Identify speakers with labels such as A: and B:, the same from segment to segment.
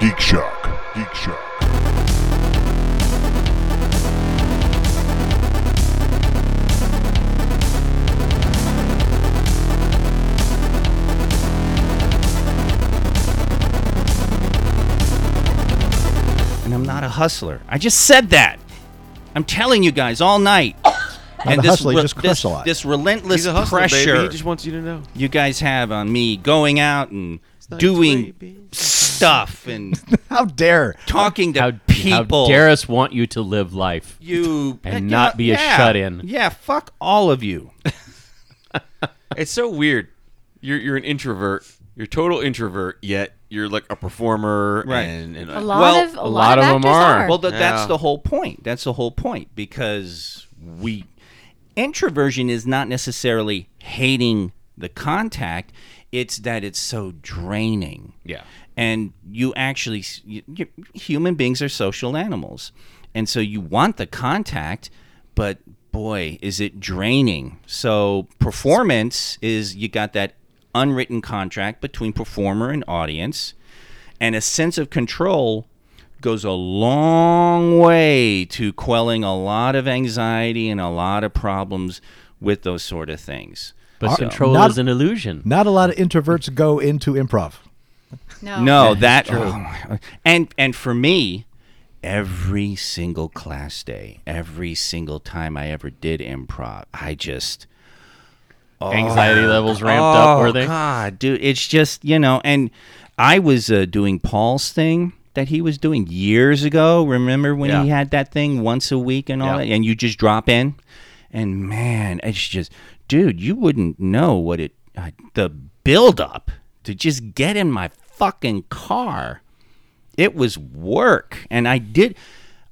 A: Geek Shock. Geek Shock.
B: and I'm not a hustler. I just said that. I'm telling you guys all night.
C: a hustler, you just crush
B: this,
C: a lot.
B: this relentless
D: He's a hustler,
B: pressure
D: baby. He just wants you to know.
B: you guys have on me going out and
D: nice,
B: doing
D: baby.
B: stuff and
C: How dare?
B: talking to
E: How,
B: people.
E: how dare us want you to live life?
B: you
E: and
B: Yeah,
E: not be a
B: yeah.
E: shut-in.
B: Yeah, fuck all of you.
D: It's so weird. You're you're an introvert. You're a total introvert, yet you're like a performer.
B: Right.
D: And, and
F: A lot
B: Well,
F: of a, lot, of,
E: them
F: actors
E: are.
F: are.
B: Well, th-
D: Yeah.
B: that's the whole point. That's the whole point because we introversion is not necessarily hating the contact. It's that it's so draining.
E: Yeah.
B: And you actually, s- you, you, human beings are social animals, and so you want the contact, but boy, is it draining. So performance is you got that unwritten contract between performer and audience and a sense of control goes a long way to quelling a lot of anxiety and a lot of problems with those sort of things.
E: But
C: Are-
E: control
C: not-
E: is an illusion.
C: Not a lot of introverts go into improv.
F: no.
B: No, that oh, and and for me, every single class day, every single time I ever did improv, I just
E: Anxiety levels ramped up, were they?
B: Oh,
D: Oh,
B: God, dude, it's just you know, and I was uh, doing Paul's thing that he was doing years ago. Remember when he
E: Yeah.
B: had that thing once a week and all
E: Yeah.
B: that, and you just drop in, and man, it's just, dude, you wouldn't know what it uh, the build up to just get in my fucking car. It was work, and I did.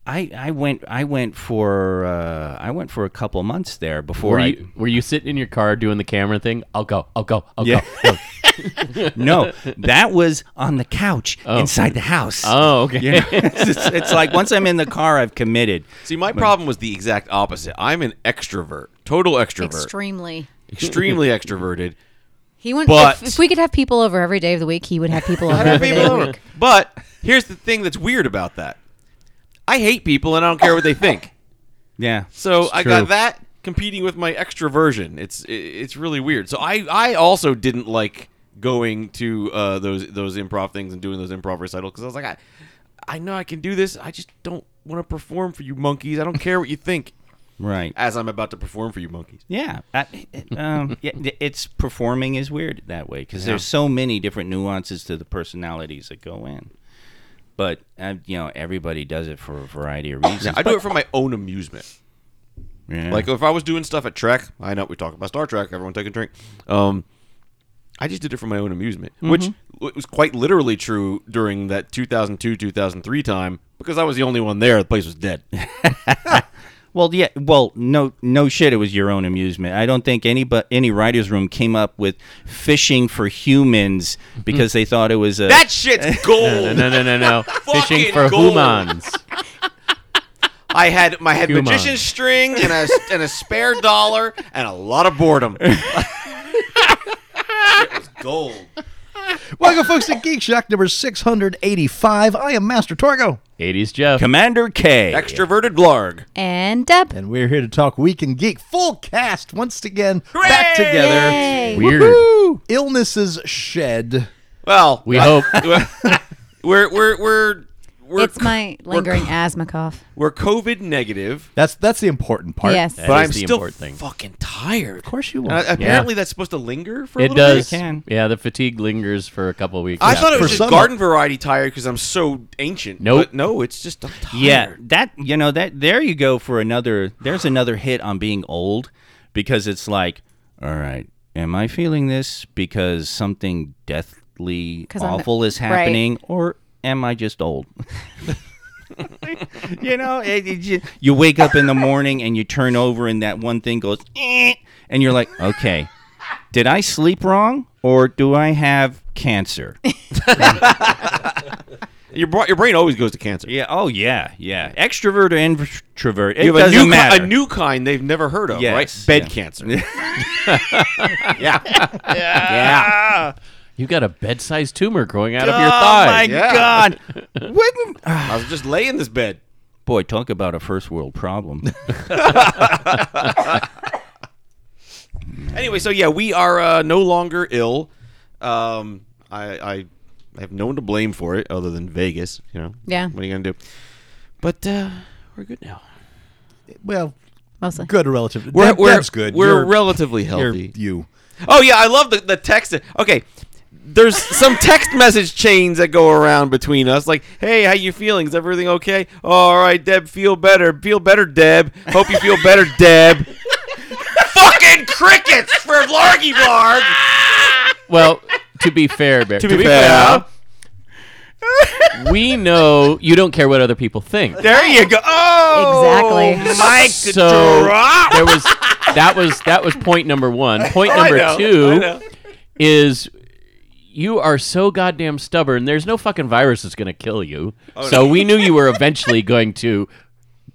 B: I, I went I went for uh, I went for a couple months there before
E: Were
B: I,
E: you, were you sitting in your car doing the camera thing? I'll go. I'll go. I'll
B: Yeah.
E: go. I'll-
B: Oh, No, that was on the couch
E: Oh.
B: inside the house.
E: Oh, okay.
B: You know, it's, it's like once I'm in the car, I've committed.
D: See, my problem was the exact opposite. I'm an extrovert, total extrovert,
F: Extremely.
D: extremely extroverted.
F: He went.
D: But-
F: if, if we could have people over every day of the week, he would have people over every day of the week.
D: But here's the thing that's weird about that. I hate people, and I don't care what they think.
B: Yeah.
D: So I got
E: true.
D: that competing with my extroversion. It's i- it's really weird. So I I also didn't like going to uh, those those improv things and doing those improv recitals because I was like I I know I can do this. I just don't want to perform for you monkeys. I don't care what you think.
B: Right.
D: As I'm about to perform for you monkeys.
B: Yeah. I, it, um, yeah, th- it's performing is weird that way because there's so many different nuances to the personalities that go in. But uh, you know, everybody does it for a variety of reasons.
D: I do it for my own amusement.
B: Yeah.
D: Like if I was doing stuff at Trek, I know we talk about Star Trek. Everyone take a drink. Um, I just did it for my own amusement,
E: Mm-hmm.
D: which w- was quite literally true during that 2002 2003 time because I was the only one there. The place was dead.
B: Well, yeah. Well, no, no shit. It was your own amusement. I don't think any but any writers' room came up with fishing for humans because they thought it was a
D: that shit's gold.
E: No, no, no, no, no. Fishing
D: Fucking
E: for
D: gold.
E: humans.
D: I had my had
E: Human.
D: magician's string and a and a spare dollar and a lot of boredom. it was gold.
C: Welcome, folks, to Geek Shock number 685. I am Master Torgo,
E: 80s Jeff.
B: Commander K.
D: Extroverted blarg.
F: And Deb.
C: and we're here to talk Week in Geek. Full cast once again, back together.
F: Yay.
E: Weird.
C: Woo! Illnesses shed.
D: Well,
E: We hope.
D: we're we're we're we're
F: It's my
D: we're-
F: lingering asthma cough.
D: we're COVID negative.
C: That's that's the important part.
F: Yes.
E: That
D: but
E: is
D: I'm
E: the
D: still
E: important thing.
D: fucking tired.
C: Of course you
D: Uh,
C: will.
D: apparently, that's supposed to linger for a
E: It
D: little
E: does.
D: bit.
B: Can.
E: Yeah, the fatigue lingers for a couple weeks.
D: I thought it
C: For
D: was just
C: some-
D: garden variety tired because I'm so ancient.
E: Nope.
D: But no, it's just I'm tired.
B: Yeah, that you know that there you go for another. There's another hit on being old because it's like, all right, am I feeling this because something deathly
F: 'Cause I'm-
B: awful is
F: right.
B: happening, or am I just old? you know, it, it ju- you wake up in the morning and you turn over and that one thing goes, "Eh," and you're like, okay, did I sleep wrong or do I have cancer?
D: Your, bra- your brain always goes to cancer.
B: Yeah. Oh, yeah. Yeah. Extrovert or introvert. It
D: You have a
B: doesn't
D: new, ki-
B: matter.
D: a new kind they've never heard of,
B: Yes.
D: right? Bed
B: Yeah.
D: cancer. yeah. Yeah.
E: You got a bed-sized tumor growing out of
B: oh
E: your thigh.
B: my
D: Yeah.
B: god! Wouldn't
D: I was just laying this bed.
B: boy talk about a first world problem?
D: Anyway, so yeah, we are uh, no longer ill. Um, I, I I have no one to blame for it other than Vegas. You know.
F: Yeah.
D: What are you gonna do? But uh, we're good now.
C: Well,
F: Mostly.
C: good relative.
D: We're,
C: That-
D: we're
C: that's good.
D: We're
C: You're-
D: relatively
C: you're
D: healthy.
C: you.
D: Oh yeah, I love the, the text. Okay, there's some text message chains that go around between us. Like, hey, how you feeling? Is everything okay? "Oh, All right, Deb, feel better. Feel better, Deb. Hope you feel better, Deb. Fucking crickets for Largy Blarg.
E: Well, to be fair, Bear. to,
D: be fair.
E: we know you don't care what other people think.
D: There you go. Oh,
F: Exactly.
D: Mike
E: so
D: drop.
E: there was that was that was point number one. Point
D: I
E: number
D: know, I know.
E: two is you are so goddamn stubborn. There's no fucking virus that's gonna kill you.
D: Oh,
E: so we knew you were eventually going to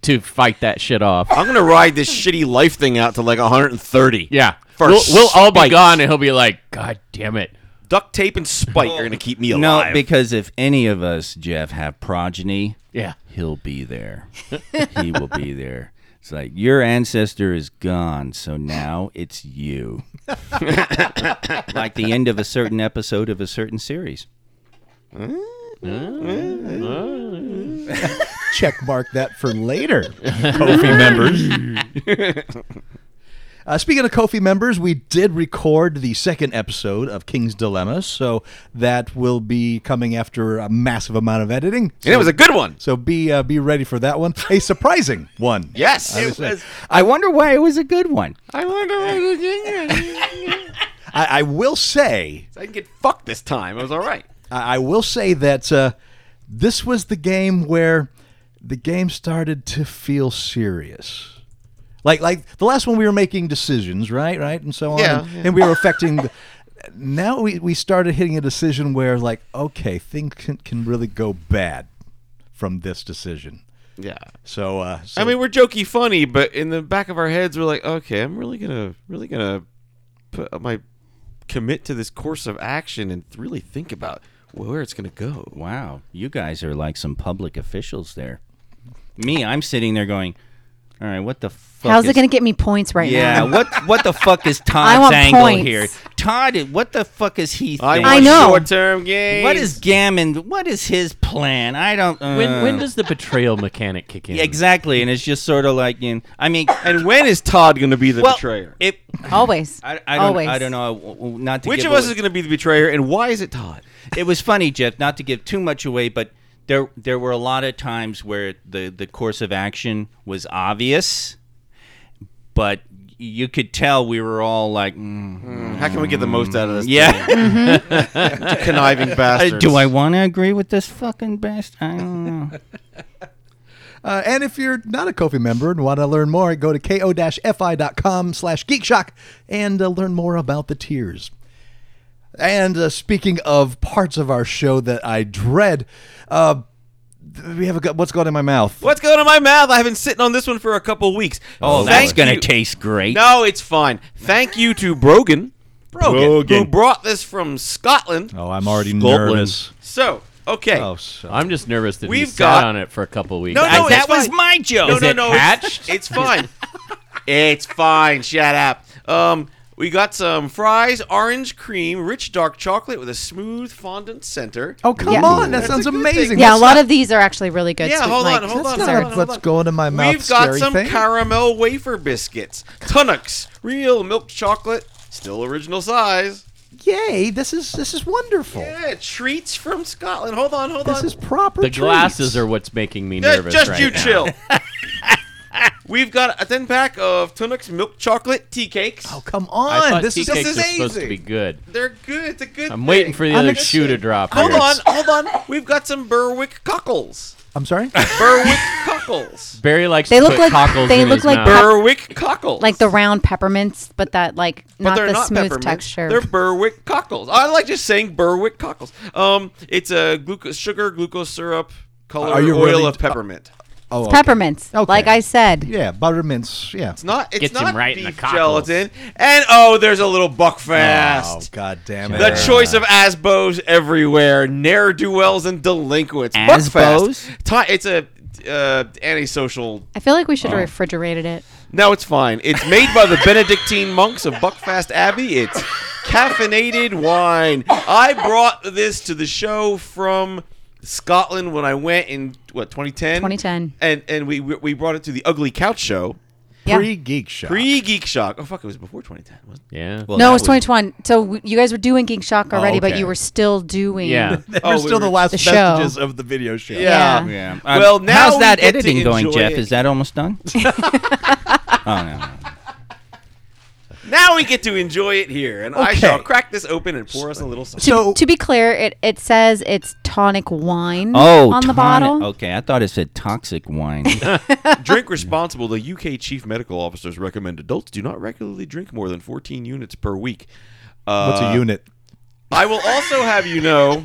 E: to fight that shit off.
D: I'm gonna ride this shitty life thing out to like 130.
E: Yeah,
D: For
E: we'll, we'll all be
D: spikes.
E: gone, and he'll be like, "God damn it."
D: Duct tape and spike are gonna keep me
B: no,
D: alive.
B: because if any of us, Jeff, have progeny,
E: Yeah.
B: he'll be there. he will be there. It's like your ancestor is gone, so now it's you. like the end of a certain episode of a certain series.
C: Check mark that for later. Kofi members. Uh, speaking of Kofi members, we did record the second episode of King's Dilemma, so that will be coming after a massive amount of editing.
D: and it was a good one.
C: So be uh, be ready for that one. A surprising one.
D: Yes,
C: I, would say.
B: I wonder why it was a good one.
D: I wonder what
C: I, I will say,
D: I didn't get fucked this time. I was all right.
C: I, I will say that uh, this was the game where the game started to feel serious. Like like the last one, we were making decisions, right, right, and so on,
D: Yeah,
C: and,
D: yeah.
C: and we were affecting. The, now we, we started hitting a decision where like okay, things can, can really go bad from this decision.
D: Yeah.
C: So, uh, so
D: I mean, we're jokey funny, but in the back of our heads, we're like, okay, I'm really gonna, really gonna put my commit to this course of action and th- really think about where it's gonna go.
B: Wow, you guys are like some public officials there. Me, I'm sitting there going, "All right, what the fuck?
F: How's
B: is-
F: it going to get me points right
B: Yeah,
F: now?
B: what what the fuck is
F: I
B: Todd's
F: want
B: angle
F: points.
B: here? Todd, what the fuck is he?
D: I,
B: thinking?
F: I
D: want
F: know.
D: Short-term gain.
B: What is Gammon? What is his plan? I don't. Uh,
E: When when does the betrayal mechanic kick in?
B: exactly? And it's just sort of like, you know, I mean,
D: And when is Todd gonna be the
B: well,
D: betrayer?
B: It,
F: Always.
B: I, I don't.
F: Always.
B: I don't know. w- w- Not to
D: Which
B: give
D: of us
B: away-
D: is gonna be the betrayer, and why is it Todd?
B: it was funny, Jeff, not to give too much away, but there there were a lot of times where the the course of action was obvious, but you could tell we were all like, mm,
D: How can we get the most out of this?
B: yeah.
D: conniving bastard.
B: Do I want to agree with this fucking best? I don't know.
C: Uh, and if you're not a Kofi member and want to learn more, go to ko-fi.com slash geekshock and uh, learn more about the tiers. And uh, speaking of parts of our show that I dread, uh, th- we have a go- what's going in my mouth.
D: What's going in my mouth? I've been sitting on this one for a couple weeks.
B: Oh, that's
D: Thank
B: gonna
D: you-
B: taste great.
D: No, it's fine. Thank you to Brogan, Brogan, who brought this from Scotland.
C: Oh, I'm already
E: Scotland.
C: nervous.
D: So, okay.
C: Oh, so.
E: I'm just nervous that he
D: We've
E: sat
D: got-
E: on it for a couple weeks.
D: No,
E: I-
D: no,
B: that
D: it's
B: was
D: fine.
B: my joke.
D: no, no,
E: it
D: no.
E: hatched?
D: It's, it's fine. it's fine. Shut up. Um, we got some fries, orange cream, rich dark chocolate with a smooth fondant center.
C: Oh, come
F: Yeah.
C: on. That
D: That's
C: sounds
D: a good thing.
C: amazing.
F: Yeah, a
C: That's
F: lot of these are actually really good.
D: Yeah,
F: Sweet
D: hold on,
F: Mike's.
D: hold
F: That's
D: on,
F: not
C: not
D: hold
F: our-
D: on,
C: a what's going in my mouth
D: We've got
C: scary
D: some
C: thing.
D: caramel wafer biscuits, Tunnocks, real milk chocolate, still original size.
C: Yay, this is this is wonderful.
D: Yeah, treats from Scotland. Hold on, hold
C: Oh. This
D: on.
C: is proper
E: the
C: treats.
E: glasses are what's making me
D: Yeah,
E: nervous.
D: just
E: right
D: you
E: now.
D: chill. We've got a 10 pack of Tunnocks milk chocolate tea cakes.
C: Oh, come
E: I
C: on.
E: thought
C: This
E: tea
C: is
E: cakes
D: this
E: are
D: is
E: supposed to
D: easy.
E: be good.
D: They're good. It's a good
E: I'm waiting
D: thing.
E: for the
C: I'm
E: other
C: gonna
E: shoe
C: say-
E: to drop.
D: Hold
E: here.
D: on, hold on. We've got some Berwick cockles.
C: I'm sorry. Oh,
D: Berwick cockles.
E: Barry likes
F: They
E: to
F: look
E: put
F: like-
E: cockles
F: they
E: in
F: look
E: his
F: like
E: mouth.
F: pep-
D: Berwick cockles.
F: Like the round peppermints, but that like
D: but
F: not
D: they're
F: the
D: not
F: smooth
D: peppermint.
F: texture.
D: They're Berwick cockles. I like just saying Berwick cockles. Um, it's a glucose, sugar, glucose syrup, color,
C: Are you
D: oil
C: really-
E: uh,
D: of peppermint.
C: Oh, okay.
F: Peppermints,
C: Okay.
F: like I said.
C: Yeah, buttermints. Yeah.
D: It's not. It's
E: Gets him
D: not
E: right in
D: beef
E: the cockles.
D: gelatin. And oh, there's a little
C: Oh,
D: buckfast.
C: god damn it.
D: the choice of asbos everywhere, ne'er do wells and delinquents.
B: Asbos?
D: Buckfast. Ti- It's a uh, antisocial.
F: I feel like we should have refrigerated it.
D: No, it's fine. It's made by the Benedictine monks of Buckfast Abbey. It's caffeinated wine. I brought this to the show from Scotland when I went in what 2010.
F: 2010.
D: And and we we we brought it to the Ugly Couch Show
F: Yeah.
C: pre geek shop.
D: pre Geek Shock. Oh fuck, it was before 2010, wasn't it?
E: Yeah.
B: Well,
F: no,
B: that Oh,
F: it's 2021. So w- you guys were doing Geek Shock already, but
D: okay.
F: you were still doing.
E: yeah.
C: They're
D: Oh, we
C: still
D: were-
C: the last
F: The show.
C: messages of the video show.
F: Yeah.
B: Yeah. Um,
D: Well, now
B: how's that
D: we get to
B: editing going,
D: enjoy
B: Jeff?
D: it.
B: Is that almost done? oh no.
D: Now we get to enjoy it here, and I
C: Okay.
D: shall crack this open and pour us a little something.
C: So
F: To be clear, it, it says it's tonic wine
B: Oh,
F: on the
B: tonic.
F: bottle.
B: Okay, I thought it said toxic wine.
D: drink responsible. The UK chief medical officers recommend adults do not regularly drink more than 14 units per week. Uh,
C: what's a unit?
D: I will also have you know,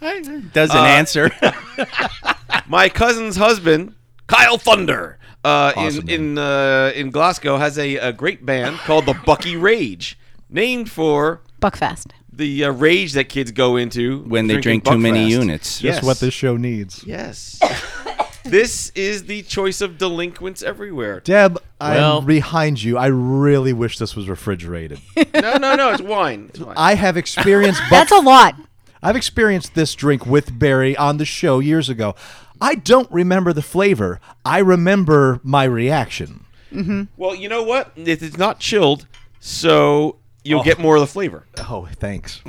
B: Doesn't
D: Uh,
B: answer.
D: my cousin's husband, Kyle Thunder, uh, in in uh, in Glasgow, has a, a great band called the Bucky Rage, named for
F: Buckfast.
D: the uh, rage that kids go into
B: When they
D: drinking
B: drink too many
D: Buckfast.
B: units.
D: Yes.
C: That's what this show needs.
D: Yes. this is the choice of delinquents everywhere.
C: Deb,
E: Well-
C: I'm behind you. I really wish this was refrigerated.
D: No, no, no. It's wine. It's wine.
C: I have experienced buck-
F: That's a lot.
C: I've experienced this drink with Barry on the show years ago. I don't remember the flavor. I remember my reaction.
D: Well, you know what? It, it's not chilled, so you'll get more of the flavor.
C: Oh, thanks.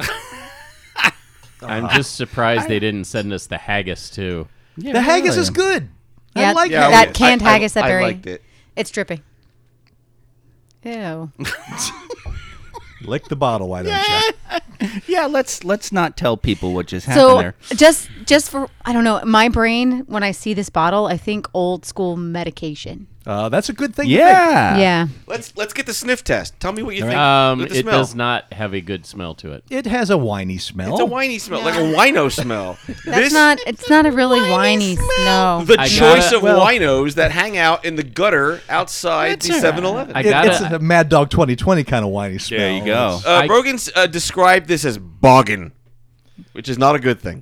E: I'm just surprised they didn't send us the haggis too.
C: the haggis is good.
F: Yeah,
C: I like
F: Yeah,
C: haggis.
F: That canned
D: I- I-
F: haggis that
D: I
F: Barry-
D: liked it.
F: It's dripping. Ew.
C: Lick the bottle, why don't you?
B: Yeah, let's let's not tell people what just happened
F: so
B: there.
F: just just for I don't know, my brain when I see this bottle, I think old school medication.
C: Uh, that's a good thing. to think.
B: Yeah.
F: yeah.
D: Let's let's get the sniff test. Tell me what you think.
E: Um,
D: with the
E: it
D: smell.
E: does not Oh. have a good smell to it.
C: It has a whiny smell.
D: It's a winey smell, like a wino smell.
F: That's
D: this
F: not it's not a really whiny no.
D: the
E: I
D: choice
E: gotta-
D: of
E: well-
D: winos that hang out in the gutter outside the 7-Eleven.
E: I
C: It-
E: gotta,
C: it's a Mad Dog 2020 kind of whiny smell.
B: There you go.
D: Uh,
E: I-
D: Brogan's uh, described this as boggin, which is not a good thing.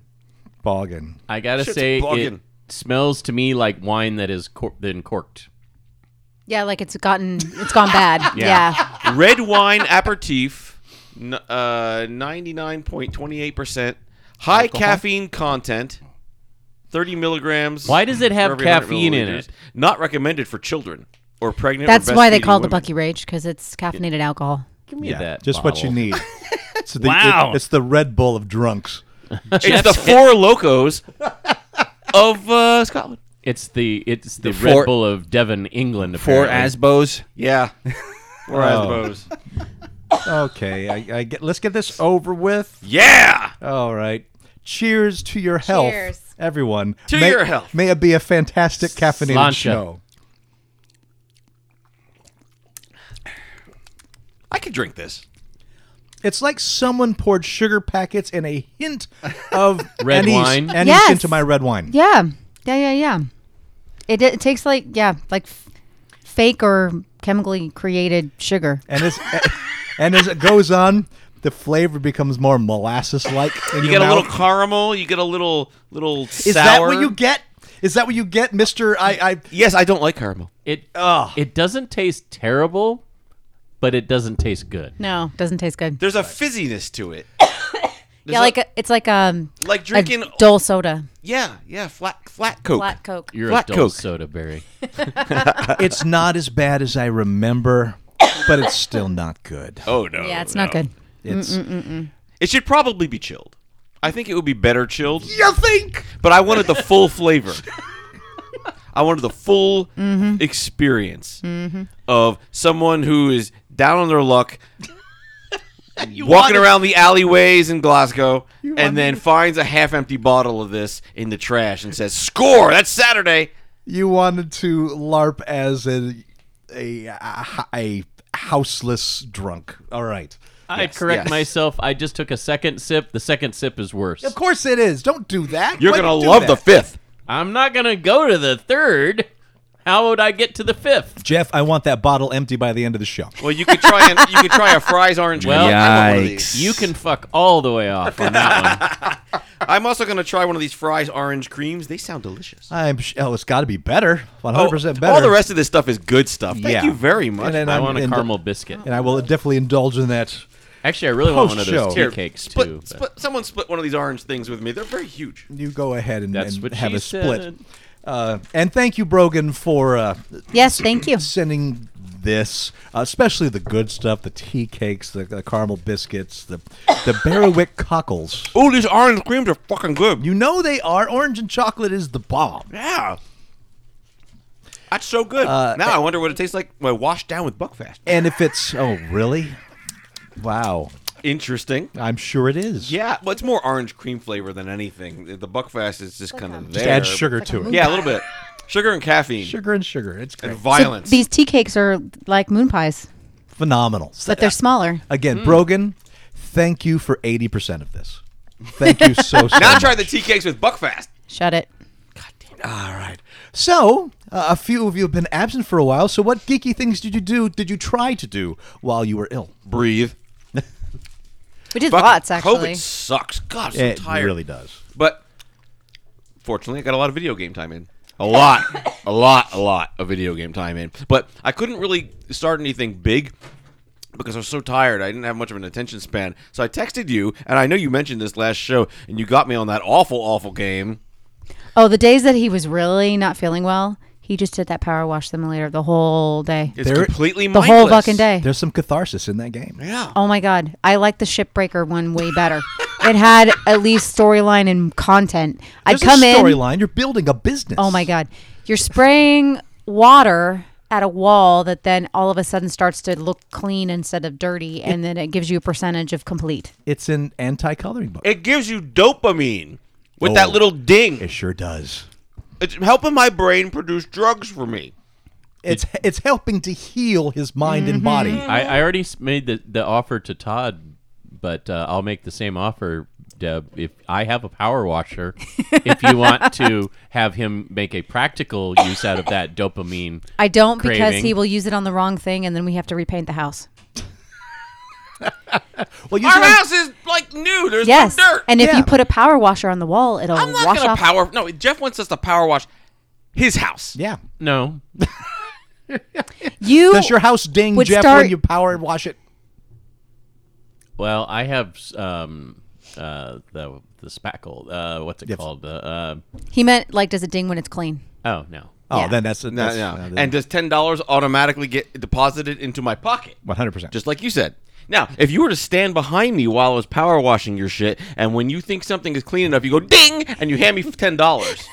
C: Boggin.
E: I gotta
D: Shit's
E: say,
D: bugging.
E: it smells to me like wine that is cor- been corked.
F: yeah, like it's gotten it's gone bad. yeah.
D: Red wine aperitif, n- uh, 99.28%. High caffeine content, 30 milligrams.
E: Why does it have
D: for every 100
E: caffeine in
D: milliliters.
E: it?
D: Not recommended for children or pregnant. or
F: That's why they
D: breastfeeding
F: call it the
D: women.
F: Bucky Rage because it's caffeinated alcohol.
E: Give me that.
C: Just what you
E: bottle.
C: need. It's the,
B: Wow.
C: it- it's the Red Bull of drunks.
D: It's the four locos of uh, Scotland.
E: It's the it's the,
B: four-
E: Red Bull of Devon, England.
B: Four
E: apparently.
B: Asbos.
D: Yeah. Or I suppose.
C: Okay, I, I get, let's get this over with.
D: Yeah.
C: All right. Cheers to your health,
F: Cheers.
C: everyone.
D: To
C: may,
D: your health.
C: May it be a fantastic caffeinated
E: Sláinte.
C: show.
D: I could drink this.
C: It's like someone poured sugar packets and a hint of
E: Red
C: anise,
E: wine.
C: anise
F: Yes.
C: into my red wine.
F: Yeah, yeah, yeah, yeah. It, it takes like yeah, like f- fake or chemically created sugar.
C: And as and as it goes on, the flavor becomes more molasses like.
D: You get a little caramel. You get a little little sour.
C: Is that what you get? Is that what you get, Mister? I, I
D: Yes, I don't like caramel.
E: It
C: Ugh.
E: it doesn't taste terrible, but it doesn't taste good.
F: No, doesn't taste good.
D: There's a fizziness to it,
F: yeah, like a, it's like um
D: like
F: a
D: drinking
F: dull soda,
D: Yeah, yeah, flat flat coke.
F: flat Coke.
E: You're
D: Flat
E: a dull
D: Coke.
E: soda, Barry.
C: it's not as bad as I remember, but it's still not good.
D: Oh no.
F: yeah, it's
D: no.
F: not good.
C: It's
D: It should probably be chilled. I think it would be better chilled. You think? But I wanted the full flavor. I wanted the full
F: Mm-hmm.
D: experience of someone who is down on their luck, walking around the alleyways in Glasgow, and then finds a half-empty bottle of this in the trash and says, "Score! That's Saturday."
C: you wanted to LARP as a a a, a houseless drunk. All right.
E: I correct
D: yes.
E: myself. I just took a second sip. The second sip is worse.
C: Of course it is. Don't do that.
D: You're
C: Why
D: gonna
C: do you do
D: love
C: that?
D: the fifth.
E: I'm not going to go to the third. How would I get to the fifth?
C: Jeff, I want that bottle empty by the end of the show.
D: Well, you could try and you could try a fries orange.
E: Well,
D: coke. I want one of these.
B: Yikes.
E: You can fuck all the way off on that one.
D: I'm also gonna try one of these fries orange creams. They sound delicious.
C: I'm sh- oh, it's got to be better, 100 percent
D: Oh,
C: better.
D: All the rest of this stuff is good stuff. Thank
C: Yeah.
D: you very much.
C: And then
E: I
C: I'm
E: want a
C: in the-
E: caramel biscuit.
C: and I will definitely indulge in that.
E: Actually, I really want one of
C: Post-show.
E: those tea
D: Here,
E: cakes
D: split,
E: too. but
D: split- someone split one of these orange things with me. They're very huge.
C: You go ahead and,
E: That's
C: and
E: what
C: have
E: she
C: a split.
E: said.
C: Uh, and thank you, Brogan, for uh,
F: Yes, thank you.
C: sending this, uh, especially the good stuff, the tea cakes, the, the caramel biscuits, the the Berwick cockles.
D: Oh, these orange creams are fucking good.
C: You know they are. Orange and chocolate is the bomb.
D: Yeah. That's so good.
C: Uh,
D: now I wonder what it tastes like when washed down with Buckfast.
C: And if it's oh really, wow,
D: Interesting.
C: I'm sure it is.
D: Yeah, well, it's more orange cream flavor than anything. The Buckfast is just kind of there.
C: Just add sugar to it.
D: Yeah, a little bit. Sugar and caffeine.
C: Sugar and sugar. It's great.
D: And violence.
F: These tea cakes are like moon pies,
C: phenomenal.
F: but they're smaller.
C: Again, Brogan, thank you for eighty percent of this. Thank you so so
D: now
C: much.
D: try the tea cakes with Buckfast.
F: Shut it.
C: All right. So, uh, a few of you have been absent for a while. So, what geeky things did you do? Did you try to do while you were ill?
D: Breathe.
F: We did
D: Fucking
F: lots actually.
D: COVID sucks. God, I'm so
C: it
D: tired.
C: really does.
D: But fortunately, I got a lot of video game time in. A lot, a lot, a lot of video game time in. But I couldn't really start anything big because I was so tired. I didn't have much of an attention span. So I texted you, and I know you mentioned this last show, and you got me on that awful, awful game.
F: Oh, the days that he was really not feeling well, he just did that power wash simulator the whole day,
D: It's
C: There-
D: completely
F: the whole
D: mindless.
F: fucking day.
C: There's some catharsis in that game.
D: Yeah.
F: Oh my god, I like the shipbreaker one way better. it had at least storyline and content. I'd
C: There's
F: come
C: a
F: in.
C: storyline. You're building a business.
F: Oh my god, you're spraying water at a wall that then all of a sudden starts to look clean instead of dirty, and then it gives you a percentage of complete.
C: It's an anti-coloring book.
D: It gives you dopamine with
C: Oh.
D: that little ding.
C: It sure does.
D: It's helping my brain produce drugs for me.
C: It's it's helping to heal his mind and body.
E: I, I already s- made the, the offer to Todd, but uh, I'll make the same offer, Deb. If I have a power washer, if you want to have him make a practical use out of that dopamine,
F: I don't because
E: Craving.
F: he will use it on the wrong thing, and then we have to repaint the house.
C: Well, you
D: Our house is like new. There's no
F: Yes,
D: dirt.
F: and if
C: Yeah.
F: you put a power washer on the wall, it'll
D: I'm not
F: wash
D: gonna
F: off.
D: power. No, Jeff wants us to power wash his house.
C: yeah.
E: no,
F: you
C: Does your house ding,
F: would
C: Jeff,
F: start-
C: when you power wash it?
E: Well, I have um, uh, the the spackle. Uh, what's it called? Uh, uh,
F: He meant like, does it ding when it's clean?
E: oh no.
C: Oh,
F: Yeah.
C: then that's,
D: No,
C: that's
D: no. And does ten dollars automatically get deposited into my pocket?
C: 100%.
D: Just like you said. Now, if you were to stand behind me while I was power washing your shit, and when you think something is clean enough, you go ding, and you hand me ten dollars.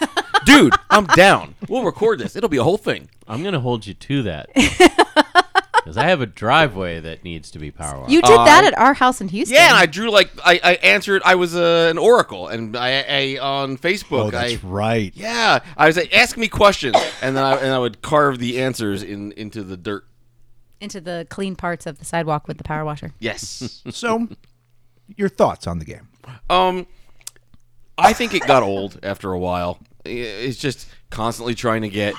D: Dude, I'm down. We'll record this. It'll be a whole thing.
E: I'm gonna hold you to that because I have a driveway that needs to be power washed.
F: You did that at our house in Houston.
D: Yeah, and I drew like I, I answered. I was uh, an oracle, and I, I on Facebook.
C: oh, that's
D: I,
C: right.
D: Yeah, I was like, ask me questions, and then I, and I would carve the answers in into the dirt.
F: into the clean parts of the sidewalk with the power washer.
D: Yes.
C: So, your thoughts on the game?
D: um, I think it got old after a while. I- It's just constantly trying to get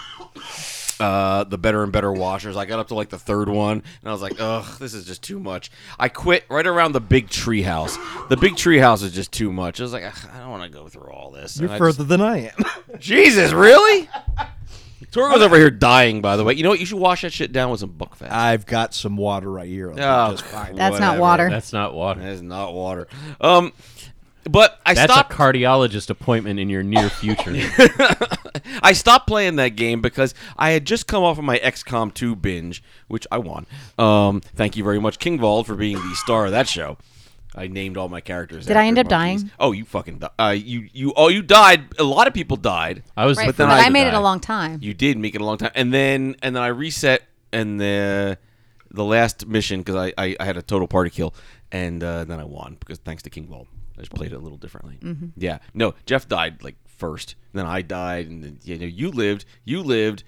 D: uh, the better and better washers. I got up to like the third one, and I was like, ugh, this is just too much. I quit right around the big tree house. The big tree house is just too much. I was like, "Ugh, I don't want to go through all this. And I just-
C: than I am.
D: Jesus, really? Torgo's over here dying, by the way. You know what? You should wash that shit down with some buckfast.
C: I've got some water right here.
D: Oh,
C: Just fine.
F: That's not
D: whatever.
F: water.
E: That's not water.
D: That is not water. Um, but I
E: That's
D: stopped.
E: a cardiologist appointment in your near future.
D: I stopped playing that game because I had just come off of my XCOM 2 binge, which I won. Um, thank you very much, King Vald, for being the star of that show. I named all my characters.
F: Did I
D: after
F: end up
D: monkeys.
F: dying?
D: Oh, you fucking. Di- uh, you you oh you died. A lot of people died.
E: I was,
F: Right,
E: the
F: but,
E: first
F: I
E: to
F: made it
E: die.
F: a long time.
D: You did make it a long time, and then and then I reset and the the last mission because I, I I had a total party kill, and uh, then I won because thanks to King Ball, I just played it a little differently.
F: Mm-hmm.
D: Yeah, no, Jeff died like first, then I died, and then you know you lived, you lived.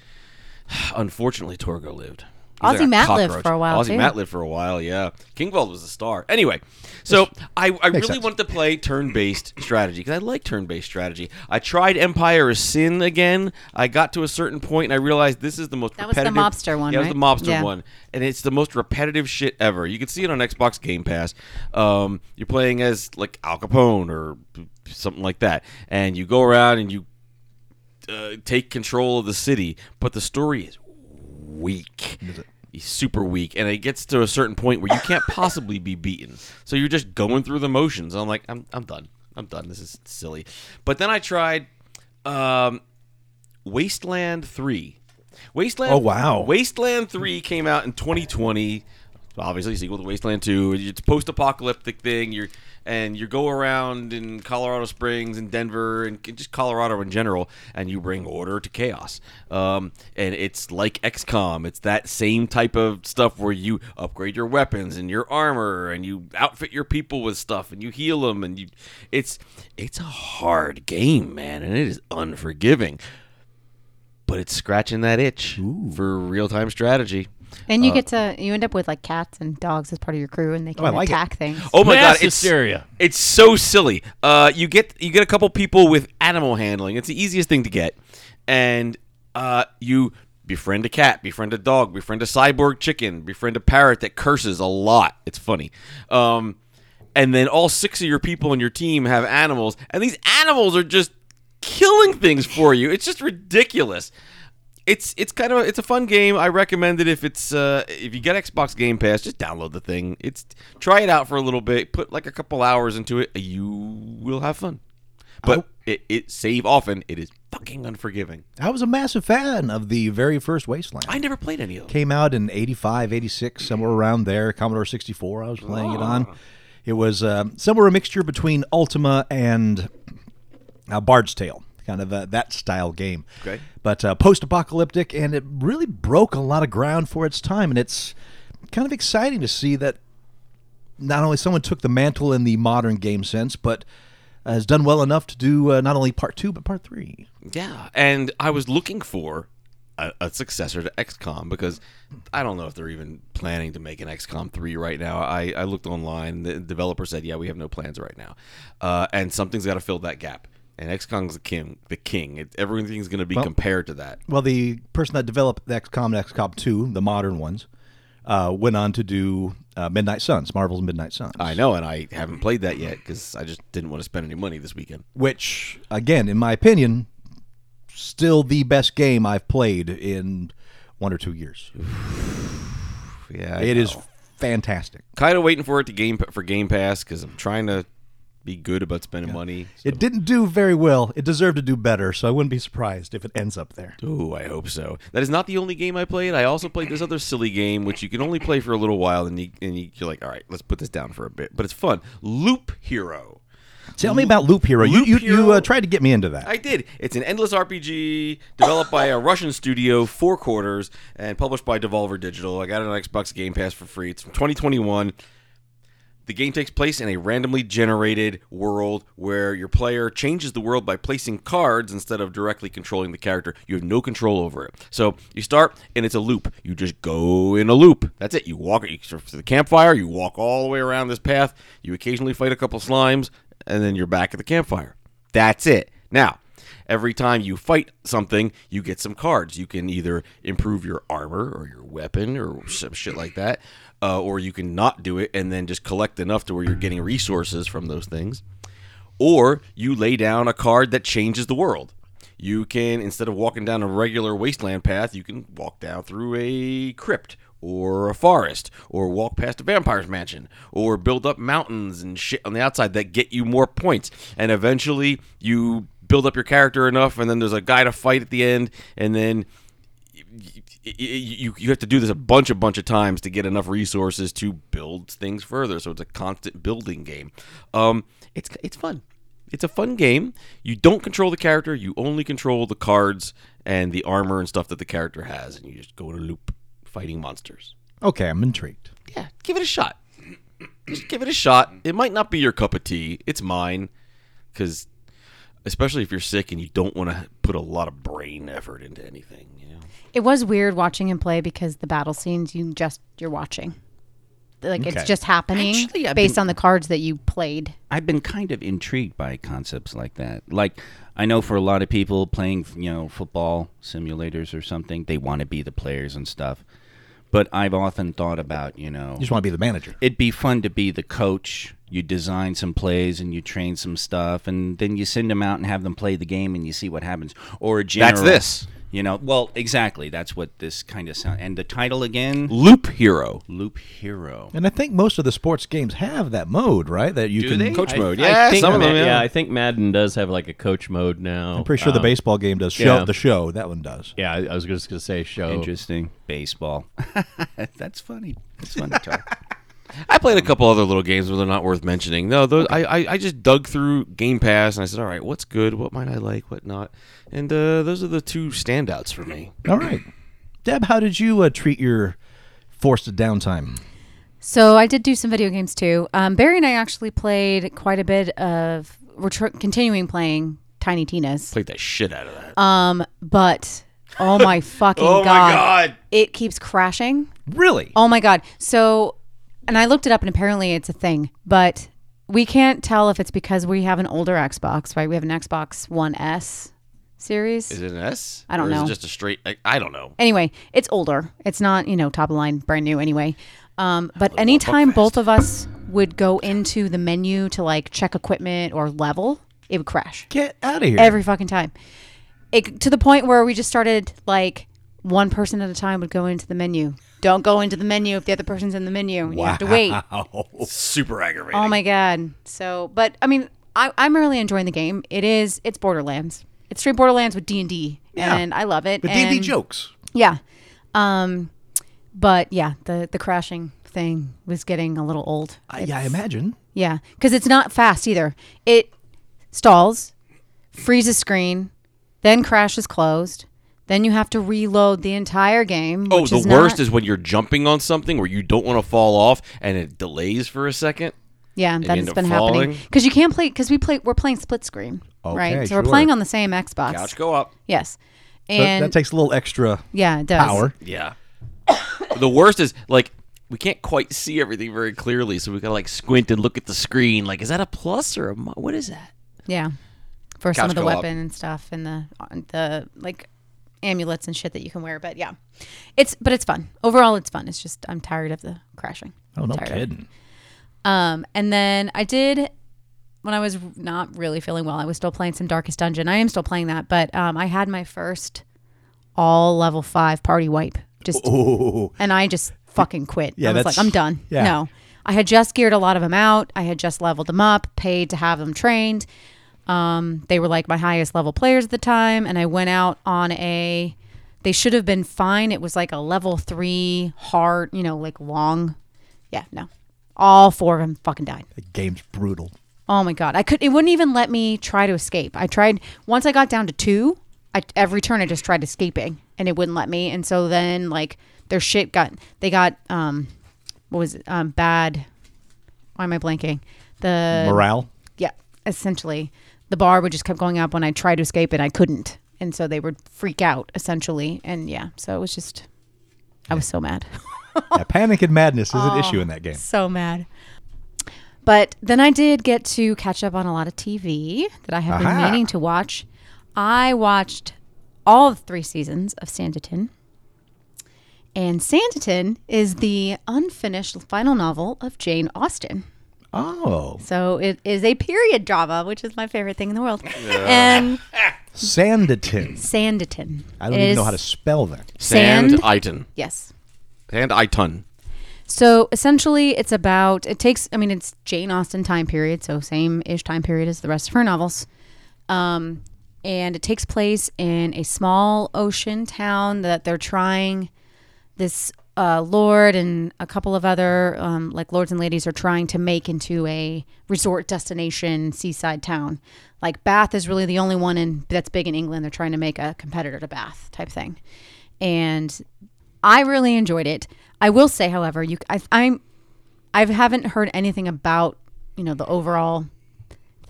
D: Unfortunately, Torgo lived. He's
F: Ozzy
D: like
F: Matt lived
D: cockroach.
F: for a while,
D: Ozzy
F: too.
D: Matt lived for a while. Yeah, Kingveld was a star. Anyway, so I, I really
C: sense.
D: wanted to play turn-based strategy because I like turn-based strategy. I tried Empire of Sin again. I got to a certain point and I realized this is the most
F: That was the
D: repetitive.
F: mobster one,
D: Yeah, it was
F: right?
D: the mobster
F: Yeah.
D: one and it's the most repetitive shit ever. You can see it on Xbox Game Pass. Um, you're playing as like Al Capone or something like that, and you go around and you uh, take control of the city, but the story is weak. He's super weak, and it gets to a certain point where you can't possibly be beaten. So you're just going through the motions. I'm like, I'm, I'm done. I'm done. This is silly. But then I tried um, Wasteland 3. Wasteland.
C: Oh, wow.
D: Wasteland 3 came out in 2020. Obviously, sequel to Wasteland 2. It's a post-apocalyptic thing. You're and you go around in Colorado Springs and Denver and just Colorado in general, and you bring order to chaos. Um, and it's like XCOM. It's that same type of stuff where you upgrade your weapons and your armor, and you outfit your people with stuff, and you heal them, and you. It's it's a hard game, man, and it is unforgiving but it's scratching that itch for real time strategy.
F: And you get to you end up with like cats and dogs as part of your crew, and they can
C: I like it.
F: attack things.
D: Oh my
E: Mass
D: god, it's
E: hysteria.
D: It's so silly. Uh, you get you get a couple people with animal handling. It's the easiest thing to get, and uh, you befriend a cat, befriend a dog, befriend a cyborg chicken, befriend a parrot that curses a lot. It's funny. Um, and then all six of your people on your team have animals, and these animals are just killing things for you. It's just ridiculous. it's it's kind of it's a fun game. I recommend it if it's uh, if you get Xbox Game Pass, just download the thing. It's try it out for a little bit. Put like a couple hours into it. You will have fun. But it, it save often. It is fucking unforgiving.
C: I was a massive fan of the very first Wasteland.
D: I never played any of them.
C: came out in 85 86 somewhere around there commodore 64 i was playing it on it was uh, somewhere a mixture between ultima and uh, bard's tale kind of uh, that style game
D: Okay.
C: but uh, post-apocalyptic and it really broke a lot of ground for its time and it's kind of exciting to see that not only someone took the mantle in the modern game sense but has done well enough to do uh, not only part two but part three
D: Yeah, and I was looking for a, a successor to XCOM because I don't know if they're even planning to make an XCOM three right now. I, I looked online. The developer said, "Yeah, we have no plans right now," uh, and something's got to fill that gap. And XCOM's the king. The king. It, everything's going to be compared to that.
C: Well, the person that developed the XCOM and XCOM 2, the modern ones, uh, went on to do uh, Midnight Suns, Marvel's Midnight Suns.
D: I know, and I haven't played that yet because I just didn't want to spend any money this weekend.
C: Which, again, in my opinion, still the best game I've played in one or two years.
D: Yeah,
C: It is fantastic.
D: kind of waiting for it to game for Game Pass because I'm trying to be good about spending money.
C: It didn't do very well. It deserved to do better, so I wouldn't be surprised if it ends up there.
D: Ooh, I hope so. That is not the only game I played. I also played this other silly game, which you can only play for a little while, and, you, and you, you're like, all right, let's put this down for a bit. But it's fun. Loop Hero.
C: Tell me about Loop Hero. You-
D: Loop
C: you you
D: Hero-
C: uh, tried to get me into that.
D: I did. It's an endless RPG developed by a Russian studio, Four Quarters, and published by Devolver Digital. I got it on Xbox Game Pass for free. It's from 2021. The game takes place in a randomly generated world where your player changes the world by placing cards instead of directly controlling the character. You have no control over it. So you start and it's a loop. You just go in a loop. That's it. You walk you start to the campfire, you walk all the way around this path, you occasionally fight a couple slimes, and then you're back at the campfire. That's it. Now, every time you fight something, you get some cards. You can either improve your armor or your weapon or some shit like that, uh, or you can not do it and then just collect enough to where you're getting resources from those things. Or you lay down a card that changes the world. You can, instead of walking down a regular wasteland path, you can walk down through a crypt or a forest or walk past a vampire's mansion or build up mountains and shit on the outside that get you more points. And eventually you build up your character enough, and then there's a guy to fight at the end, and then y- y- you you have to do this a bunch a bunch of times to get enough resources to build things further. So it's a constant building game. Um, it's it's fun. It's a fun game. You don't control the character. You only control the cards and the armor and stuff that the character has, and you just go in a loop fighting monsters.
C: Okay, I'm intrigued.
D: Yeah, give it a shot. Just give it a shot. It might not be your cup of tea. It's mine because especially if you're sick and you don't want to put a lot of brain effort into anything. You know,
F: It was weird watching him play because the battle scenes you just you're watching. Like
E: Okay.
F: it's just happening
B: Actually, I've
F: based
B: been-
F: on the cards that you played.
B: I've been kind of intrigued by concepts like that. Like I know for a lot of people playing, you know, football simulators or something, they want to be the players and stuff. But I've often thought about, you know,
C: You just want to be the manager.
B: it'd be fun to be the coach. You design some plays and you train some stuff, and then you send them out and have them play the game, and you see what happens. Or a general,
D: That's this.
B: you know. Well, exactly. That's what this kind of sound. And the title again,
D: loop hero.
B: Loop Hero.
C: And I think most of the sports games have that mode, right? That you
B: Do
C: can.
B: they?
D: Coach
E: I-
D: mode.
E: I
D: Yeah,
E: think
D: some of
E: Ma-
D: them. Yeah.
E: I think Madden does have like a coach mode now.
C: I'm pretty sure the
E: Um,
C: baseball game does show
E: yeah.
C: the show. That one does.
E: Yeah, I, I was just gonna say show.
B: Interesting. Baseball. That's funny. That's funny talk.
D: I played a couple other little games, but they're not worth mentioning. No, those I, I I just dug through Game Pass and I said, all right, what's good, what might I like, what not, and uh, those are the two standouts for me.
C: All right, Deb, how did you uh, treat your forced downtime?
F: So I did do some video games too. Um, Barry and I actually played quite a bit of. We're tr- continuing playing Tiny Tina's,
D: Played the shit out of that.
F: but oh my fucking
D: Oh my
F: god.
D: God.
F: It keeps crashing.
C: Really?
F: Oh my god. So, and I looked it up, and apparently it's a thing, but we can't tell if it's because we have an older Xbox, right? We have an Xbox One S series.
D: Is it an S?
F: I don't
D: Or is it
F: know.
D: just a straight. I, I don't know.
F: anyway, it's older. It's not, you know, top of line, brand new anyway. Um, but anytime both of us would go into the menu to like check equipment or level, it would crash
C: Get out of here!
F: every fucking time. It, to the point where we just started like one person at a time would go into the menu. Don't go into the menu if the other person's in the menu. You have to wait.
D: Super aggravating.
F: Oh my god! So, but I mean, I, I'm really enjoying the game. It is it's Borderlands. It's straight Borderlands with D and D,
C: Yeah.
F: and I love it.
C: But D&D
F: and-
C: jokes.
F: yeah. Um, but yeah, the the crashing thing was getting a little old.
C: I, yeah, I imagine.
F: Yeah, because it's not fast either. It stalls, freezes screen, then crashes closed. Then you have to reload the entire game.
D: Oh,
F: which
D: the
F: is
D: worst
F: not-
D: is when you're jumping on something where you don't want to fall off and it delays for a second.
F: yeah,
D: you
F: that's
D: end up
F: been happening
D: falling.
F: because you can't play because we play we're playing split screen,
C: Okay,
F: right? So we're
C: sure.
F: playing on the same Xbox.
D: Couch go up.
F: Yes,
C: That-
F: and
C: that takes a little extra
F: yeah, it does.
C: power.
D: Yeah. the worst is like we can't quite see everything very clearly, so we gotta like squint and look at the screen. Like, is that a plus or a mi- what is that?
F: Yeah, for some
D: Couch
F: of the
D: co-op.
F: weapon and stuff, and the on the like amulets and shit that you can wear. But yeah, it's but it's fun overall. It's fun. It's just I'm tired of the crashing.
C: Oh, no
F: Tired of it.
C: kidding.
F: Um, and then I did when I was not really feeling well. I was still playing some Darkest Dungeon. I am still playing that, but um, I had my first all level five party wipe. Just
C: Ooh.
F: and I just fucking quit.
C: Yeah,
F: I was
C: that's-
F: like, I'm done.
C: yeah.
F: No. I had just geared a lot of them out. I had just leveled them up, paid to have them trained. Um, they were like my highest level players at the time, and I went out on a. They should have been fine. It was like a level three hard, you know, like long. Yeah, no. All four of them fucking died.
C: The game's brutal.
F: Oh my god, I could. It wouldn't even let me try to escape. I tried once. I got down to two. I, every turn, I just tried escaping, and it wouldn't let me. And so then, like their shit got. They got um, what was it? Um, bad. Why am I blanking? The
C: Morale.
F: yeah, essentially, the bar would just kept going up when I tried to escape, and I couldn't. And so they would freak out essentially, and yeah. So it was just, I was so mad.
C: Yeah, panic and madness is an issue in that game.
F: so mad. But then I did get to catch up on a lot of TV that I have
C: Aha.
F: been meaning to watch. I watched all of three seasons of Sanditon. And Sanditon is the unfinished final novel of Jane Austen.
C: Oh,
F: So it is a period drama, which is my favorite thing in the world. And
C: Sanditon.
F: Sanditon.
C: I don't
F: is
C: even know how to spell that.
F: Sand.
D: Sand Iton.
F: Yes.
D: Sand Iton.
F: So essentially, it's about it takes. I mean, it's Jane Austen time period, so same ish time period as the rest of her novels. Um, and it takes place in a small ocean town that they're trying. This uh, lord and a couple of other um, like lords and ladies are trying to make into a resort destination seaside town. Like Bath is really the only one in that's big in England. They're trying to make a competitor to Bath type thing, and I really enjoyed it. I will say, however, you I, I'm I haven't heard anything about you know the overall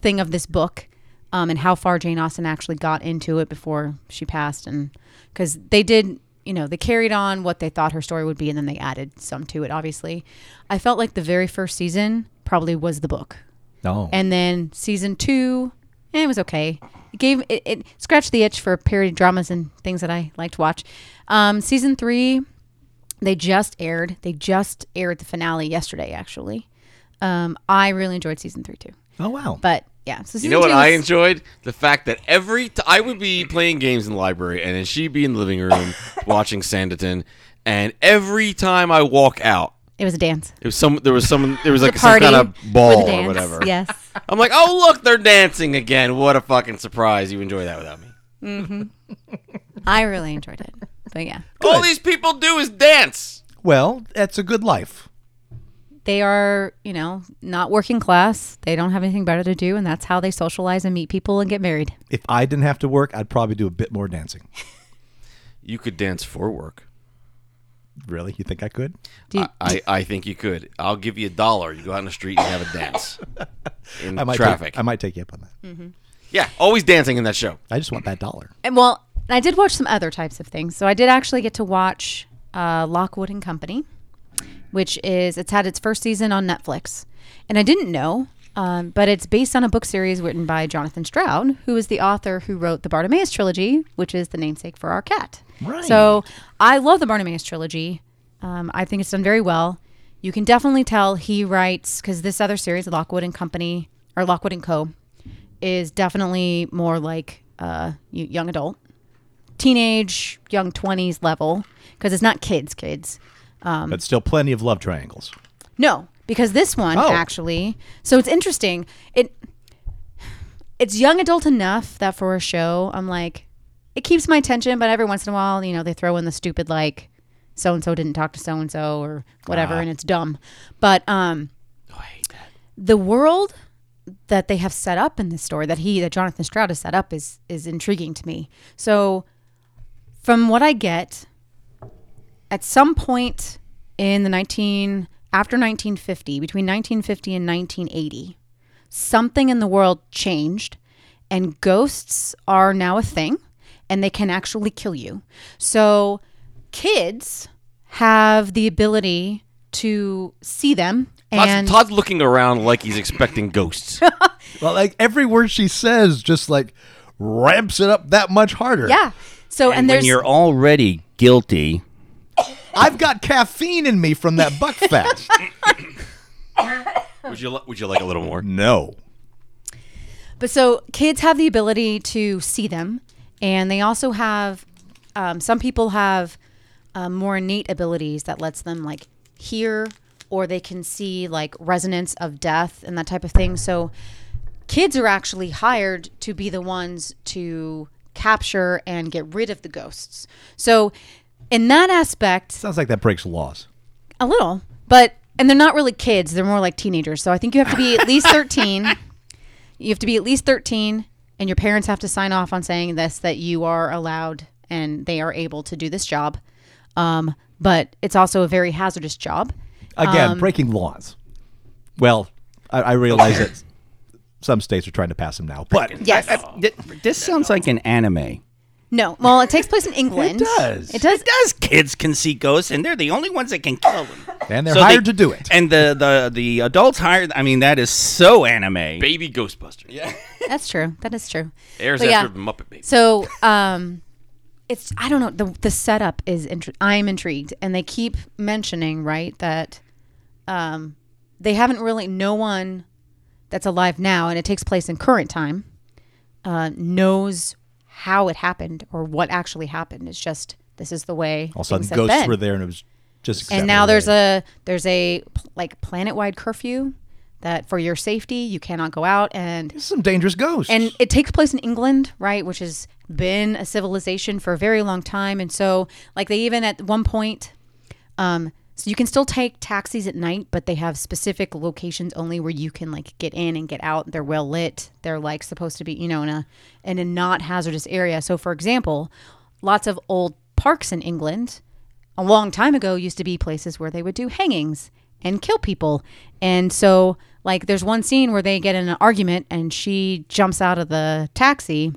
F: thing of this book. um, and how far Jane Austen actually got into it before she passed, and because they did, you know, they carried on what they thought her story would be, and then they added some to it. Obviously, I felt like the very first season probably was the book,
C: No.
F: and then season two, eh, it was okay. It gave it, it scratched the itch for period dramas and things that I like to watch. Um, season three, they just aired. They just aired the finale yesterday, actually. Um, I really enjoyed season three too,
C: oh wow.
F: but yeah. So season
D: You know what
F: two
D: I
F: was-
D: enjoyed? The fact that every t- I would be playing games in the library, and then she'd be in the living room watching Sanditon, and every time I walk out,
F: It was a dance.
D: it was some there was someone there was
F: The
D: like some kind
F: party
D: of
F: with
D: ball or
F: the dance.
D: Oh, whatever.
F: Yes.
D: I'm like, oh look, they're dancing again. What a fucking surprise! You enjoy that without me.
F: I really enjoyed it. But yeah.
D: All these people do is dance.
C: Well, that's a good life.
F: They are, you know, not working class. They don't have anything better to do and that's how they socialize and meet people and get married.
C: If I didn't have to work, I'd probably do a bit more dancing.
D: You could dance for work.
C: Really? You think I could?
F: Do you,
D: I, I think you could. I'll give you a dollar. You go out in the street and have a dance in
C: I might
D: traffic.
C: Take, I might take you up on that.
D: yeah, always dancing in that show.
C: I just want that dollar.
F: and well, I did watch some other types of things. So I did actually get to watch uh, Lockwood and Company, which is it's had its first season on Netflix, and I didn't know, um, but it's based on a book series written by Jonathan Stroud, who is the author who wrote the Bartimaeus trilogy, which is the namesake for our cat.
C: Right.
F: So I love the Bartimaeus trilogy. Um, I think it's done very well. You can definitely tell he writes because this other series, Lockwood and Company or Lockwood and Co, is definitely more like uh, y- young adult, teenage, young twenties level because it's not kids, kids. Um,
C: but still plenty of love triangles.
F: No, because this one
C: Oh.
F: actually. So it's interesting. It it's young adult enough that for a show, I'm like, it keeps my attention. But every once in a while, you know, they throw in the stupid like, so and so didn't talk to so and so or whatever, and it's dumb. But um, the world that they have set up in this story that he that Jonathan Stroud has set up is is intriguing to me. So from what I get, at some point in the 19 after 1950 between 1950 and 1980 something in the world changed and ghosts are now a thing and they can actually kill you so kids have the ability to see them and
D: Todd's, Todd's looking around like he's expecting ghosts.
C: Well, like every word she says just like ramps it up that much harder.
F: yeah so and,
B: And when
F: there's
B: you're already guilty,
C: I've got caffeine in me from that buck fat.
D: would you li- Would you like a little more?
C: no.
F: But so kids have the ability to see them, and they also have um, some people have uh, more innate abilities that lets them like hear or they can see like resonance of death and that type of thing. So kids are actually hired to be the ones to capture and get rid of the ghosts. So in that aspect,
C: Sounds like that breaks laws.
F: a little, but and they're not really kids; they're more like teenagers. So I think you have to be at least thirteen. You have to be at least thirteen, and your parents have to sign off on saying this that you are allowed and they are able to do this job. Um, but it's also a very hazardous job.
C: Again,
F: Um,
C: breaking laws. Well, I, I realize that some states are trying to pass them now, but
F: Yes.
B: Th- this sounds like an anime.
F: no. Well, it takes place in England. It
C: does.
F: It does.
B: Does kids can see ghosts, and they're the only ones that can kill them.
C: and they're
B: So they-
C: hired to do it.
B: And the the the adults hired. I mean, that is so anime.
D: Baby Ghostbuster. Yeah.
F: That's true. That is true.
D: Airs
F: But
D: after
F: yeah.
D: Muppet Baby.
F: So, um, it's I don't know the the setup is intri- I'm intrigued, and they keep mentioning right that, um, they haven't really no one that's alive now, and it takes place in current time, uh, knows how it happened or what actually happened. It's just this is the way.
C: All of a sudden,
F: things have
C: ghosts
F: been.
C: were there, and it was just.
F: And now there's a there's a pl- like planet wide curfew that for your safety you cannot go out and
C: some dangerous ghosts.
F: and it takes place in England, right, which has been a civilization for a very long time. And so, like, they even at one point, um, so you can still take taxis at night, but they have specific locations only where you can like get in and get out. They're well lit. They're like supposed to be, you know, in a in a not hazardous area. So, for example, lots of old parks in England a long time ago used to be places where they would do hangings and kill people. And so Like there's one scene where they get in an argument and she jumps out of the taxi,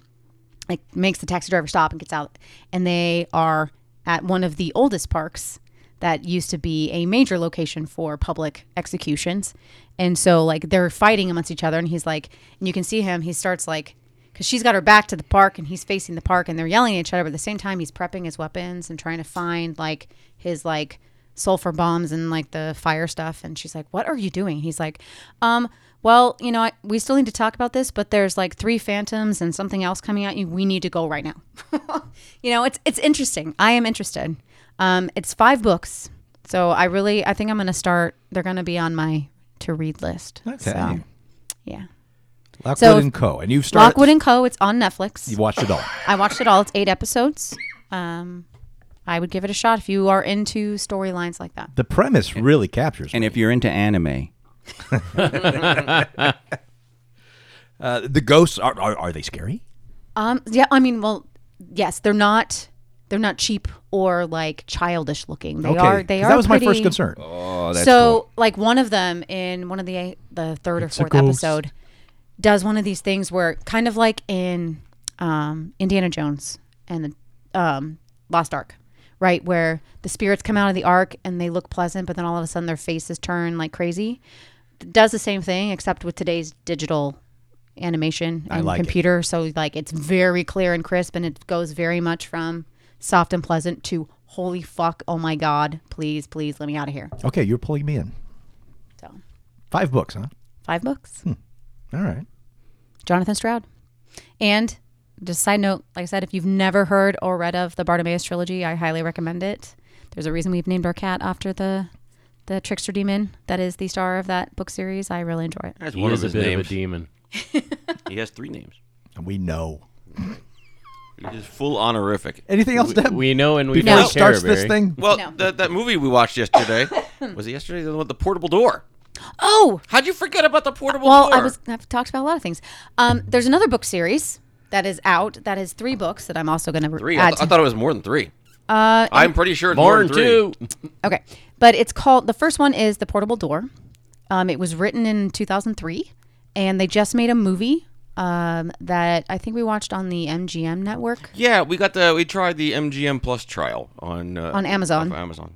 F: like makes the taxi driver stop and gets out and they are at one of the oldest parks that used to be a major location for public executions. And so like they're fighting amongst each other and he's like and you can see him he starts like because she's got her back to the park and he's facing the park and they're yelling at each other but at the same time he's prepping his weapons and trying to find like his like sulfur bombs and like the fire stuff and she's like what are you doing he's like um well you know I, we still need to talk about this but there's like three phantoms and something else coming at you we need to go right now you know it's it's interesting i am interested um it's five books so i really i think i'm gonna start they're gonna be on my to read list so
C: Okay.
F: yeah
C: Lockwood
F: So-
C: and Co. And you've started.
F: lockwood and co it's on netflix
C: You watched it all.
F: I watched it all. It's eight episodes. Um, I would give it a shot if you are into storylines like that.
C: The premise really captures.
B: And
C: me.
B: if you're into anime,
C: Uh, the ghosts are, are are they scary?
F: Um, yeah, I mean, well, yes, they're not they're not cheap or like childish looking. They are. They
C: 'cause
F: are.
C: That was my first
F: pretty-
C: concern. Oh,
F: so, like one of them in one of the the third or fourth
C: ghost.
F: episode does one of these things where kind of like in um, Indiana Jones and the um, Lost Ark, right, where the spirits come out of the ark and they look pleasant, but then all of a sudden their faces turn like crazy. Does the same thing except with today's digital animation and
C: like it.
F: computer, so like it's very clear and crisp, and it goes very much from soft and pleasant to holy fuck, oh my god, please, please let me out of here.
C: Okay, you're pulling me in.
F: So
C: Five books, huh?
F: five books.
C: All right.
F: Jonathan Stroud. And just side note, like I said, if you've never heard or read of the Bartimaeus trilogy, I highly recommend it. There's a reason we've named our cat after the the trickster demon that is the star of that book series. I really enjoy it.
D: That's
E: He is a bit of a demon.
D: He has three names.
C: And we know.
D: He is full honorific.
C: Anything else, Deb?
E: We know and we don't
C: Before he
F: No.
E: care,
C: starts this
E: Barry.
C: thing,
D: Well,
F: No.
D: that, that movie we watched yesterday was it yesterday? The one with the portable door.
F: Oh,
D: How'd you forget about the portable
F: well,
D: door?
F: I was I've talked about a lot of things. Um, there's another book series that is out. That is three books that I'm also going to
D: three. I,
F: add.
D: th-
F: to-
D: I thought it was more than three. Uh, I'm pretty sure it's more
E: Born
D: than three.
E: two.
F: Okay. But it's called, the first one is The Portable Door. Um, it was written in 2003, and they just made a movie um, that I think we watched on the MGM network.
D: Yeah, we got the we tried the MGM Plus trial on uh,
F: On Amazon.
D: off Amazon.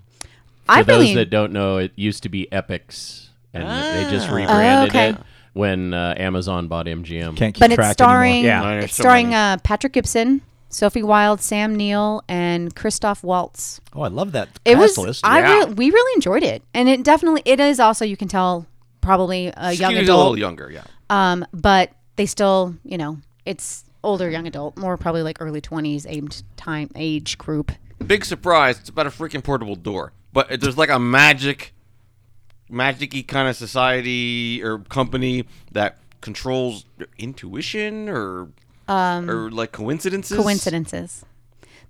F: I
E: For those
F: really,
E: that don't know, it used to be Epics, and they just rebranded
F: Ah. Oh, okay.
E: it when uh, Amazon bought MGM.
C: can't keep
F: but it's
C: track
F: starring,
C: anymore.
D: Yeah.
F: it's
D: So
F: starring
D: many.
F: uh, Patrick Gibson, Sophie Wilde, Sam Neill, and Christoph Waltz.
C: Oh, I love that
F: it
C: cast
F: was
C: list.
F: I
D: Yeah.
F: re- we really enjoyed it, and it definitely it is also you can tell probably a young
D: Skewed
F: adult,
D: a little younger. Yeah,
F: um, but they still you know it's older young adult, more probably like early twenties aimed time age group.
D: big surprise. It's about a freaking portable door, but it- there's like a magic, magic-y kind of society or company that controls your intuition or
F: Um,
D: or like coincidences.
F: coincidences.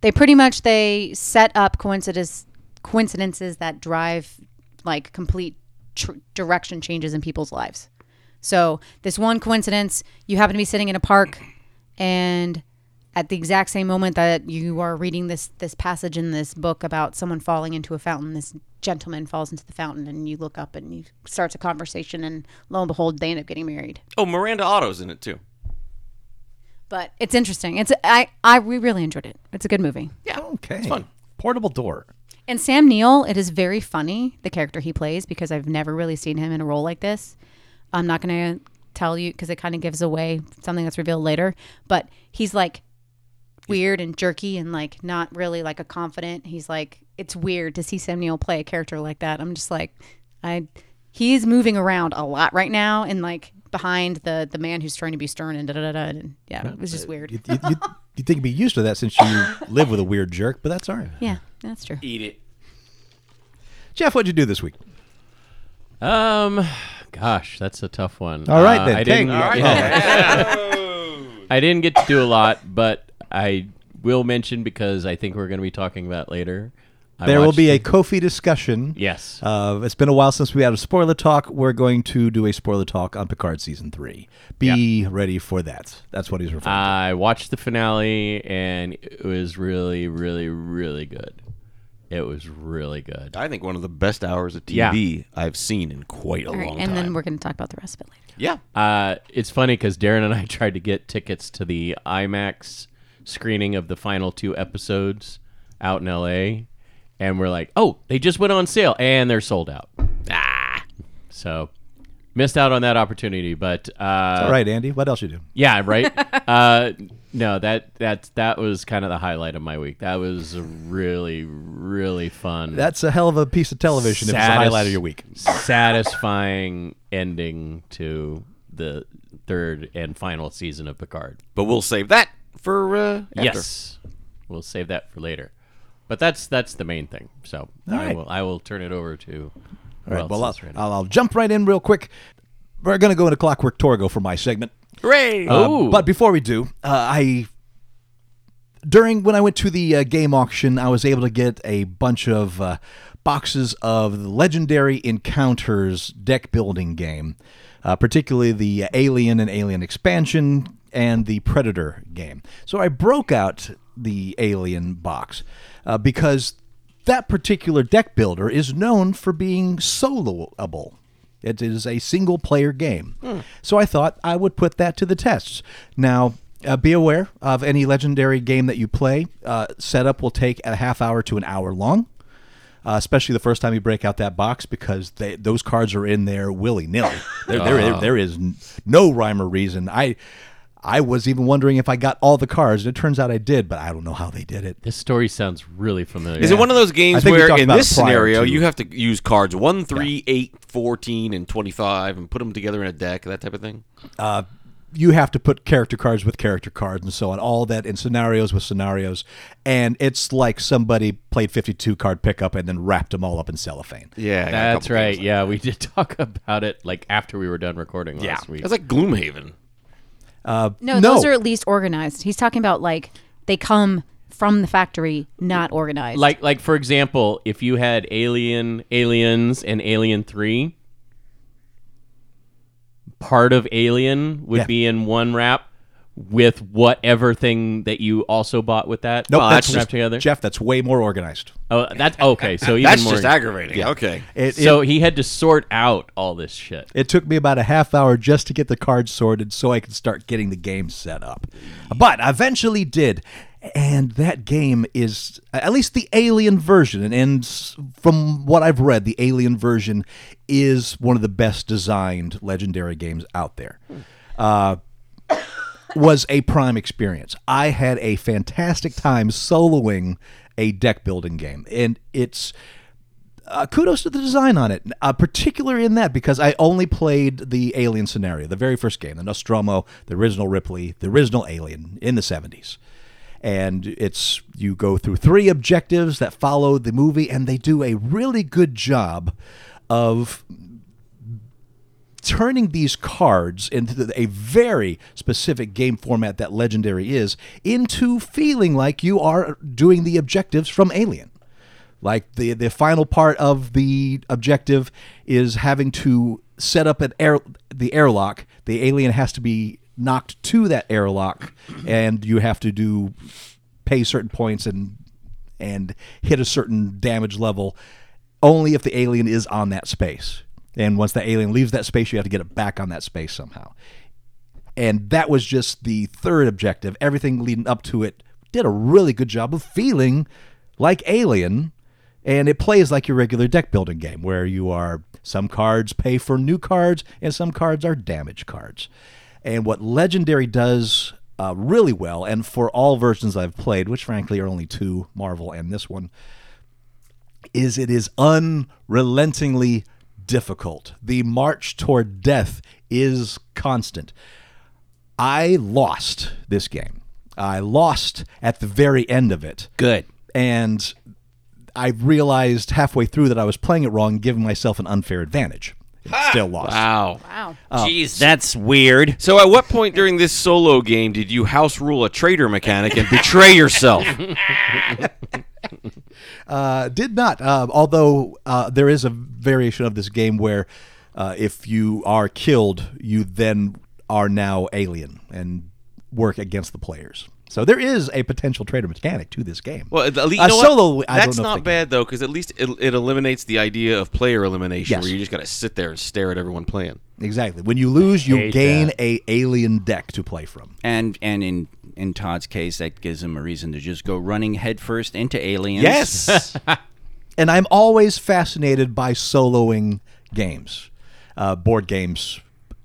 F: They pretty much they set up coincidences coincidences that drive like complete tr- direction changes in people's lives. So this one coincidence, you happen to be sitting in a park, and at the exact same moment that you are reading this this passage in this book about someone falling into a fountain, this gentleman falls into the fountain, and you look up and you starts a conversation, and lo and behold, they end up getting married.
D: Oh, Miranda Otto's in it too.
F: But it's interesting. It's I I we really enjoyed it. It's a good movie.
D: Yeah,
C: okay.
D: it's fun.
C: Portable door.
F: And Sam Neill, it is very funny the character he plays because I've never really seen him in a role like this. I'm not going to tell you because it kind of gives away something that's revealed later, but he's like weird and jerky and like not really like a confident. He's like it's weird to see Sam Neill play a character like that. I'm just like I he's moving around a lot right now and like behind the the man who's trying to be stern and da da da da and yeah, it
D: Uh,
F: was just weird.
C: You, you, you, you think you'd be used to that since you live with a weird jerk, but that's all right.
F: Yeah, that's true.
D: Eat it.
C: Jeff, what'd you do this week?
E: Um, gosh, that's a tough one.
C: All right
E: Uh,
C: then.
E: I
C: King.
E: didn't, I didn't get to do a lot, but I will mention because I think we're going to be talking about it later. I
C: There will
E: watched-
C: be a Kofi discussion.
E: yes.
C: Uh, it's been a while since we had a spoiler talk. We're going to do a spoiler talk on Picard season three. Be ready for that. That's what he's referring to.
E: I watched the finale and it was really, really, really good. It was really good.
D: I think one of the best hours of
E: Yeah.
D: TV I've seen in quite a
F: All right,
D: long
F: and
D: time.
F: then we're going to talk about the rest of it later.
D: yeah,
E: Uh, it's funny because Darren and I tried to get tickets to the IMAX screening of the final two episodes out in LA, and we're like, oh, they just went on sale and they're sold out. Ah, so missed out on that opportunity. But uh,
C: All right, Andy, what else you do?
E: yeah, right. uh, no, that that that was kind of the highlight of my week. That was a really really fun.
C: That's a hell of a piece of television. if it's the
E: Satis-
C: highlight of your week.
E: Satisfying ending to the third and final season of Picard.
D: but we'll save that for uh, after.
E: Yes, we'll save that for later. But that's that's the main thing. So I
C: right.
E: will I will turn it over to.
C: All right, well, I'll,
E: else is ready?
C: I'll, I'll jump right in real quick. We're going to go into Clockwork Torgo for my segment.
D: Hooray!
E: Oh,
C: Um, But before we do, uh, I during when I went to the uh, game auction, I was able to get a bunch of uh, boxes of the Legendary Encounters deck building game, uh, particularly the Alien and Alien Expansion and the Predator game. So I broke out the Alien box uh, because that particular deck builder is known for being soloable. It is a single player game. So I thought I would put that to the tests. Now, uh, be aware of any legendary game that you play. Uh, setup will take a half hour to an hour long, uh, especially the first time you break out that box because they, those cards are in there willy nilly. there, there- there- there is n- no rhyme or reason. I. I was even wondering if I got all the cards, and it turns out I did, but I don't know how they did it.
E: this story sounds really familiar.
D: Is it one of those
C: I
D: games
C: think we
D: where,
C: talked
D: in
C: about
D: this
C: it prior
D: scenario,
C: to-
D: you have to use cards 1, 3, 8, 14, and 25 and put them together in a deck, that type of thing?
C: you have to put character cards with character cards and so on, all that in scenarios with scenarios. And it's like somebody played 52 card pickup and then wrapped them all up in cellophane.
D: Yeah. I got a
E: That's
D: couple
E: right.
D: games like
E: yeah, we did talk about it like after we were done recording last
D: that.
E: week.
D: That's like Gloomhaven.
F: No,
C: No.
F: those are at least organized. He's talking about like they come from the factory, not organized.
E: like like for example, if you had Alien, Aliens, and Alien Three, part of Alien would
C: Yeah.
E: be in one wrap with whatever thing that you also bought with that.
C: No,
E: wrapped
C: that's
E: wrapped together.
C: Jeff, that's way more organized.
E: oh, that's okay. So even
D: That's
E: more.
D: just aggravating. Okay.
C: It, it-
E: so he had to sort out all this shit.
C: It took me about a half hour just to get the cards sorted so I could start getting the game set up. But I eventually did. And that game is, at least the alien version, and, and s- from what I've read, the alien version is one of the best designed legendary games out there. Uh, was a prime experience. I had a fantastic time soloing a deck building game, and it's uh, kudos to the design on it, uh, particularly in that because I only played the Alien scenario, the very first game, the Nostromo, the original Ripley, the original Alien in the 70s. And it's you go through three objectives that follow the movie, and they do a really good job of turning these cards into the- a very specific game format that Legendary is into feeling like you are doing the objectives from Alien. Like the the final part of the objective is having to set up an air the airlock. The alien has to be knocked to that airlock, and you have to do pay certain points and and hit a certain damage level only if the alien is on that space. And once the alien leaves that space, you have to get it back on that space somehow and that was just the third objective. Everything leading up to it did a really good job of feeling like Alien, and it plays like your regular deck building game where you are some cards pay for new cards and some cards are damage cards. And what Legendary does uh, really well, and for all versions I've played, which frankly are only two, Marvel and this one, is it is unrelentingly difficult. The march toward death is constant. I lost this game. I lost at the very end of it.
B: Good.
C: And I realized halfway through that I was playing it wrong, giving myself an unfair advantage. And Still lost.
D: Wow.
F: wow.
B: Jeez, Oh, that's weird.
D: So, at what point during this solo game did you house rule a traitor mechanic and betray yourself?
C: Uh, did not. Uh, although uh, there is a variation of this game where uh, if you are killed, you then are now alien and work against the players. So there is a potential traitor mechanic to this game.
D: Well, at least,
C: A
D: you know what?
C: solo, I don't
D: That's
C: know if
D: not
C: they can.
D: bad though, because at least it, it eliminates the idea of player elimination,
C: Yes.
D: where you just got to sit there and stare at everyone playing.
C: Exactly. When you lose, you
E: Hate
C: gain
E: that.
C: a alien deck to play from.
B: and and in in Todd's case, that gives him a reason to just go running headfirst into aliens.
D: Yes,
C: and I'm always fascinated by soloing games, uh, board games.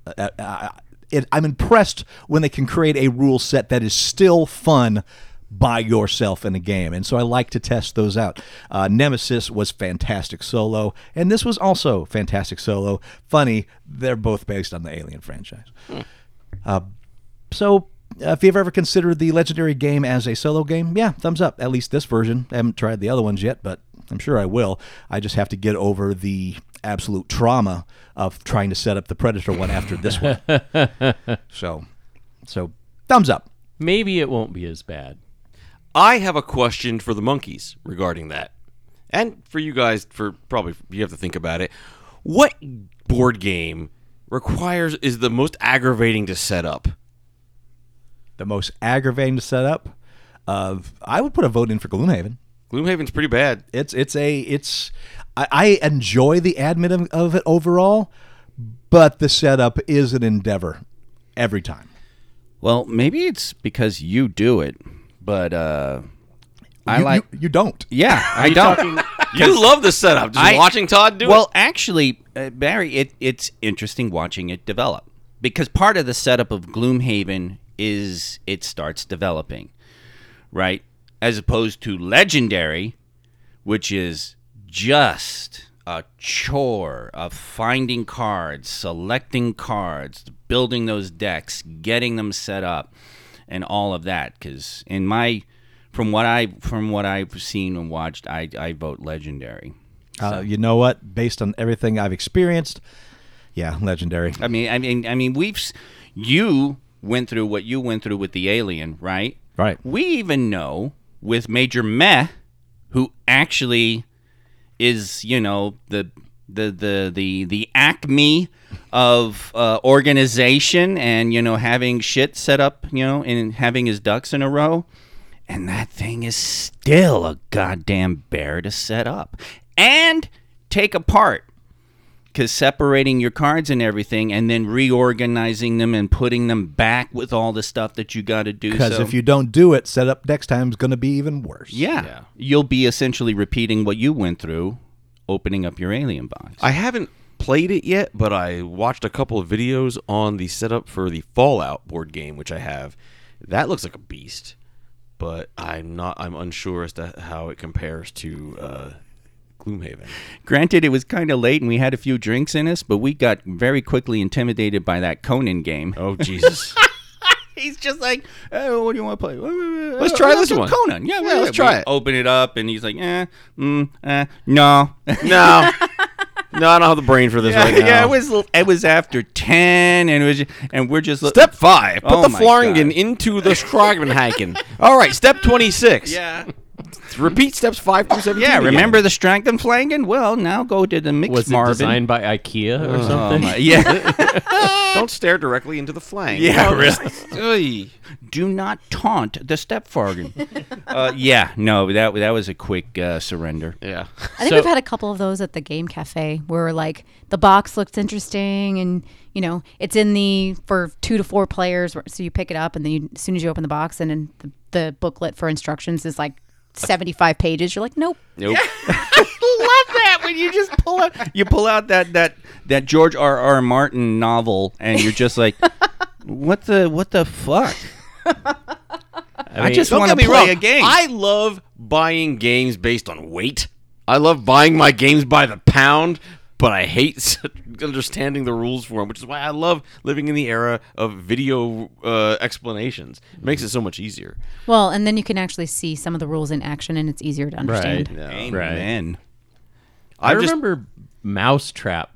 C: Uh, uh, it, I'm impressed when they can create a rule set that is still fun by yourself in a game, and so I like to test those out. Uh, Nemesis was fantastic solo, and this was also fantastic solo. Funny, they're both based on the Alien franchise. So, uh, if you've ever considered the Legendary game as a solo game, yeah, thumbs up. At least this version. I haven't tried the other ones yet, but I'm sure I will. I just have to get over the absolute trauma of trying to set up the Predator one after this one. So, so thumbs up.
E: Maybe it won't be as bad.
D: I have a question for the monkeys regarding that, and for you guys. For probably you have to think about it. What board game requires is the most aggravating to set up?
C: The most aggravating to set up. Of I would put a vote in for Gloomhaven.
D: Gloomhaven's pretty bad.
C: It's it's a it's I, I enjoy the admin of, of it overall, but the setup is an endeavor every time.
B: Well, maybe it's because you do it, but uh, I
C: You-
B: like.
C: you, you don't.
B: yeah, I don't.
D: You love the setup. Just
B: I-
D: watching Todd do
B: well,
D: it.
B: actually, uh, Barry, it, it's interesting watching it develop because part of the setup of Gloomhaven is it starts developing, right? As opposed to Legendary, which is just a chore of finding cards, selecting cards, building those decks, getting them set up, and all of that. Because in my from what I from what I've seen and watched, I, I vote legendary.
C: Uh, you know what? Based on everything I've experienced, yeah, legendary.
B: I mean, I mean, I mean, we've s- you went through what you went through with the alien, right?
C: Right.
B: We even know with Major Meh, who actually is, you know, the the the the the acme of uh, organization and you know having shit set up, you know, and having his ducks in a row. And that thing is still a goddamn bear to set up and take apart because separating your cards and everything and then reorganizing them and putting them back with all the stuff that you got to do
C: Because
B: so-
C: if you don't do it, setup next time is going to be even worse.
B: yeah, you'll be essentially repeating what you went through opening up your alien box
D: I haven't played it yet, but I watched a couple of videos on the setup for the Fallout board game, which I have. That looks like a beast, but I'm not. I'm unsure as to how it compares to uh, Gloomhaven.
B: granted it was kind of late and we had a few drinks in us but we got very quickly intimidated by that conan game
D: Oh Jesus!
B: he's just like oh what do you want to play
D: Let's
B: let's
D: try this one."
B: Oh, conan yeah,
D: Yeah, let's try it.
B: open it up and he's like eh, mm, eh, no
D: no, no, I don't have the brain for this right now.
B: yeah, it was it was after ten, and it was and we're just
D: Step five: put
B: Oh
D: the
B: my
D: Flargen
B: God.
D: into the Schroggenhaken. All right, step twenty-six.
B: Yeah,
D: Repeat steps five through seventeen.
B: yeah.
D: again.
B: Remember the Strangden Flangen? Well, now go to the mixed
E: Was
B: Marvin.
E: it designed by IKEA or
B: Oh
E: something?
B: my- yeah,
D: Don't stare directly into the flank.
B: yeah,
D: Oh,
B: really. Do not taunt the step Fargan. uh, yeah, no, that that was a quick uh, surrender.
D: yeah.
F: I think
E: So-
F: we've had a couple of those at the game cafe where like the box looks interesting and you know it's in the for two to four players so you pick it up and then you, as soon as you open the box and then the, the booklet for instructions is like 75 pages you're like nope
D: Nope.
B: Love that when you just pull out you pull out that that that George R R Martin novel, and you're just like, what the what the fuck?
E: I,
B: I
E: mean,
B: just
D: Don't
B: want to
D: get me
B: play
D: wrong.
B: a game.
D: I love buying games based on weight. I love buying my games by the pound, but I hate s- understanding the rules for them, which is why I love living in the era of video uh, explanations. It makes it so much easier.
F: well and then you can actually see some of the rules in action and it's easier to understand
E: Right.
B: Amen.
E: I,
D: I've just-
E: remember Mousetrap.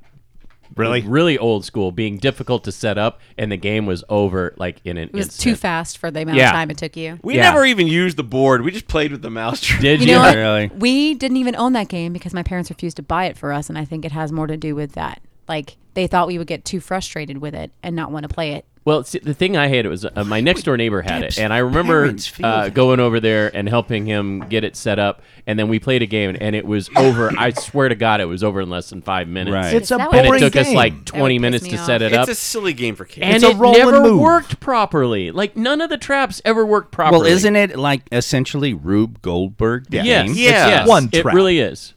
C: Really?
E: Really old school, being difficult to set up, and the game was over like in an
F: it was
E: instant.
F: too fast for the amount
E: Yeah.
F: of time it took you
D: We
E: Yeah.
D: never even used the board. We just played with the mouse. trap.
E: Did
F: you
E: you?
F: know what?
B: really.
F: we didn't even own that game because my parents refused to buy it for us and i think it has more to do with that like they thought we would get too frustrated with it and not want to play it
E: Well, see, the thing I had was uh, my next door neighbor had it,
B: Deb's
E: and I remember
B: parents feel
E: uh,
B: that?
E: going over there and helping him get it set up, and then we played a game, and it was over. I swear to God, it was over in less than five minutes.
B: Right.
C: It's a
F: That
E: and
C: boring
E: it took us
C: game.
E: like twenty
F: piss
E: minutes
F: me
E: to
F: off.
E: set it up,
D: It's a silly game for kids.
E: and
C: It's a
E: it
C: roll and
E: never
C: move.
E: worked properly. Like none of the traps ever worked properly.
B: Well, isn't it like essentially Rube Goldberg?
C: Yeah.
E: Yes,
B: game?
E: it's-
D: Yeah.
E: yes,
C: One
E: It
C: trap.
E: really is.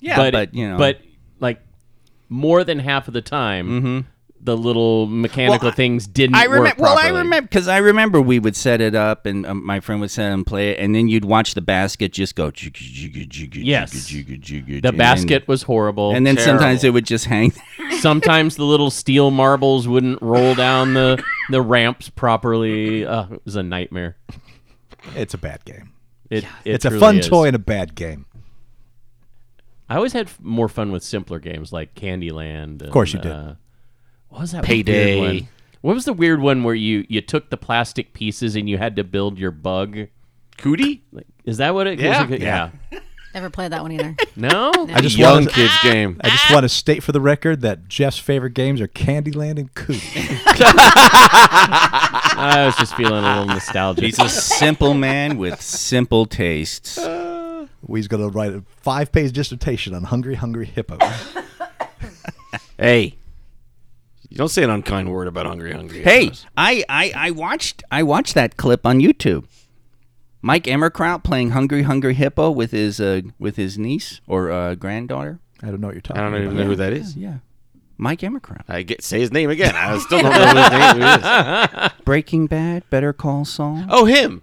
B: yeah,
E: but,
B: but, you know,
E: but like more than half of the time, the little mechanical
B: Mm-hmm. Well, I-
E: things didn't.
B: I
E: work
B: remember. Well, I
E: properly.
B: remember because I remember we would set it up, and um, my friend would set it and play it, and then you'd watch the basket just go. jigga, jigga, jigga,
E: Yes.
B: jigga, jigga, jigga,
E: The
B: and then-
E: basket was horrible.
B: and then sometimes
D: terrible.
B: it would just hang.
E: sometimes the little steel marbles wouldn't roll down the the ramps properly. Uh, it was a nightmare.
C: It's a bad game.
E: It, it
C: It's a
E: truly
C: fun
E: is.
C: toy and a bad game.
E: I always had f- more fun with simpler games like Candyland. Of
C: course you did.
E: Uh, what was that
D: Payday.
E: weird one? What was the weird one where you you took the plastic pieces and you had to build your bug?
D: Cootie?
E: Like, is that what it?
D: Yeah.
E: was it-
C: Yeah.
F: Never played that one either.
E: No.
C: I just
D: Young
C: want
D: kids game.
C: I just want to state for the record that Jeff's favorite games are Candyland and Cootie.
E: I was just feeling a little nostalgic.
B: He's a simple man with simple tastes.
C: We's going to write a five-page dissertation on Hungry Hungry Hippo.
D: Hey. You don't say an unkind word about Hungry Hungry.
B: Hey,
D: Hippos.
B: I, I, I watched I watched that clip on YouTube. Mike Emmerkraut playing Hungry Hungry Hippo with his uh, with his niece or uh, granddaughter.
C: I don't know what you're talking
D: I don't even
C: about.
D: know who that is.
B: Yeah. Mike Emmerkraut.
D: I get say his name again. I still don't know his name. Who it is.
B: Breaking Bad, Better Call Saul.
D: Oh, him.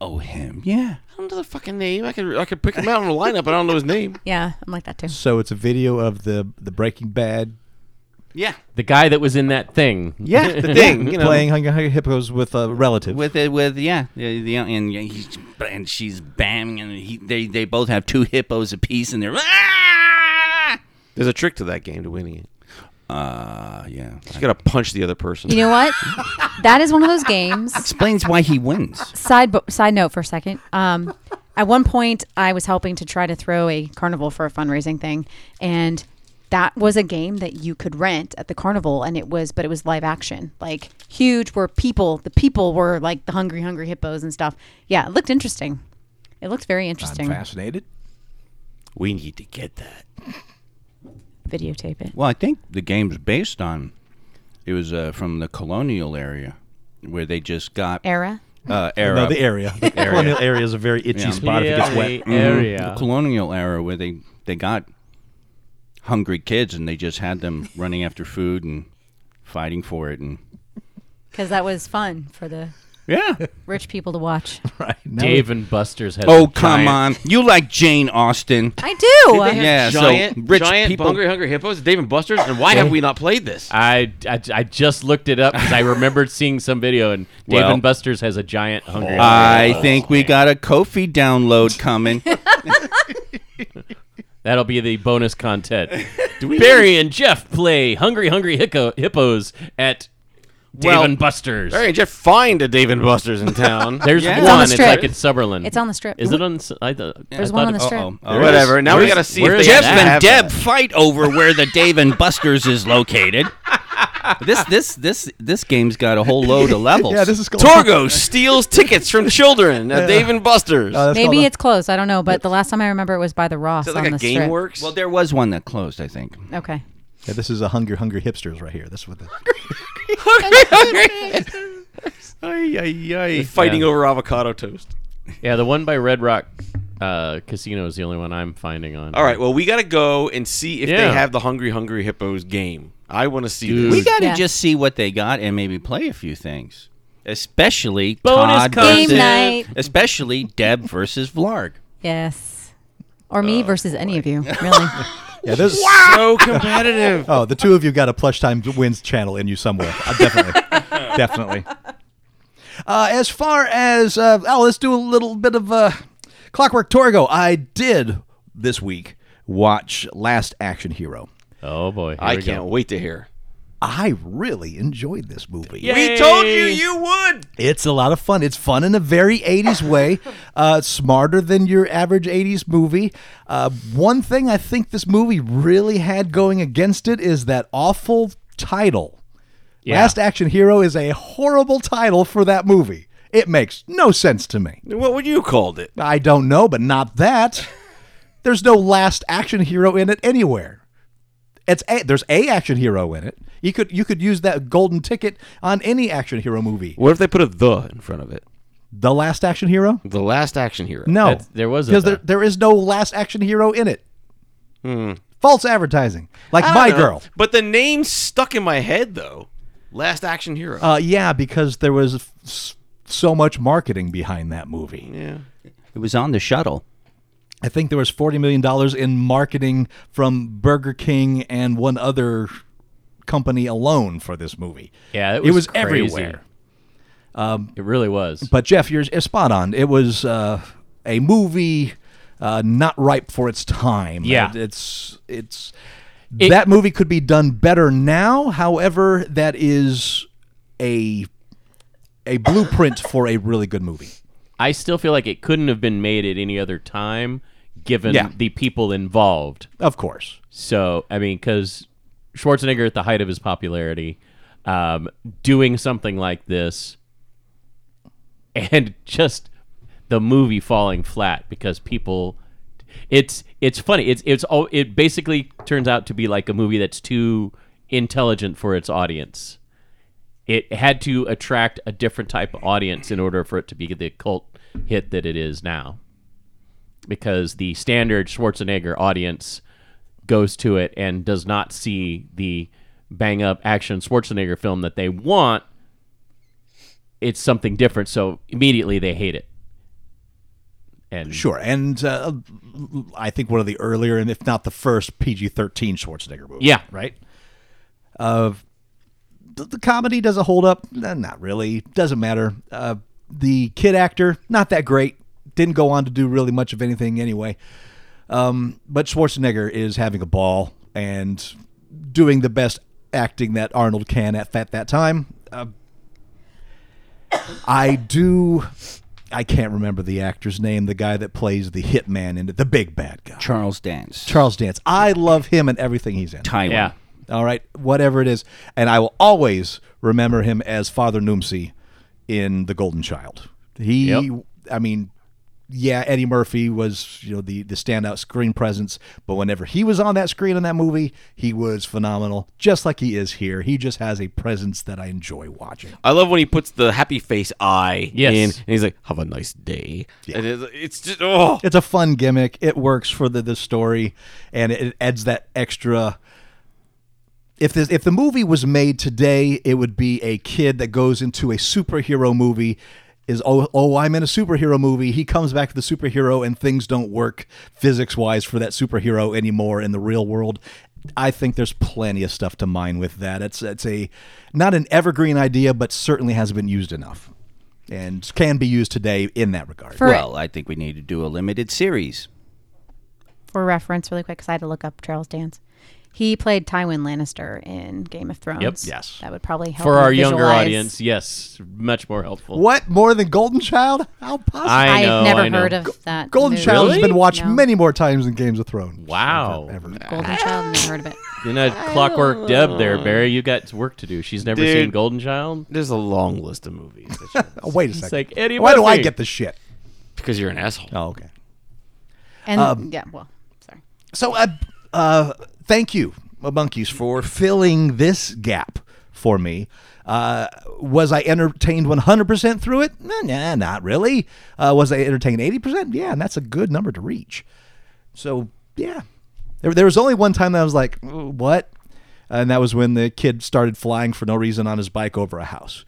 B: Oh, him. Yeah.
D: I don't know the fucking name. I could I could pick him out in a lineup. but I don't know his name.
F: yeah, I'm like that too.
C: So it's a video of the the Breaking Bad
B: Yeah.
E: The guy that was in that thing.
B: Yeah.
D: The thing, you know.
C: playing Hungry Hungry Hippos with a relative.
B: with it with yeah the, the and he's and she's banging and he, they they both have two hippos apiece and they're ah!
D: There's a trick to that game to winning it.
B: uh yeah
D: You gotta punch the other person.
F: You know what? that is one of those games.
B: explains why he wins
F: Side bo- side note for a second. Um, at one point, I was helping to try to throw a carnival for a fundraising thing, and that was a game that you could rent at the carnival, and it was, but it was live action, like huge, where people, the people were like the hungry, hungry hippos and stuff. Yeah, it looked interesting. It looked very
C: I'm
F: interesting.
C: fascinated.
D: we need to get that.
F: Videotape it.
B: well i think the game's based on it was uh, from the colonial area where they just got
F: Era.
B: uh era
C: No, the area. The colonial area is a very itchy
B: Yeah.
C: spot if it gets wet.
B: mm-hmm.
E: the area.
B: the colonial era where they they got hungry kids and they just had them running after food and fighting for it and
F: Because that was fun for the
B: yeah
F: rich people to watch.
C: Right. Now
E: Dave and Buster's had.
B: oh
E: a
B: come
E: giant-
B: on you like jane austen
F: I do.
B: Yeah,
D: giant,
B: so rich
D: giant
B: people.
D: hungry, hungry hippos, Dave and Buster's, and why have we not played this?
E: I, I, I just looked it up because I remembered seeing some video and Dave
B: Well-
E: and Buster's has a giant hungry.
B: I think we got a Kofi download coming.
E: That'll be the bonus content. Barry and Jeff play Hungry Hungry Hicko, Hippos at Dave
D: Well,
E: and Buster's.
D: Barry and Jeff find a Dave and Buster's in town.
E: There's
B: Yeah. It's
E: one.
B: on
F: the
E: It's,
F: strip.
E: like it's Summerlin.
F: It's on the strip.
E: Is it on? s- I th-
F: There's one on the strip.
B: Uh-oh.
D: Or whatever. Now we gotta see
E: where
D: if they
E: is
B: Jeff
E: that?
B: and
D: have
B: Deb
D: that.
B: fight over where the Dave and Buster's is located. This this this this game's got a whole load of levels.
C: Yeah, this is going
D: Torgo steals tickets from children at Dave and Buster's.
C: Oh, that's
F: Maybe
C: called a-
F: it's closed. I don't know, but the last time I remember it was by the Ross
D: Is that like
F: on
D: a
F: the
D: game
F: strip.
D: works?
B: Well, there was one that closed, I think.
F: Okay.
C: Yeah, this is a hungry, hungry hipsters right here. This is what the
D: fighting over avocado toast.
E: Oh, Yeah, the one by Red Rock uh, Casino is the only one I'm finding on.
D: All right, well, we gotta go and see if
E: Yeah.
D: they have the Hungry Hungry Hippos game. I want to see
E: Dude.
D: this.
B: We got to
F: Yeah.
B: just see what they got and maybe play a few things, especially
E: Bonus
B: Todd
E: content.
B: versus,
F: Game night.
B: especially Deb versus Vlarg.
F: Yes. Or me versus any of you, really.
C: yeah. This
D: so competitive.
C: oh, the two of you got a plush time wins channel in you somewhere. Uh, definitely, definitely. Uh, as far as uh, oh, let's do a little bit of uh, Clockwork Torgo. I did this week watch Last Action Hero.
E: Oh boy, here
D: I
E: we go.
D: can't wait to hear.
C: I really enjoyed this movie.
D: We
E: Yay.
D: told you you would.
C: It's a lot of fun. It's fun in a very 80s way, uh, smarter than your average 80s movie. Uh, one thing I think this movie really had going against it is that awful title
E: Yeah.
C: Last Action Hero is a horrible title for that movie. It makes no sense to me.
D: What would you called it?
C: I don't know, but not that. There's no last action hero in it anywhere. It's a, there's a action hero in it. You could you could use that golden ticket on any action hero movie.
D: What if they put a the in front of it?
C: The last action hero?
D: The last action hero.
C: No,
E: That's- there was a
C: because there,
E: the.
C: there is no last action hero in it. False advertising, like
D: Hmm. I don't
C: My
D: know.
C: Girl.
D: But the name stuck in my head though. Last action hero.
C: Uh, yeah, because there was f- s- so much marketing behind that movie.
D: yeah.
B: It was on the shuttle.
C: I think there was forty million dollars in marketing from Burger King and one other company alone for this movie.
E: Yeah, it
C: it
E: was
C: was
E: crazy.
C: everywhere.
E: It really was.
C: But Jeff, you're s- spot on. It was uh, a movie uh, not ripe for its time.
E: Yeah.
C: It- it's it's
E: It-
C: that movie could be done better now. However, that is a a blueprint for a really good movie.
E: I still feel like it couldn't have been made at any other time, given
C: Yeah.
E: the people involved.
C: Of course.
E: So I mean, because Schwarzenegger at the height of his popularity, um, doing something like this, and just the movie falling flat because people, it's it's funny. It's it's all it basically turns out to be like a movie that's too intelligent for its audience. It had to attract a different type of audience in order for it to be the cult hit that it is now because the standard Schwarzenegger audience goes to it and does not see the bang up action Schwarzenegger film that they want. It's something different, so immediately they hate it. And
C: Sure. And uh, I think one of the earlier, and if not the first, PG 13 Schwarzenegger movie.
E: Yeah.
C: Right? Of the, the comedy doesn't hold up. Eh, Not really. Doesn't matter. Uh, the kid actor, not that great. Didn't go on to do really much of anything anyway. Um, but Schwarzenegger is having a ball and doing the best acting that Arnold can at, at that time. Uh, I do. I can't remember the actor's name. The guy that plays the hitman in it, the big bad guy,
B: Charles Dance.
C: Charles Dance. I love him and everything he's in.
B: Tywin.
E: yeah,
C: All right, whatever it is, and I will always remember him as Father Noomsi in The Golden Child. He,
E: Yep.
C: I mean, yeah, Eddie Murphy was you know the the standout screen presence, but whenever he was on that screen in that movie, he was phenomenal, just like he is here. He just has a presence that I enjoy watching.
D: I love when he puts the happy face eye
E: Yes.
D: in, and he's like, "Have a nice day." And it's, it's just oh,
C: it's a fun gimmick. It works for the, the story, and it, it adds that extra. If this, if the movie was made today, it would be a kid that goes into a superhero movie. Is oh oh I'm in a superhero movie. He comes back to the superhero and things don't work physics wise for that superhero anymore in the real world. I think there's plenty of stuff to mine with that. It's it's a not an evergreen idea, but certainly has been used enough, and can be used today in that regard.
F: For
B: Well, I think we need to do a limited series.
F: for reference, really quick, because I had to look up Charles Dance. He played Tywin Lannister in Game of Thrones.
C: Yes.
F: that would probably help
E: for
F: you
E: our younger
F: visualize-
E: audience, yes, much more helpful.
C: What more than Golden Child? How possible?
E: I
F: I've
E: know,
F: never
E: I know.
F: heard of that.
C: Golden
F: movie.
C: Child has been watched
F: No.
C: many more times than Games of Thrones.
E: Wow.
C: Ever, ever.
F: Golden Child, never heard of it.
E: You know, clockwork Deb there, Barry. You got work to do. She's never
D: Dude.
E: seen Golden Child.
D: there's a long list of movies that you-
C: Oh, wait a
E: It's
C: second.
E: like Eddie
C: Why do I
E: Murphy.
C: get this shit?
D: because you're an asshole.
C: Oh, okay.
F: And yeah, well, sorry.
C: So, uh, uh, thank you, uh, monkeys, for filling this gap for me. Uh, was I entertained 100% through it? Nah, nah, not really. Uh, was I entertained 80%? Yeah, and that's a good number to reach. So, yeah. There, there was only one time that I was like, what? And that was when the kid started flying for no reason on his bike over a house.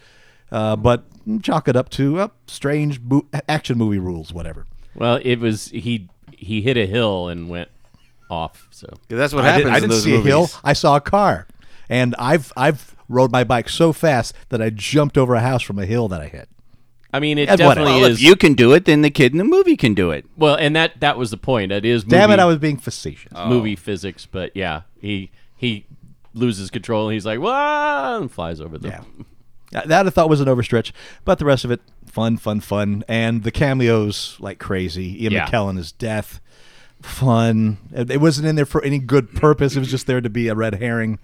C: Uh, but chalk it up to uh, strange bo- action movie rules, whatever.
E: Well, it was he. He hit a hill and went off. So
D: 'Cause That's what
C: I
D: happens
C: didn't, I
D: in
C: didn't
D: those
C: see
D: movies.
C: a hill. I saw a car, and I've I've rode my bike so fast that I jumped over a house from a hill that I hit.
E: I mean, it
C: And what-
E: definitely
B: Well, if
E: is.
B: you can do it, then the kid in the movie can do it.
E: well, and that that was the point. It is. Movie,
C: Damn it! I was being facetious.
E: movie physics, but yeah, he he loses control and he's like, "Wah!" and flies over the.
C: Yeah. Uh, That I thought was an overstretch, but the rest of it, fun, fun, fun, and the cameos like crazy. Ian
E: Yeah.
C: McKellen is death, fun. It it wasn't in there for any good purpose. It was just there to be a red herring,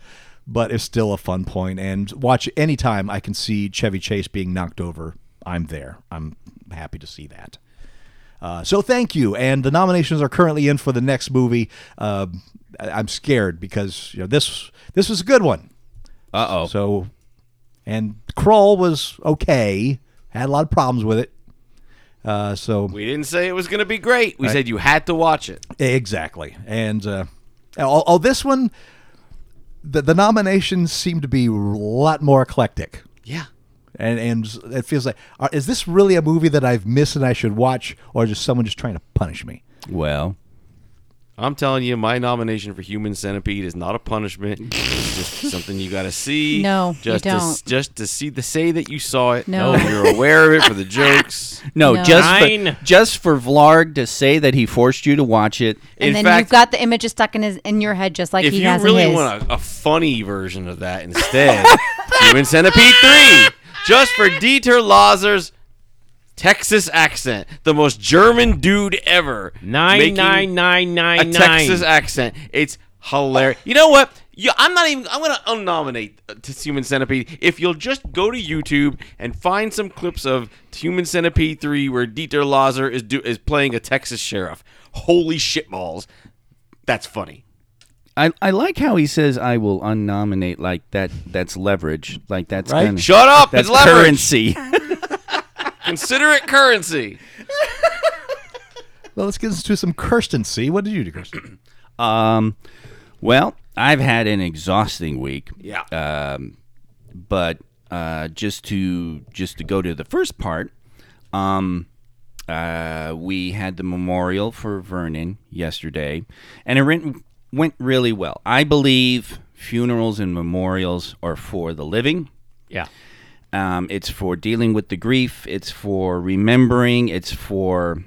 C: but it's still a fun point. And watch anytime I can see Chevy Chase being knocked over, I'm there. I'm happy to see that. Uh, so thank you. And the nominations are currently in for the next movie. Uh, I- I'm scared because you know this this was a good one.
B: Uh oh.
C: So, and Crawl was okay. Had a lot of problems with it. Uh, so
D: We didn't say it was going to be great. We said you had to watch it.
C: Exactly. And uh, oh, oh, this one, the, the nominations seem to be a lot more eclectic.
D: Yeah.
C: And, and it feels like, are, is this really a movie that I've missed and I should watch, or just someone just trying to punish me?
B: Well,
D: I'm telling you, my nomination for Human Centipede is not a punishment. it's just something you got to see.
F: No, you
D: just To, s-
F: don't.
D: just to see the say that you saw it.
F: No.
D: and you're aware of it for the jokes.
B: no,
F: No.
B: just for,
E: Nine.
B: just for Vlarg to say that he forced you to watch it.
D: In
F: and then
D: fact,
F: you've got the images stuck in his in your head, just like
D: if
F: he
D: you
F: has
D: really
F: in his.
D: want a, a funny version of that instead, Human Centipede 3, just for Dieter Lazar's Texas accent, the most German dude ever.
E: Nine
D: making
E: nine nine
D: a
E: nine nine.
D: Texas accent. It's hilarious. You know what? You, I'm not even. I'm gonna unnominate uh, to Human Centipede if you'll just go to YouTube and find some clips of Human Centipede three where Dieter Lazer is do, is playing a Texas sheriff. Holy shit balls! That's funny.
B: I, I like how he says I will unnominate like that. That's leverage. Like that's
C: Right?
B: gonna-
D: Shut up!
B: That's
D: it's leverage.
B: currency.
D: Consider it currency.
C: Well, let's get into some Kirsten C. What did you do, Kirsten?
B: um, well, I've had an exhausting week.
D: Yeah.
B: Um, but uh, just to just to go to the first part, um, uh, we had the memorial for Vernon yesterday, and it went, went really well. I believe funerals and memorials are for the living.
E: Yeah.
B: Um, it's for dealing with the grief. It's for remembering. It's for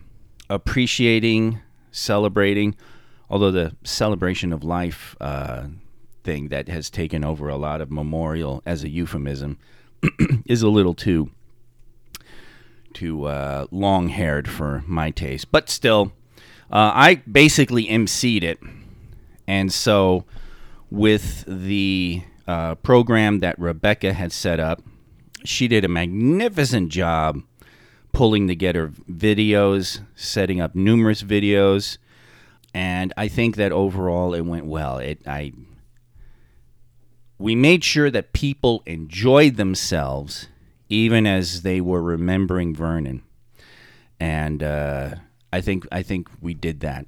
B: appreciating, celebrating. Although the celebration of life uh, thing that has taken over a lot of memorial as a euphemism is a little too too uh, long haired for my taste. But still, uh, I basically emceed it, and so with the uh, program that Rebecca had set up, she did a magnificent job pulling together videos, setting up numerous videos, and I think that overall it went well. It I we made sure that people enjoyed themselves even as they were remembering Vernon, and uh, I think I think we did that.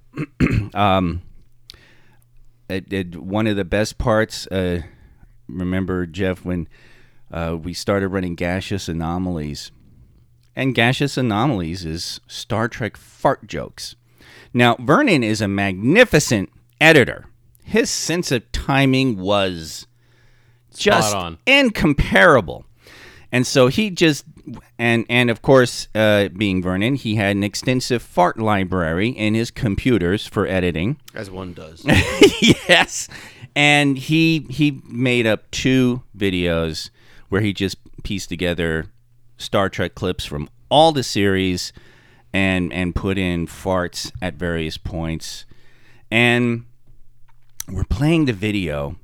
B: um, it, it, one of the best parts. Uh, remember Jeff when uh, we started running gaseous anomalies, and gaseous anomalies is Star Trek fart jokes. Now Vernon is a magnificent editor. His sense of timing was just
E: on.
B: incomparable. And so he just and and of course, uh, being Vernon, he had an extensive fart library in his computers for editing.
D: As one does.
B: yes, and he he made up two videos where he just pieced together Star Trek clips from all the series and and put in farts at various points. And we're playing the video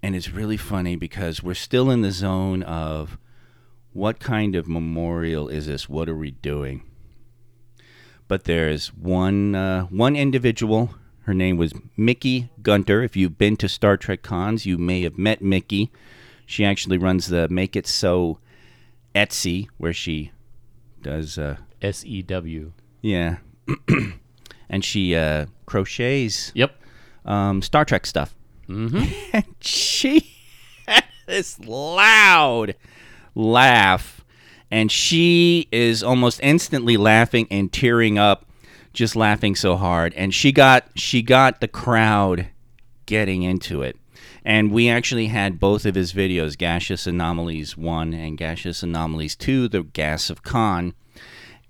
B: and it's really funny because we're still in the zone of what kind of memorial is this? What are we doing? But there's one uh, one individual. Her name was Mickey Gunter. If you've been to Star Trek cons, you may have met Mickey. She actually runs the Make It So Etsy, where she does uh,
E: S E W.
B: yeah, and she uh, crochets
E: Yep.
B: um, Star Trek stuff. Mm-hmm. and she had this loud laugh, and she is almost instantly laughing and tearing up, just laughing so hard. And she got she got the crowd getting into it. And we actually had both of his videos, Gaseous Anomalies 1 and Gaseous Anomalies 2, The Gas of Khan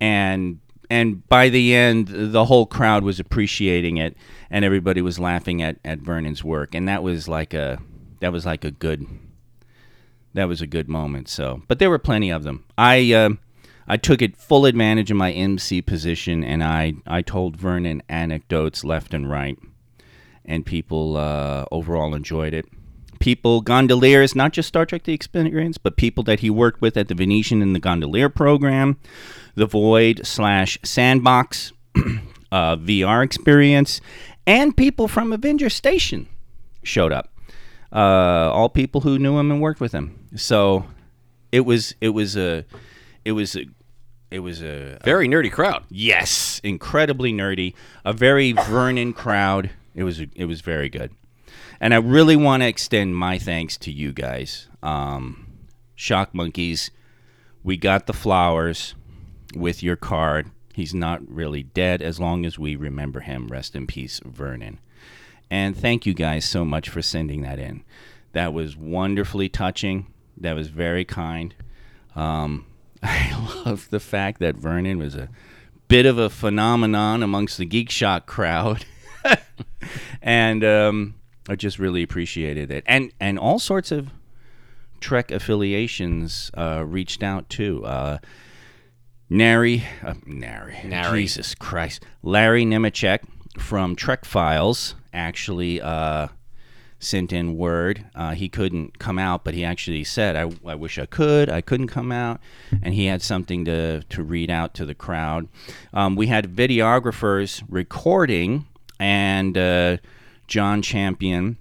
B: and and by the end the whole crowd was appreciating it and everybody was laughing at, at Vernon's work and that was like a that was like a good that was a good moment so but there were plenty of them I um I took it full advantage of my MC position and I I told Vernon anecdotes left and right and people uh, overall enjoyed it people, gondoliers, not just Star Trek The Experience, but people that he worked with at the Venetian in the Gondolier program, the Void slash Sandbox uh, VR experience, and people from Avenger Station showed up. Uh, all people who knew him and worked with him. So it was it was a it was a it was a
D: Very nerdy crowd.
B: Yes, incredibly nerdy. A very Vernon crowd. It was it was very good, and I really want to extend my thanks to you guys, um, Shock Monkeys. We got the flowers with your card. He's not really dead as long as we remember him. Rest in peace, Vernon. And thank you guys so much for sending that in. That was wonderfully touching. That was very kind. Um, I love the fact that Vernon was a bit of a phenomenon amongst the Geek Shock crowd, and um, I just really appreciated it. And and all sorts of Trek affiliations uh, reached out too. Uh, Nary, uh, Nary,
D: Nary.
B: Jesus Christ, Larry Nemechek from Trek Files actually. Uh, sent in word. Uh, he couldn't come out, but he actually said, I, I wish I could. I couldn't come out. And he had something to, to read out to the crowd. Um, we had videographers recording, and uh, John Champion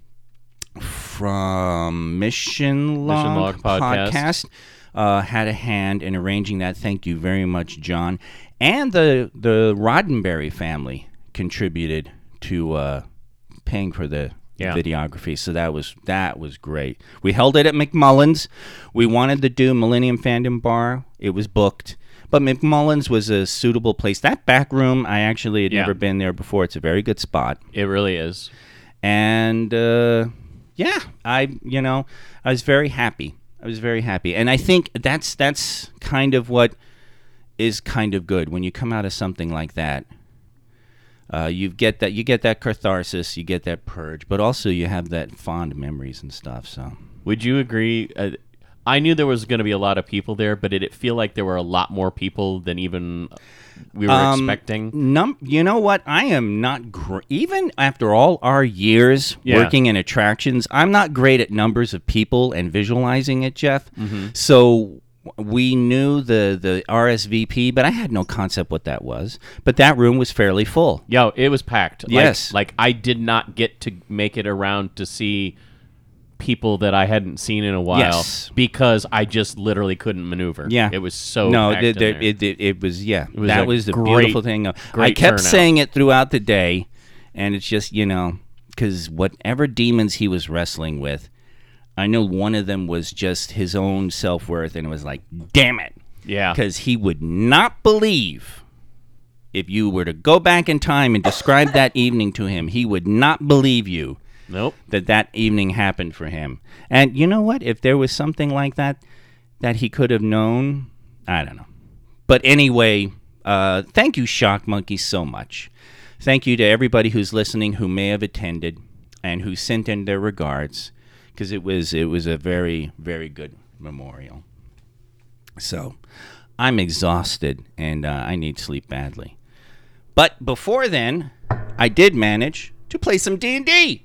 B: from Mission Log,
E: Log Podcast.
B: uh, had a hand in arranging that. Thank you very much, John. And the the Roddenberry family contributed to uh, paying for the
E: Yeah.
B: videography. So that was that was great. We held it at McMullen's. We wanted to do Millennium Fandom Bar. It was booked. But McMullen's was a suitable place. That back room, I actually had
E: Yeah.
B: never been there before. It's a very good spot
E: It really is.
B: and uh, yeah, I you know I was very happy. I was very happy, and I think that's that's kind of what is kind of good when you come out of something like that. Uh, you get that you get that catharsis, you get that purge, but also you have that fond memories and stuff. So
E: Would you agree? Uh, I knew there was going to be a lot of people there, but did it feel like there were a lot more people than even we were
B: Um,
E: expecting?
B: Num- you know what? I am not gr- even after all our years
E: Yeah.
B: working in attractions. I'm not great at numbers of people and visualizing it, Jeff.
E: Mm-hmm.
B: So w- we knew the the RSVP, but I had no concept what that was. But that room was fairly full.
E: Yeah, it was packed. Like-
B: Yes.
E: like I did not get to make it around to see people that I hadn't seen in a while
B: Yes.
E: because I just literally couldn't maneuver.
B: Yeah,
E: it was so
B: no.
E: packed
B: the-
E: in
B: the-
E: there.
B: It, it it was yeah.
E: was
B: that
E: a
B: was the
E: great-
B: beautiful thing. I
E: great
B: kept
E: turnout.
B: saying it throughout the day, and it's just you know because whatever demons he was wrestling with, I know one of them was just his own self worth, and it was like, damn it,
E: yeah,
B: because he would not believe. If you were to go back in time and describe that evening to him, he would not believe you
E: nope.
B: that that evening happened for him. And you know what? If there was something like that that he could have known, I don't know. But anyway, uh, thank you, Shock Monkey, so much. Thank you to everybody who's listening, who may have attended, and who sent in their regards, because it was it was a very very good memorial. So, I'm exhausted and uh, I need sleep badly. But before then, I did manage to play some D and D.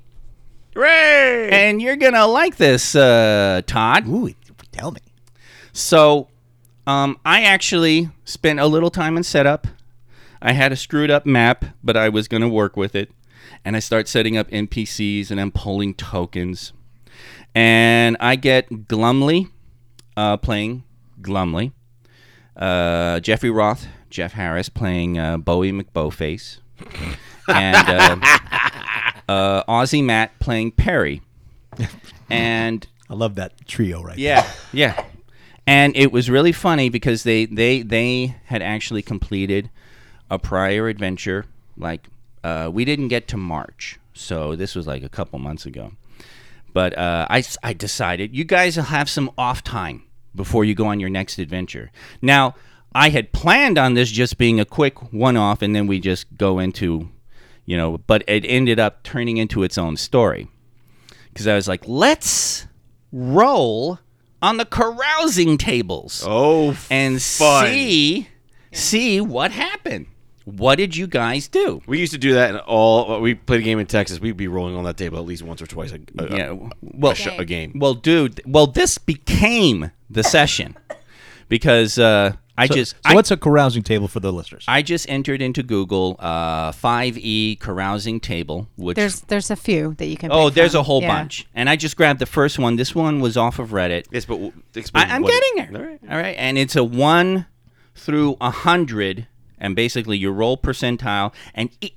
B: Hooray! And you're gonna like this, uh, Todd.
C: Ooh, it- tell me.
B: So, um, I actually spent a little time in setup. I had a screwed up map, but I was going to work with it. And I start setting up NPCs and I'm pulling tokens. And I get Glumly uh, playing Glumly, uh, Jeffrey Roth, Jeff Harris playing uh, Bowie McBowface, and uh, uh, Ozzy Matt playing Perry. And
C: I love that trio right
B: yeah, yeah. And it was really funny because they they they had actually completed a prior adventure. Like uh, we didn't get to March, so this was like a couple months ago. But uh, I s- I decided you guys will have some off time before you go on your next adventure. Now I had planned on this just being a quick one off, and then we just go into, you know. But it ended up turning into its own story because I was like, let's roll on the carousing tables
D: Oh,
B: and
D: fun.
B: see see what happened. What did you guys do?
D: We used to do that in all. We played a game in Texas. We'd be rolling on that table at least once or twice a, a,
B: Yeah.
D: a-
B: Well,
D: Uh, a, sh- a game.
B: Well, dude. Well, this became the session because uh, I
C: So,
B: just
C: so
B: I,
C: what's a carousing table for the listeners?
B: I just entered into Google uh, 5e carousing table, which
F: There's there's a few that you can.
B: oh,
F: pick
B: there's
F: from.
B: a whole
F: Yeah.
B: bunch, and I just grabbed the first one. This one was off of Reddit.
D: yes, but w- explain
B: I, I'm
D: what it-
B: getting there. All right. And it's a one through a hundred, and basically your roll percentile and e-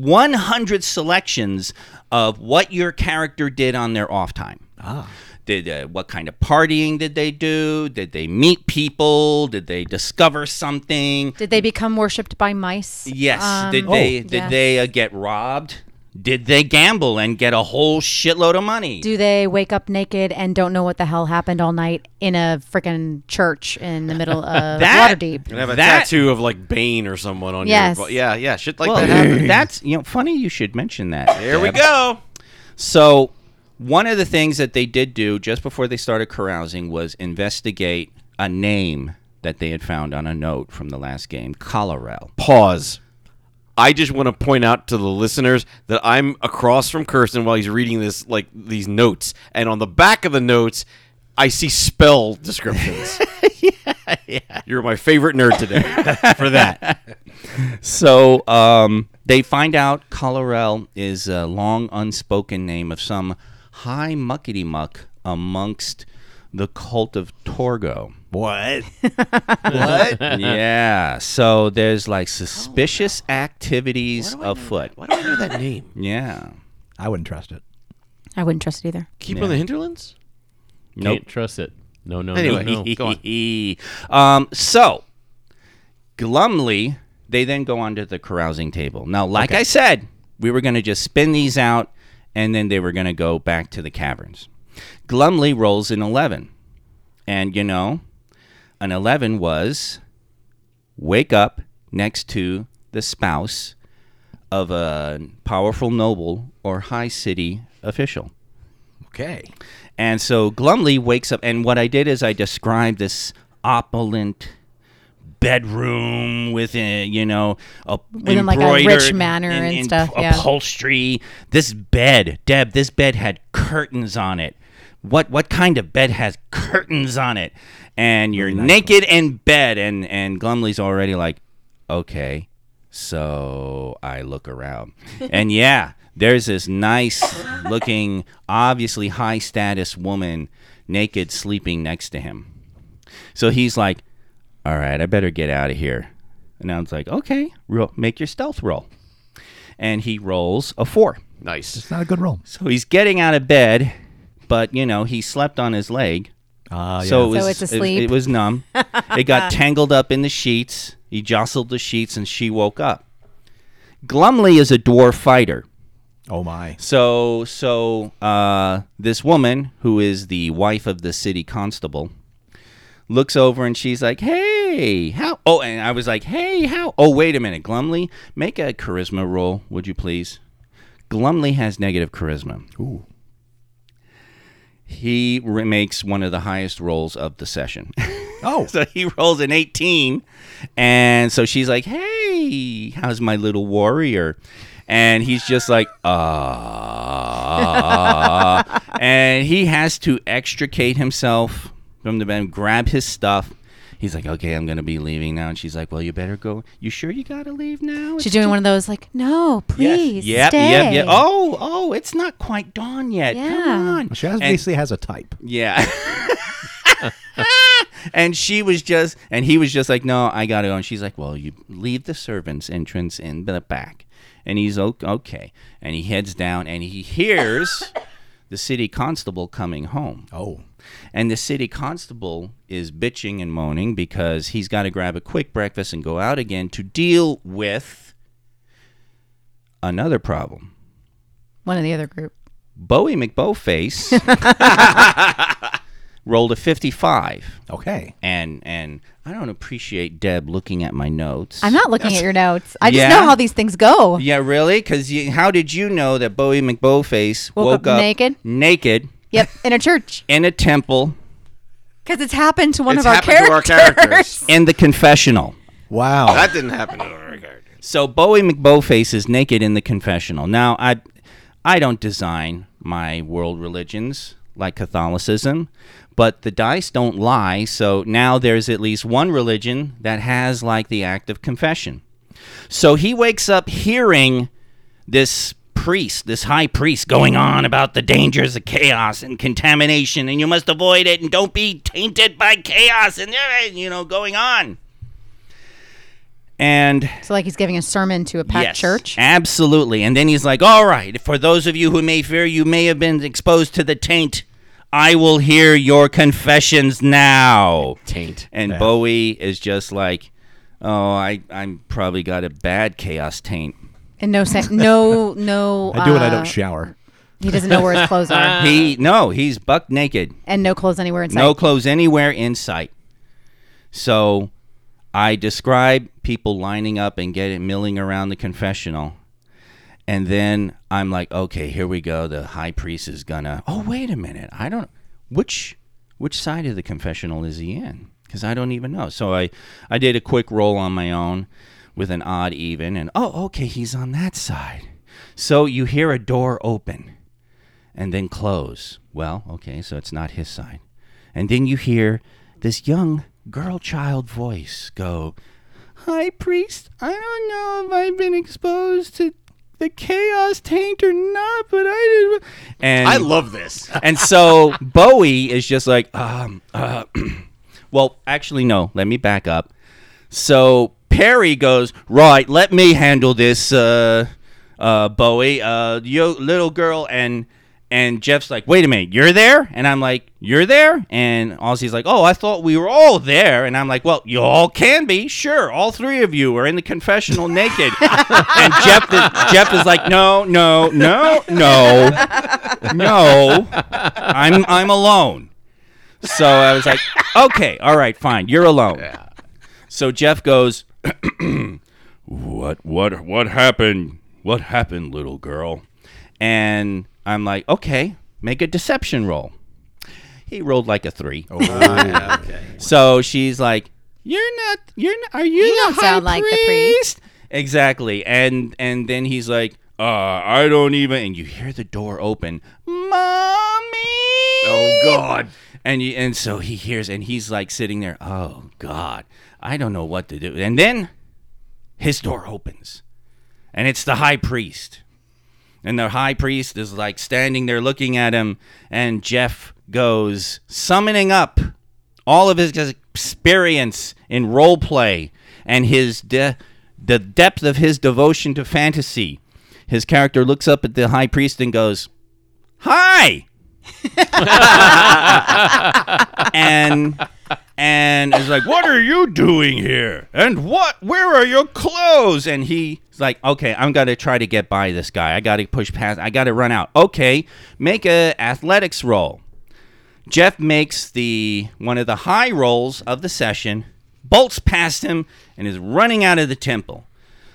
B: 100 selections of what your character did on their off time. Ah. Did uh, what kind of partying did they do? Did they meet people? Did they discover something?
F: Did they become worshipped by mice?
B: Yes.
F: Um,
B: did they
F: yeah.
B: did they uh, get robbed? Did they gamble and get a whole shitload of money?
F: Do they wake up naked and don't know what the hell happened all night in a freaking church in the middle of
B: That-
D: And
F: Waterdeep?
D: have a
B: That-
D: tattoo of like Bane or someone on
F: Yes.
D: your. Yeah, yeah, shit like
B: well,
D: that. happens.
B: uh, that's you know funny you should mention that.
D: There we
B: Deb.
D: go.
B: So, one of the things that they did do just before they started carousing was investigate a name that they had found on a note from the last game, Colorel.
D: pause. I just want to point out to the listeners that I'm across from Kirsten while he's reading this, like these notes, and on the back of the notes, I see spell descriptions. You're my favorite nerd today for that.
B: So, um, they find out Colorel is a long unspoken name of some high muckety muck amongst the cult of Torgo.
C: what?
B: yeah. So there's like suspicious activities afoot.
D: Why do I know that name?
B: Yeah.
C: I wouldn't trust it.
F: I wouldn't trust it either.
D: Keep on the hinterlands.
B: Nope.
E: Can't trust it. No, no,
D: Anyway.
E: no, no.
D: Go
B: um, so, glumly, they then go onto the carousing table. Now, like I said, we were going to just spin these out, and then they were going to go back to the caverns. Glumly rolls an 11. And, you know, an 11 was wake up next to the spouse of a powerful noble or high city official.
C: Okay.
B: And so Glumly wakes up, and what I did is I described this opulent bedroom with a you know a
F: Within, like, a rich
B: embroidered
F: manor and stuff, yeah.
B: upholstery this bed deb this bed had curtains on it what what kind of bed has curtains on it and you're naked in bed and and glumly's already like okay so I look around. and yeah, there's this nice looking, obviously high status woman naked sleeping next to him. So he's like, all right, I better get out of here. And I was like, okay, roll, make your stealth roll. And he rolls a four.
D: Nice.
C: It's not a good roll.
B: So he's getting out of bed, but you know, he slept on his leg.
C: Uh,
B: So it
F: So
B: was
F: it's
B: it-
F: asleep.
B: It, was numb. it got tangled up in the sheets. He jostled the sheets and she woke up. Glumly is a dwarf fighter.
C: oh my.
B: So so uh, this woman who is the wife of the city constable looks over and she's like, "Hey, how?" Oh, and I was like, "Hey, how?" Oh, wait a minute, Glumly, make a charisma roll, would you please? Glumly has negative charisma.
C: Ooh.
B: He re- makes one of the highest rolls of the session.
C: Oh.
B: so he rolls an 18 and so she's like hey how's my little warrior and he's just like ah and he has to extricate himself from the bed grab his stuff he's like okay i'm gonna be leaving now and she's like well you better go you sure you gotta leave now
F: She's doing one of those like, no, please
B: yep
F: stay.
B: yep yep oh oh it's not quite dawn yet come
F: Yeah.
B: on
C: She has,
B: And-
C: basically has a type.
B: yeah. and she was just, and he was just like, no, I got to go. And she's like, well, you leave the servants' entrance in the back. And he's o- okay. And he heads down and he hears the city constable coming home.
C: Oh.
B: And the city constable is bitching and moaning because he's got to grab a quick breakfast and go out again to deal with another problem.
F: One of the other group.
B: Bowie McBowface rolled a 55
C: Okay.
B: and and I don't appreciate Deb looking at my notes.
F: I'm not looking at your notes. I just
B: Yeah.
F: know how these things go.
B: Yeah, really? Because how did you know that Bowie McBowface woke,
F: Woke up naked?
B: naked
F: Yep, in a church
B: in a temple
F: because it's happened to one
D: it's
F: of our
D: happened
F: characters.
D: to our characters.
B: in the confessional?
C: Wow.
D: That didn't happen in our regard.
B: So Bowie McBowface is naked in the confessional. Now I I don't design my world religions like Catholicism, but the dice don't lie, so now there's at least one religion that has like the act of confession. So he wakes up hearing this priest, this high priest, going on about the dangers of chaos and contamination, and you must avoid it, and don't be tainted by chaos, and eh, you know, going on. And
F: So like he's giving a sermon to a packed church.
B: Absolutely. And then he's like, All right, for those of you who may fear you may have been exposed to the taint, I will hear your confessions now.
D: Taint.
B: And Bowie is just like, Oh, I, I'm probably got a bad chaos taint.
F: And no sen- no no
C: I do it. I
F: uh,
C: don't shower.
F: He doesn't know where his clothes are.
B: He no, he's buck naked.
F: and no clothes anywhere inside.
B: No clothes anywhere in sight. So I describe people lining up and getting milling around the confessional. And then I'm like, okay, here we go. The high priest is gonna. Oh, wait a minute. I don't. Which which side of the confessional is he in? Because I don't even know. So I I did a quick roll on my own with an odd even, and oh, okay, he's on that side. So you hear a door open and then close. Well, okay, so it's not his side. And then you hear this young girl child voice go, High priest, I don't know if I've been exposed to the chaos taint or not, but I did. And
D: I love this.
B: and so Bowie is just like, um, uh, well, actually, no. Let me back up. So Perry goes, right. Let me handle this, uh, uh, Bowie, uh, yo, little girl, and and Jeff's like, wait a minute, you're there, and I'm like, you're there, and Ozzy's like, oh, I thought we were all there, and I'm like, well, you all can be, sure, all three of you are in the confessional naked, and Jeff is, Jeff is like, no, no, no, no, no, I'm I'm alone. So I was like, okay, all right, fine, you're alone. So Jeff goes, "What what what happened? What happened, little girl?" And I'm like, "Okay, make a deception roll." He rolled like a 3. So she's like, "You're not you're not, are you,
F: You
B: the
F: don't
B: high
F: sound like the priest."
B: Exactly. And and then he's like, "Uh, I don't even." And you hear the door open. "Mommy!"
D: oh God.
B: And you, and so he hears, and he's like sitting there. Oh God, I don't know what to do. And then his door opens, and it's the high priest. And the high priest is like standing there looking at him, and Jeff goes summoning up all of his experience in role play and his de- the depth of his devotion to fantasy. His character looks up at the high priest and goes, "Hi." and and is like, "What are you doing here? And what? Where are your clothes?" And he's like, "Okay, I'm gonna try to get by this guy. I gotta push past. I gotta run out. Okay, make a athletics roll." Jeff makes the one of the high rolls of the session, bolts past him, and is running out of the temple.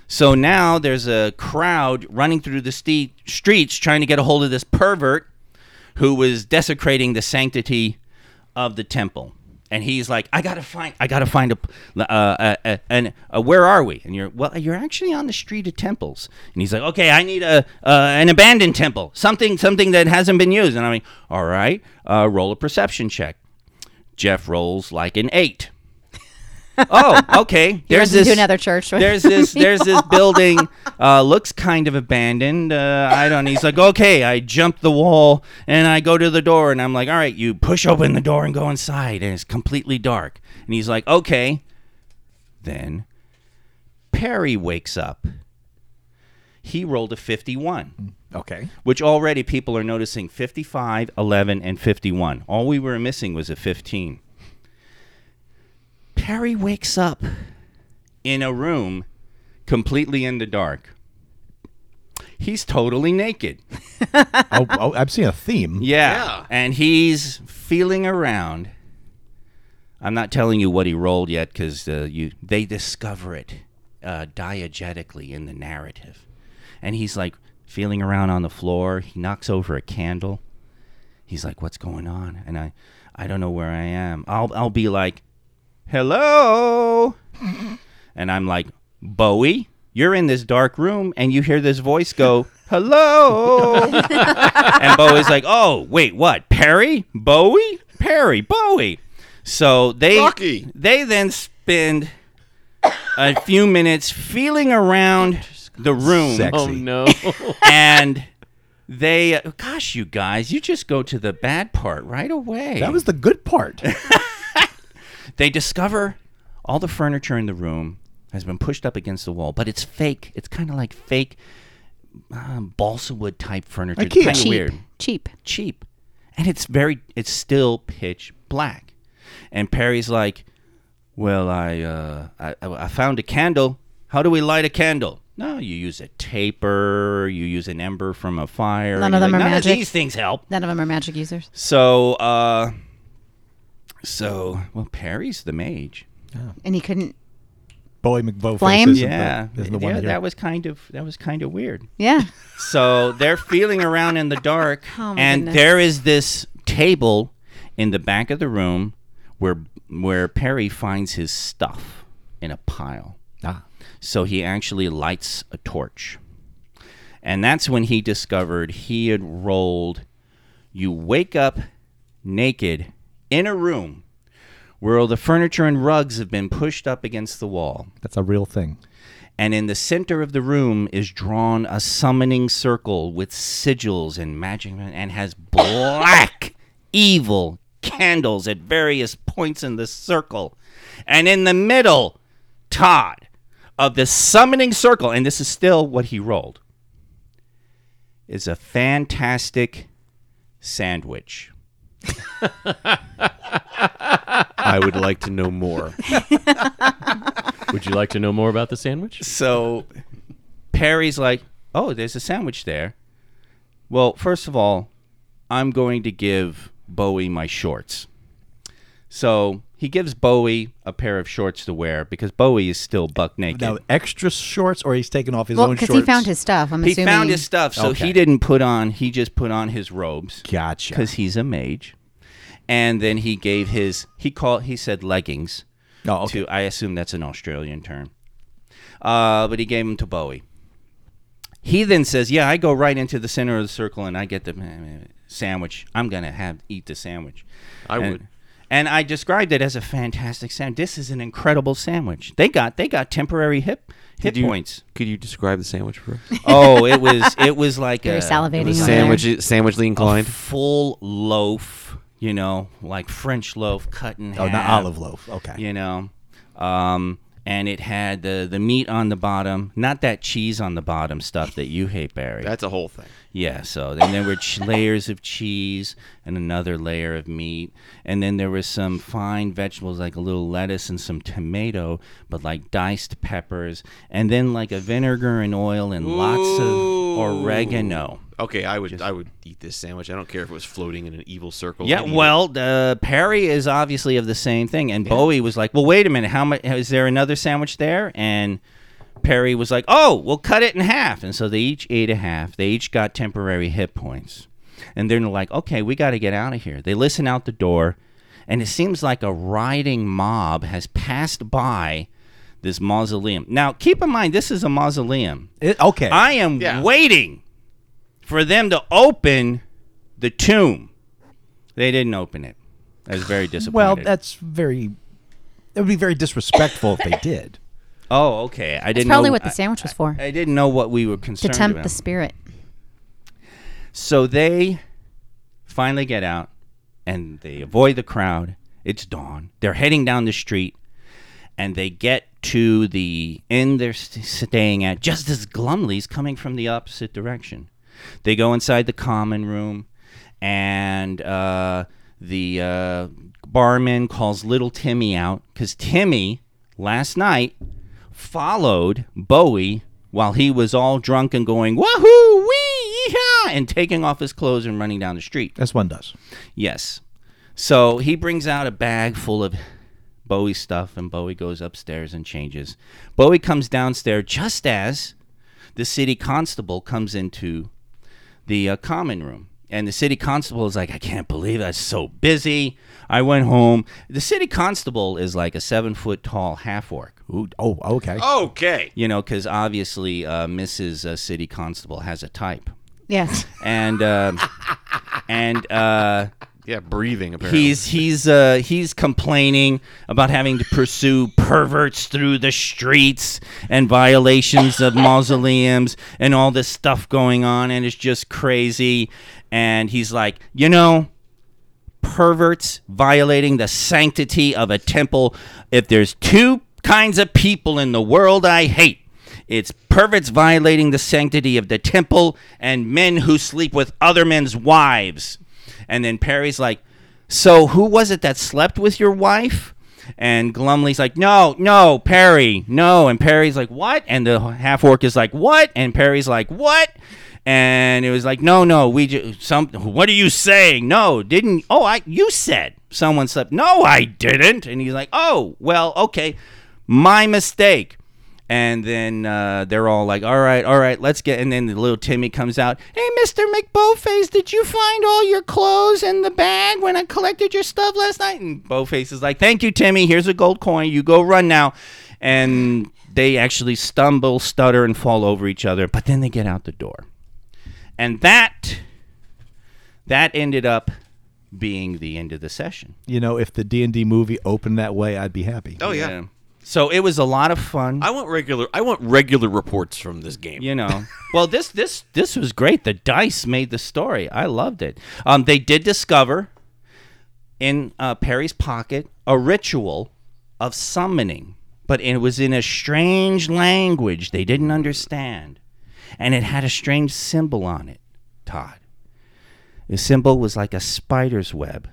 B: So now there's a crowd running through the ste- streets trying to get a hold of this pervert who was desecrating the sanctity of the temple. And he's like, I gotta find, I gotta find a, uh, uh, uh, and uh, where are we? And you're, well, you're actually on the street of temples. And he's like, okay, I need a uh, an abandoned temple, something, something that hasn't been used. And I'm like, all right, uh, roll a perception check. Jeff rolls like an eight. oh, okay.
F: He
B: There's
F: runs into
B: this
F: another church. with-
B: there's this there's this building uh, looks kind of abandoned uh, i don't he's like okay i jump the wall and i go to the door and i'm like all right you push open the door and go inside and it's completely dark and he's like okay then perry wakes up he rolled a 51
C: Okay.
B: which already people are noticing 55, 11, and 51. All we were missing was a 15. Perry wakes up in a room completely in the dark. He's totally naked.
C: oh, oh, I'm seeing a theme.
B: Yeah.
D: Yeah.
B: And he's feeling around. I'm not telling you what he rolled yet because uh, you they discover it uh, diegetically in the narrative. And he's like feeling around on the floor. He knocks over a candle. He's like, "What's going on?" And I, I don't know where I am. I'll I'll be like, "Hello," And I'm like, Bowie, you're in this dark room, and you hear this voice go, hello. and Bowie's like, oh, wait, what? Perry? Bowie? Perry, Bowie. So they
D: Rocky.
B: they then spend a few minutes feeling around the room
C: Sexy.
E: Oh no!
B: and they gosh you guys you just go to the bad part right away
C: That was the good part.
B: they discover all the furniture in the room has been pushed up against the wall but it's fake it's kind of like fake um, balsa wood type furniture it's
C: Ikea.
B: kind of
F: Cheap.
B: weird
F: Cheap.
B: cheap and it's very it's still pitch black and perry's like well i uh i, I I found a candle how do we light a candle no you use a taper you use an ember from a fire
F: None
B: And
F: of
B: he's
F: them
B: like,
F: are
B: none
F: magic."
B: of these things help
F: None of them are magic users.
B: so uh so well perry's the mage
F: And he couldn't.
C: Boy McBow
F: Flame?
C: Isn't
B: yeah
C: the, isn't the one
B: yeah,
C: here.
B: that was kind of that was kind of weird
F: Yeah.
B: So they're feeling around in the dark,
F: Oh, my
B: and
F: goodness.
B: there is this table in the back of the room where where Perry finds his stuff in a pile.
C: Ah.
B: So he actually lights a torch, and that's when he discovered he had rolled. You wake up naked in a room where all the furniture and rugs have been pushed up against the wall
C: That's a real thing.
B: and in the center of the room is drawn a summoning circle with sigils and magic and has black evil candles at various points in the circle and in the middle todd of the summoning circle and this is still what he rolled is a fantastic sandwich
D: I would like to know more.
E: Would you like to know more about the sandwich?
B: so Perry's like, "Oh, there's a sandwich there." Well, first of all, I'm going to give Bowie my shorts. So he gives Bowie a pair of shorts to wear because Bowie is still buck naked.
C: Now, extra shorts, or he's taking off his
F: Well,
C: own
F: because
C: shorts?
F: he found his stuff. I'm
B: he
F: assuming.
B: found his stuff, so
C: Okay.
B: he didn't put on. He just put on his robes
C: Gotcha.
B: because he's a mage, and then he gave his. He called. He said leggings.
C: Oh, okay.
B: to I assume that's an Australian term. Uh, but he gave him to Bowie. He then says, "Yeah, I go right into the center of the circle and I get the uh, sandwich. I'm gonna have eat the sandwich.
D: I
B: And-
D: would.
B: And I described it as a fantastic sandwich. This is an incredible sandwich. They got they got temporary hip hip
D: Did you-
B: points.
D: Could you describe the sandwich for us?
B: Oh, it was it was like
F: Very
B: a
F: salivating.
D: The
F: over
D: sandwich,
F: there.
D: sandwichly
B: a
D: inclined.
B: full loaf, you know, like French loaf cut in
C: Oh,
B: half.
C: not olive loaf. Okay.
B: you know um, and it had the the meat on the bottom not that cheese on the bottom stuff that you hate barry
D: That's a whole thing.
B: yeah so then there were ch- layers of cheese and another layer of meat and then there was some fine vegetables like a little lettuce and some tomato but like diced peppers and then like a vinegar and oil and lots of oregano
D: Okay, I would I would eat this sandwich. I don't care if it was floating in an evil circle.
B: Yeah,
D: I'd eat it.
B: well, uh, Perry is obviously of the same thing, and Bowie was like, "Well, wait a minute, how much is there another sandwich there?" And Perry was like, "Oh, we'll cut it in half." And so they each ate a half. They each got temporary hit points, and then they're like, "Okay, we got to get out of here." They listen out the door, and it seems like a riding mob has passed by this mausoleum. Now, keep in mind, this is a mausoleum.
C: It- okay.
B: I am
D: Yeah.
B: waiting for them to open the tomb. They didn't open it. I was very disappointed.
C: well, that's very. It would be very disrespectful if they did.
B: oh, okay. I
F: That's
B: didn't
F: probably
B: know,
F: what the
B: I-
F: sandwich was for.
B: I, didn't know what we were
F: to
B: concerned
F: tempt
B: about.
F: the spirit.
B: so they finally get out and they avoid the crowd. It's dawn. They're heading down the street and they get to the inn they're st- staying at just as Glumley's coming from the opposite direction. They go inside the common room and uh, the uh, barman calls little Timmy out because Timmy last night followed Bowie while he was all drunk and going, wahoo, wee, yeehaw, and taking off his clothes and running down the street.
C: As one does.
B: Yes. So he brings out a bag full of Bowie stuff, and Bowie goes upstairs and changes. Bowie comes downstairs just as the city constable comes into the uh, common room, And the city constable is like, I can't believe that's so busy. I went home. The city constable is like a seven foot tall half orc.
C: Ooh, oh, okay.
D: Okay.
B: You know, because obviously uh, Mrs. Uh, city constable has a type,
F: Yes.
B: and um and uh,
D: Yeah, breathing apparently.
B: he's he's uh, he's complaining about having to pursue perverts through the streets and violations of mausoleums and all this stuff going on, and it's just crazy. And he's like, you know, perverts violating the sanctity of a temple. If there's two kinds of people in the world I hate, it's perverts violating the sanctity of the temple and men who sleep with other men's wives. And then Perry's like, So who was it that slept with your wife? And Glumley's like, No, no, Perry, no. And Perry's like, What? And the half orc is like, What? And Perry's like, What? and it was like, no, no, we just some. What are you saying? No, didn't. Oh, I you said someone slept. No, I didn't. And he's like, oh, well, okay, my mistake. And then uh, they're all like, all right, all right, let's get. And then the little Timmy comes out. Hey, Mister McBowface, did you find all your clothes in the bag when I collected your stuff last night? And Bowface is like, thank you, Timmy. Here's a gold coin. You go run now. And they actually stumble, stutter, and fall over each other. But then they get out the door and that that ended up being the end of the session.
C: You know, if the D and D movie opened that way, I'd be happy.
D: oh yeah.
B: So it was a lot of fun.
D: I want regular. I want regular reports from this game.
B: you know. well, this this this was great. The dice made the story. I loved it. Um, they did discover in uh, Perry's pocket a ritual of summoning, but it was in a strange language they didn't understand, and it had a strange symbol on it. Todd, the symbol was like a spider's web,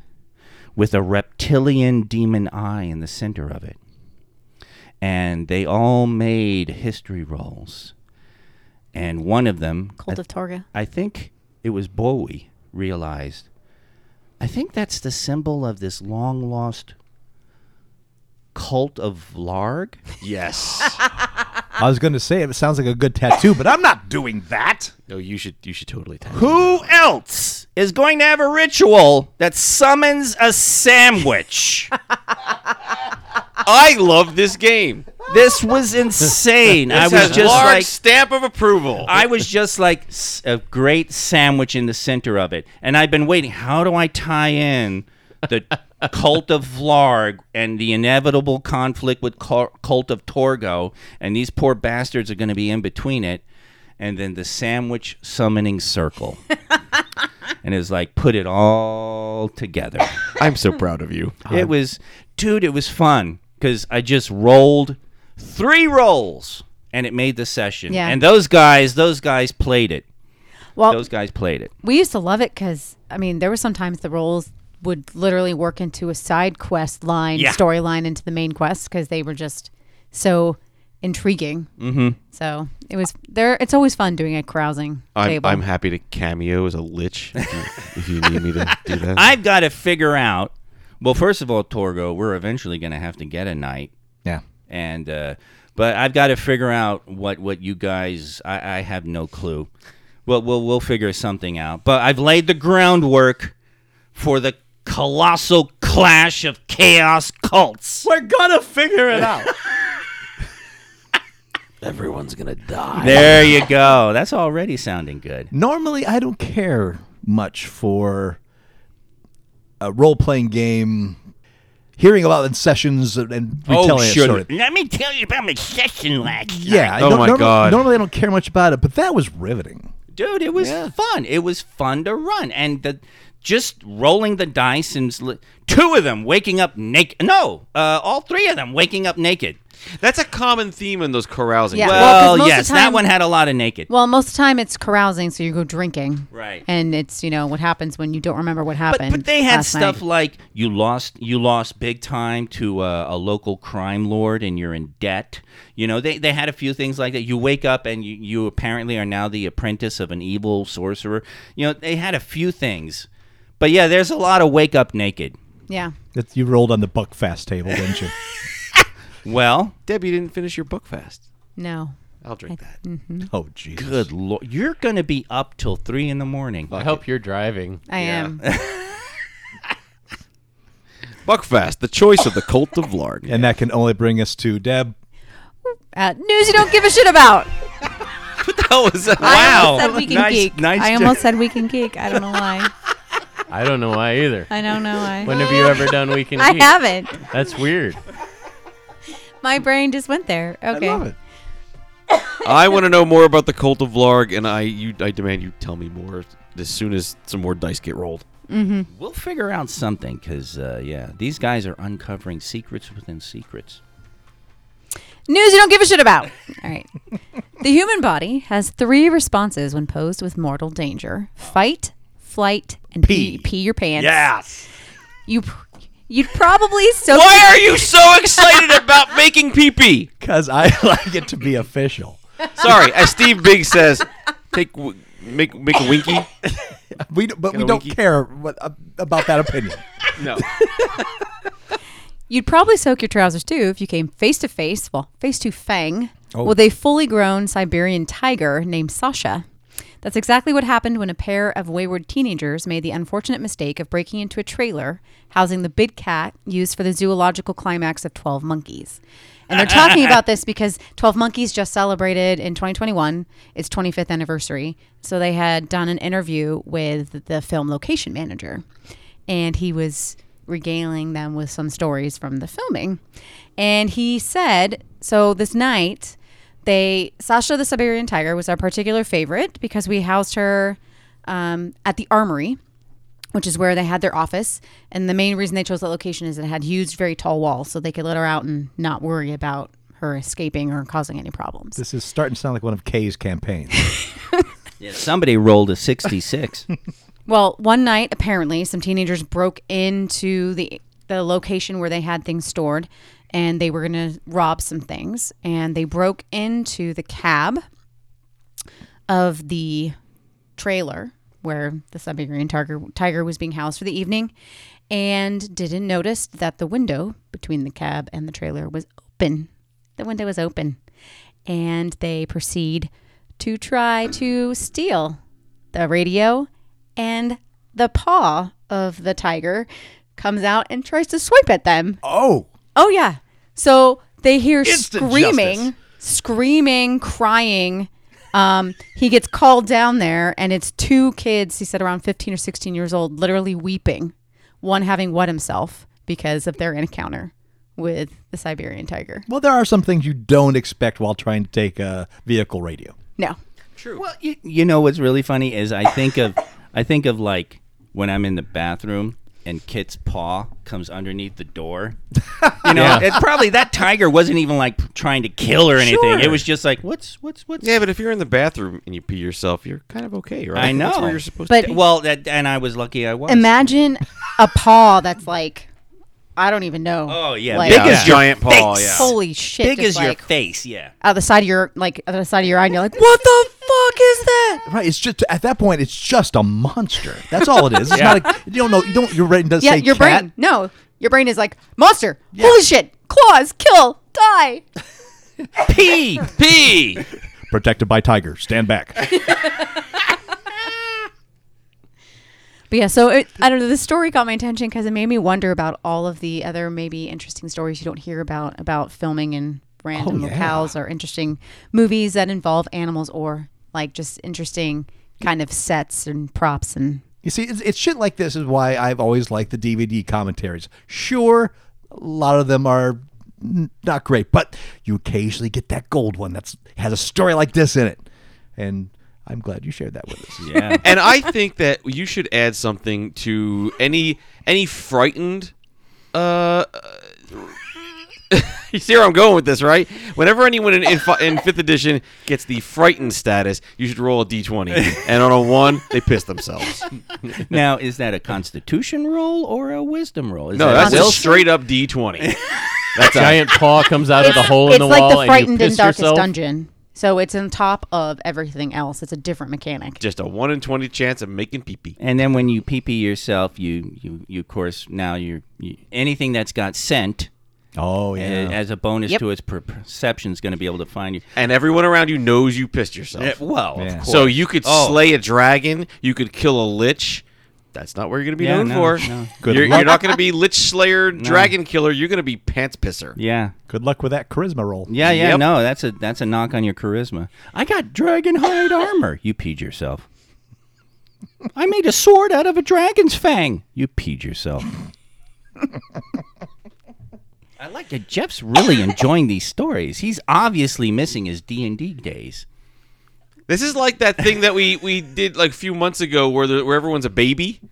B: with a reptilian demon eye in the center of it. And they all made history rolls. And one of them,
F: Cult of Torga.
B: I think it was Bowie realized. I think that's the symbol of this long lost cult of Larg.
D: Yes.
C: I was going to say it sounds like a good tattoo, but I'm not doing that.
D: no, you should. You should totally. Time
B: Who else is going to have a ritual that summons a sandwich?
D: I love this game.
B: this was insane. I
D: This
B: was
D: has
B: just
D: large
B: like
D: stamp of approval.
B: I was just like s- a great sandwich in the center of it, and I've been waiting. How do I tie in the cult of Vlarg and the inevitable conflict with cul- cult of Torgo? And these poor bastards are going to be in between it, and then the sandwich summoning circle. and it was like put it all together.
D: I'm so proud of you.
B: It was, dude, it was fun because I just rolled three rolls and it made the session.
F: Yeah.
B: And those guys, those guys played it.
F: Well,
B: Those guys played it.
F: we used to love it because I mean, there were sometimes the roles would literally work into a side quest line
B: Yeah.
F: storyline into the main quest because they were just so intriguing. Mm-hmm. So it was there. It's always fun doing a carousing
D: I'm,
F: table.
D: I'm happy to cameo as a lich if you, if you need me to do that.
B: I've got to figure out. Well, first of all, Torgo, we're eventually going to have to get a night,
C: Yeah.
B: and uh, but I've got to figure out what what you guys. I, I have no clue. Well, we'll we'll figure something out. But I've laid the groundwork for the colossal clash of chaos cults.
C: We're gonna figure it out.
D: Everyone's gonna die.
B: There you go. That's already sounding good.
C: Normally, I don't care much for a role-playing game. Hearing about in sessions and and
B: Oh,
C: retelling Oh, it sort of-
B: Let me tell you about my session last
C: Yeah. I
D: Oh
C: don't-
D: my
C: normally-
D: God.
C: Normally, I don't care much about it, but that was riveting.
B: dude it was fun it was fun to run and the just rolling the dice and sli- two of them waking up naked no uh, all three of them waking up naked
D: That's a common theme in those carousing.
F: Yeah.
D: games.
F: Well, 'cause
B: well,
F: most of the
B: yes that
F: time-
B: one had a lot of naked
F: well, most of the time it's carousing, so you go drinking,
B: Right.
F: And it's you know what happens when you don't remember what
B: but,
F: happened.
B: but they had
F: last night.
B: stuff like you lost you lost big time to uh, a local crime lord and you're in debt you know they, they had a few things like that you wake up and you, you apparently are now the apprentice of an evil sorcerer you know they had a few things but yeah there's a lot of wake up naked
F: yeah.
C: That you rolled on the Buckfast table, didn't you?
B: well
D: Deb, you didn't finish your book fast.
F: No.
D: I'll drink that.
C: Oh, Jesus.
B: Good lord, you're gonna be up till three in the morning.
E: I hope you're driving.
F: I am.
D: Buckfast, the choice of the cult of Larg.
C: And that can only bring us to Deb.
F: Uh, news you don't give a shit about.
B: That was
F: I
B: wow.
F: almost said Weekend
B: nice,
F: Geek.
B: nice.
F: I
B: job.
F: almost said Weekend Geek. I don't know why.
E: I don't know why either.
F: I don't know why.
E: When have you ever done weekend?
F: I
E: Geek?
F: haven't.
E: That's weird.
F: My brain just went there. Okay.
C: I love it.
D: I want to know more about the cult of Larg, and I you I demand you tell me more as soon as some more dice get rolled.
B: We'll figure out something because, uh, yeah, these guys are uncovering secrets within secrets.
F: News you don't give a shit about. All right. the human body has three responses when posed with mortal danger fight, flight, and pee. Pee, your pants.
D: Yes.
F: You, pr- you'd probably so.
D: Why are you so excited about making pee pee?
C: Because I like it to be official.
D: Sorry, as Steve Big says, take w- make make a winky.
C: We, d- but we
D: a
C: don't
D: winky?
C: care what, uh, about that opinion.
D: No.
F: You'd probably soak your trousers too if you came face to face, well, face to fang, with a fully grown Siberian tiger named Sasha. That's exactly what happened when a pair of wayward teenagers made the unfortunate mistake of breaking into a trailer housing the big cat used for the zoological climax of 12 Monkeys. And they're talking about this because 12 Monkeys just celebrated in 2021 its 25th anniversary. So they had done an interview with the film location manager and he was regaling them with some stories from the filming. And he said, so this night, they Sasha the Siberian Tiger was our particular favorite because we housed her um, at the Armory, which is where they had their office. And the main reason they chose that location is it had huge, very tall walls, so they could let her out and not worry about her escaping or causing any problems.
C: This is starting to sound like one of Kay's campaigns.
B: Yeah, somebody rolled a 66.
F: Well, one night apparently some teenagers broke into the the location where they had things stored and they were going to rob some things and they broke into the cab of the trailer where the Siberian tiger tiger was being housed for the evening and didn't notice that the window between the cab and the trailer was open. The window was open. And they proceed to try to steal the radio and the paw of the tiger comes out and tries to swipe at them.
C: oh,
F: Oh yeah. So they hear
C: Instant
F: screaming,
C: justice.
F: screaming, crying. Um, he gets called down there, and it's two kids. He said around fifteen or sixteen years old, literally weeping. One having wet himself because of their encounter with the Siberian tiger.
C: well, there are some things you don't expect while trying to take a vehicle radio.
F: No.
B: Well, you, you know what's really funny is I think of I think of like when I'm in the bathroom and Kit's paw comes underneath the door. You know,
E: Yeah.
B: it probably that tiger wasn't even like trying to kill or anything. It
F: Sure.
B: was just like what's what's what's
D: Yeah, but if you're in the bathroom and you pee yourself, you're kind of okay, right?
B: I know.
D: That's where you're supposed
F: But-
D: to. Be.
B: Well, that, and I was lucky I was.
F: Imagine a paw that's like, I don't even know.
B: Oh, yeah.
F: like,
B: Big
D: as giant paw,
B: face.
D: yeah.
F: holy shit!
B: Big as
F: just
B: your
F: like,
B: face, yeah.
F: out of the side of your like out of the side of your eye, and you're like, "What the fuck is that?"
C: Right, it's just at that point, it's just a monster. That's all it is. It's not a, you don't know. You don't. Your brain does
F: Yeah,
C: say
F: your
C: cat.
F: brain. No, your brain is like, "Monster! Holy shit! Claws! Kill! Die!"
B: P P.
C: Protected by tiger. Stand back.
F: But yeah, so it, I don't know. This story got my attention because it made me wonder about all of the other maybe interesting stories you don't hear about about filming in random
E: Oh,
F: locales or interesting movies that involve animals or like just interesting kind of sets and props and
C: You see, it's, it's shit like this is why I've always liked the DVD commentaries. Sure, a lot of them are n- not great, but you occasionally get that gold one that's has a story like this in it, and I'm glad you shared that with us.
B: Yeah.
D: and I think that you should add something to any any frightened. Uh, you see where I'm going with this, right? Whenever anyone in, in, fi- in fifth edition gets the frightened status, you should roll a d20, and on a one, they piss themselves.
B: now is that a Constitution roll or a Wisdom roll? Is
D: No,
B: that
D: that's
B: will
D: a straight up d20. That's a-
E: Giant paw comes out of the hole in
F: it's
E: the
F: like
E: wall
F: the
E: and
F: frightened
E: you
F: and
E: piss
F: darkest
E: yourself.
F: dungeon. So it's on top of everything else. It's a different mechanic.
D: just a one in twenty chance of making pee pee.
B: And then when you pee pee yourself, you you you of course now you're you, anything that's got scent
C: Oh yeah.
B: And as a bonus
F: Yep.
B: to its per- perception, is going to be able to find you.
D: and everyone around you knows you pissed yourself.
B: Eh, well, of
C: Yeah.
B: course.
D: so you could
B: Oh.
D: slay a dragon, you could kill a lich. That's not what you're going to be
B: Yeah,
D: known
B: no,
D: for.
B: no.
C: Good
D: you're,
C: luck.
D: you're not going to be lich slayer, dragon killer. You're going to be pants pisser.
B: yeah,
C: Good luck with that charisma roll.
B: yeah, yeah.
D: Yep.
B: No, that's a that's a knock on your charisma. I got dragon hide armor. You peed yourself. I made a sword out of a dragon's fang. You peed yourself. I like that Jeff's really enjoying these stories. He's obviously missing his D and D days.
D: This is like that thing that we, we did like a few months ago where the, where everyone's a baby.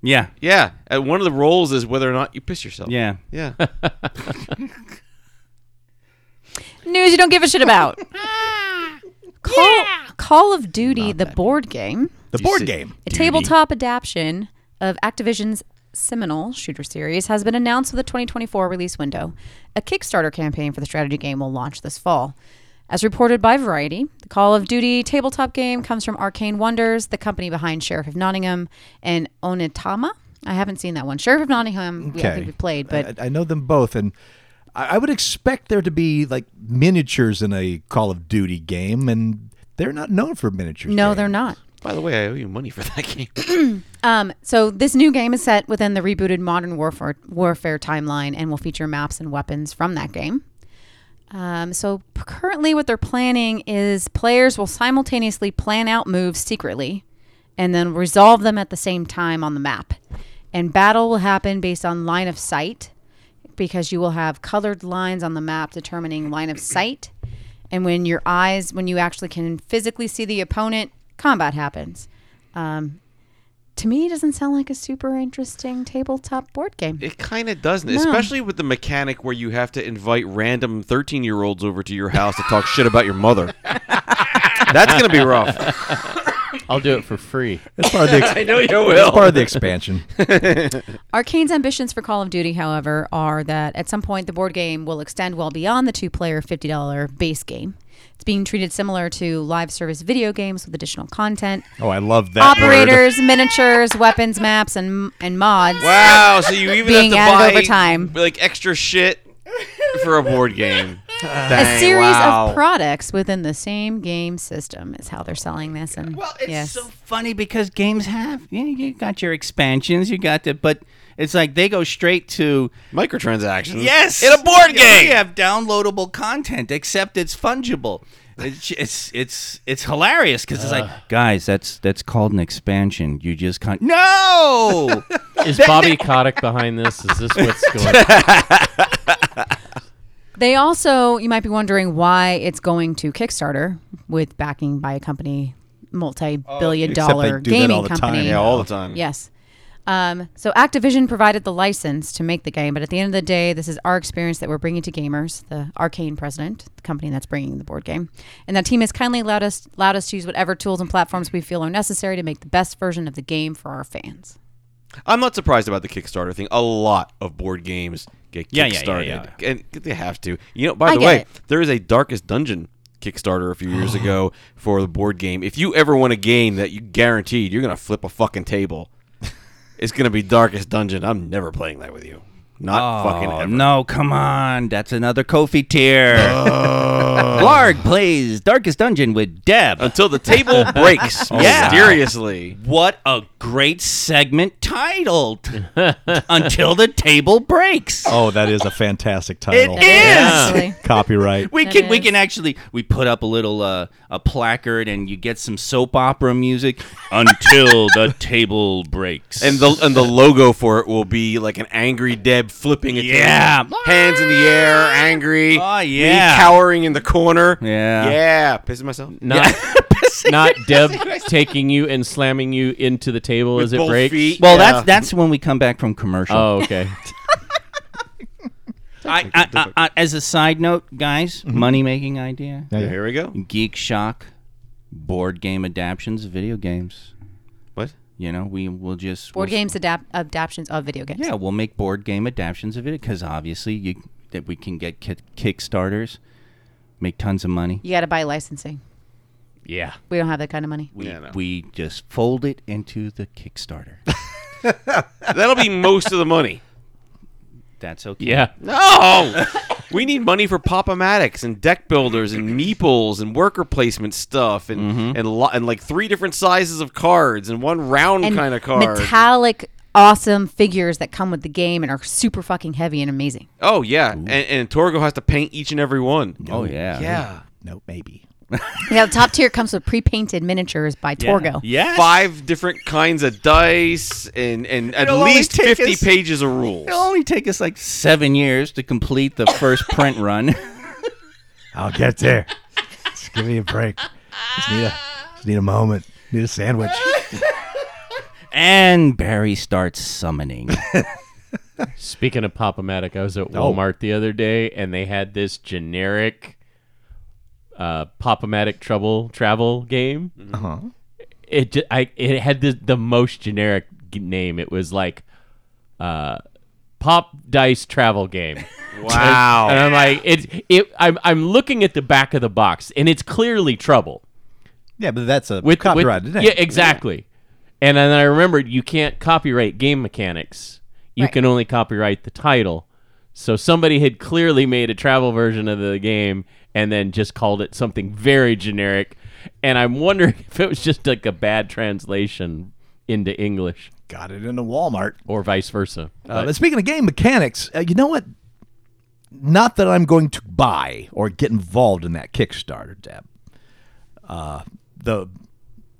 B: Yeah,
D: Yeah, and one of the roles is whether or not you piss yourself.
B: yeah.
D: yeah.
F: News you don't give a shit about. Call, Call of Duty, the board game,
C: The board game.
F: a tabletop adaptation of Activision's seminal shooter series, has been announced with a 2024 release window. A Kickstarter campaign for the strategy game will launch this fall. As reported by Variety, the Call of Duty tabletop game comes from Arcane Wonders, the company behind Sheriff of Nottingham and Onitama. I haven't seen that one. Sheriff of Nottingham, yeah, I
C: Okay. Uh,
F: think we played, but
C: I, I know them both, and I, I would expect there to be like miniatures in a Call of Duty game, and they're not known for miniatures.
F: no,
C: games.
F: they're not.
D: By the way, I owe you money for that game.
F: Um, so this new game is set within the rebooted Modern Warfare Warfare timeline and will feature maps and weapons from that game. Um, so p- currently, what they're planning is players will simultaneously plan out moves secretly, and then resolve them at the same time on the map. And battle will happen based on line of sight, because you will have colored lines on the map determining line of sight. And when your eyes, when you actually can physically see the opponent, combat happens. Um, to me, it doesn't sound like a super interesting tabletop board game.
D: It kind of doesn't, especially with the mechanic where you have to invite random 13 year olds over to your house to talk shit about your mother. That's going to be rough.
E: I'll do it for free.
C: It's part of the. Ex- I know you will. It's part of the expansion.
F: Arcane's ambitions for Call of Duty, however, are that at some point the board game will extend well beyond the two player $50 base game. It's being treated similar to live service video games with additional content,
C: Oh, I love that. word.
F: operators, miniatures, weapons, maps, and, and mods.
D: Wow. So you even have
F: Being
D: to
F: added
D: buy
F: over time.
D: like extra shit for a board game.
F: A series of products within the same game system is how they're selling this. And
B: Well, it's
F: yes.
B: so funny because games have you, you got your expansions, you got the, but it's like they go straight to
D: Microtransactions.
B: yes
D: Mm-hmm. In a board game.
B: We have downloadable content, except it's fungible. It's it's it's, it's hilarious because it's like guys, that's that's called an expansion. You just can't. No,
E: Is Bobby Kotick behind this? Is this what's going on?
F: They also, you might be wondering why it's going to Kickstarter with backing by a company, multi billion
C: Oh, Except
F: dollar
C: they do that
F: gaming
C: all the time
F: company.
C: now.
D: Yeah, all the time.
F: Yes. Um, so Activision provided the license to make the game, but at the end of the day, this is our experience that we're bringing to gamers. The Arcane president, the company that's bringing the board game, and that team has kindly allowed us allowed us to use whatever tools and platforms we feel are necessary to make the best version of the game for our fans.
D: I'm not surprised about the Kickstarter thing. A lot of board games get
B: Yeah, yeah, yeah,
D: kickstarted,
B: yeah.
D: and they have to. You know, by
F: I
D: the
F: get
D: way,
F: it.
D: there is a Darkest Dungeon Kickstarter a few years ago for the board game. If you ever want a game that you guaranteed you're gonna flip a fucking table, it's gonna be Darkest Dungeon. I'm never playing that with you. Not fucking
B: Oh,
D: ever.
B: no, come on, that's another Kofi tier. Blarg plays Darkest Dungeon with Deb.
D: Until the table breaks
B: Oh, Yeah.
D: mysteriously.
B: What a great segment titled Until the Table Breaks.
C: Oh, that is a fantastic title.
B: It is.
F: Actually,
C: Copyright.
B: We can we
F: is.
B: can actually we put up a little uh, a placard and you get some soap opera music until the table breaks.
D: And the and the logo for it will be like an angry Deb flipping at
B: Yeah.
D: hands in the air, angry.
B: Oh,
D: me
B: yeah.
D: cowering in the corner.
B: Yeah.
D: yeah, pissing myself.
E: Not, not Deb taking you and slamming you into the table as it
D: both
E: breaks.
D: feet.
B: well,
D: Yeah.
B: that's that's when we come back from commercial.
E: Oh, okay.
B: I, I, I, I- as a side note, guys, money making idea.
D: Mm-hmm. Yeah, here we go.
B: Geek Shock, board game adaptions, of video games.
D: What?
B: You know, we will just
F: board
B: we'll-
F: games adapt adaptations of video games.
B: Yeah, we'll make board game adaptations of it because obviously you that we can get kick, kickstarters, make tons of money.
F: You got to buy licensing.
E: Yeah.
F: We don't have that kind of money.
B: We,
D: Yeah, no.
B: we just fold it into the Kickstarter.
D: That'll be most of the money.
B: That's okay.
E: Yeah.
D: No, we need money for pop-o-matics and deck builders and meeples and worker placement stuff and and lo- and like three different sizes of cards and one round
F: and
D: kind of card.
F: metallic awesome figures that come with the game and are super fucking heavy and amazing.
D: oh yeah, and, and Torgo has to paint each and every one.
B: Oh yeah.
D: Yeah,
C: No, maybe.
F: Yeah, the top tier comes with pre-painted miniatures by Torgo.
B: Yes.
D: five different kinds of dice and and at
B: It'll only
D: least
B: take
D: fifty
B: us-
D: pages of rules.
B: It'll only take us like seven years to complete the first print run.
C: I'll get there. just give me a break. Just need a, just need a moment. Need a sandwich.
B: and Barry starts summoning.
E: Speaking of Pop-O-Matic, I was at
D: Oh.
E: Walmart the other day and they had this generic uh, Pop-O-Matic trouble travel game.
D: Mm-hmm.
C: Uh-huh.
E: It ju- I it had the, the most generic g- name. It was like uh, Pop Dice Travel Game.
D: Wow.
E: And I'm like, it, it. I'm I'm looking at the back of the box, and it's clearly trouble
C: Yeah, but that's a
E: with
C: copyrighted
E: with-
C: name.
E: Yeah, exactly. And then I remembered you can't copyright game mechanics. You
F: Right.
E: can only copyright the title. So somebody had clearly made a travel version of the game and then just called it something very generic. And I'm wondering if it was just like a bad translation into English
C: Got it in a Walmart.
E: or vice versa.
C: Uh, but speaking of game mechanics, uh, you know what? Not that I'm going to buy or get involved in that Kickstarter, Deb. Uh, the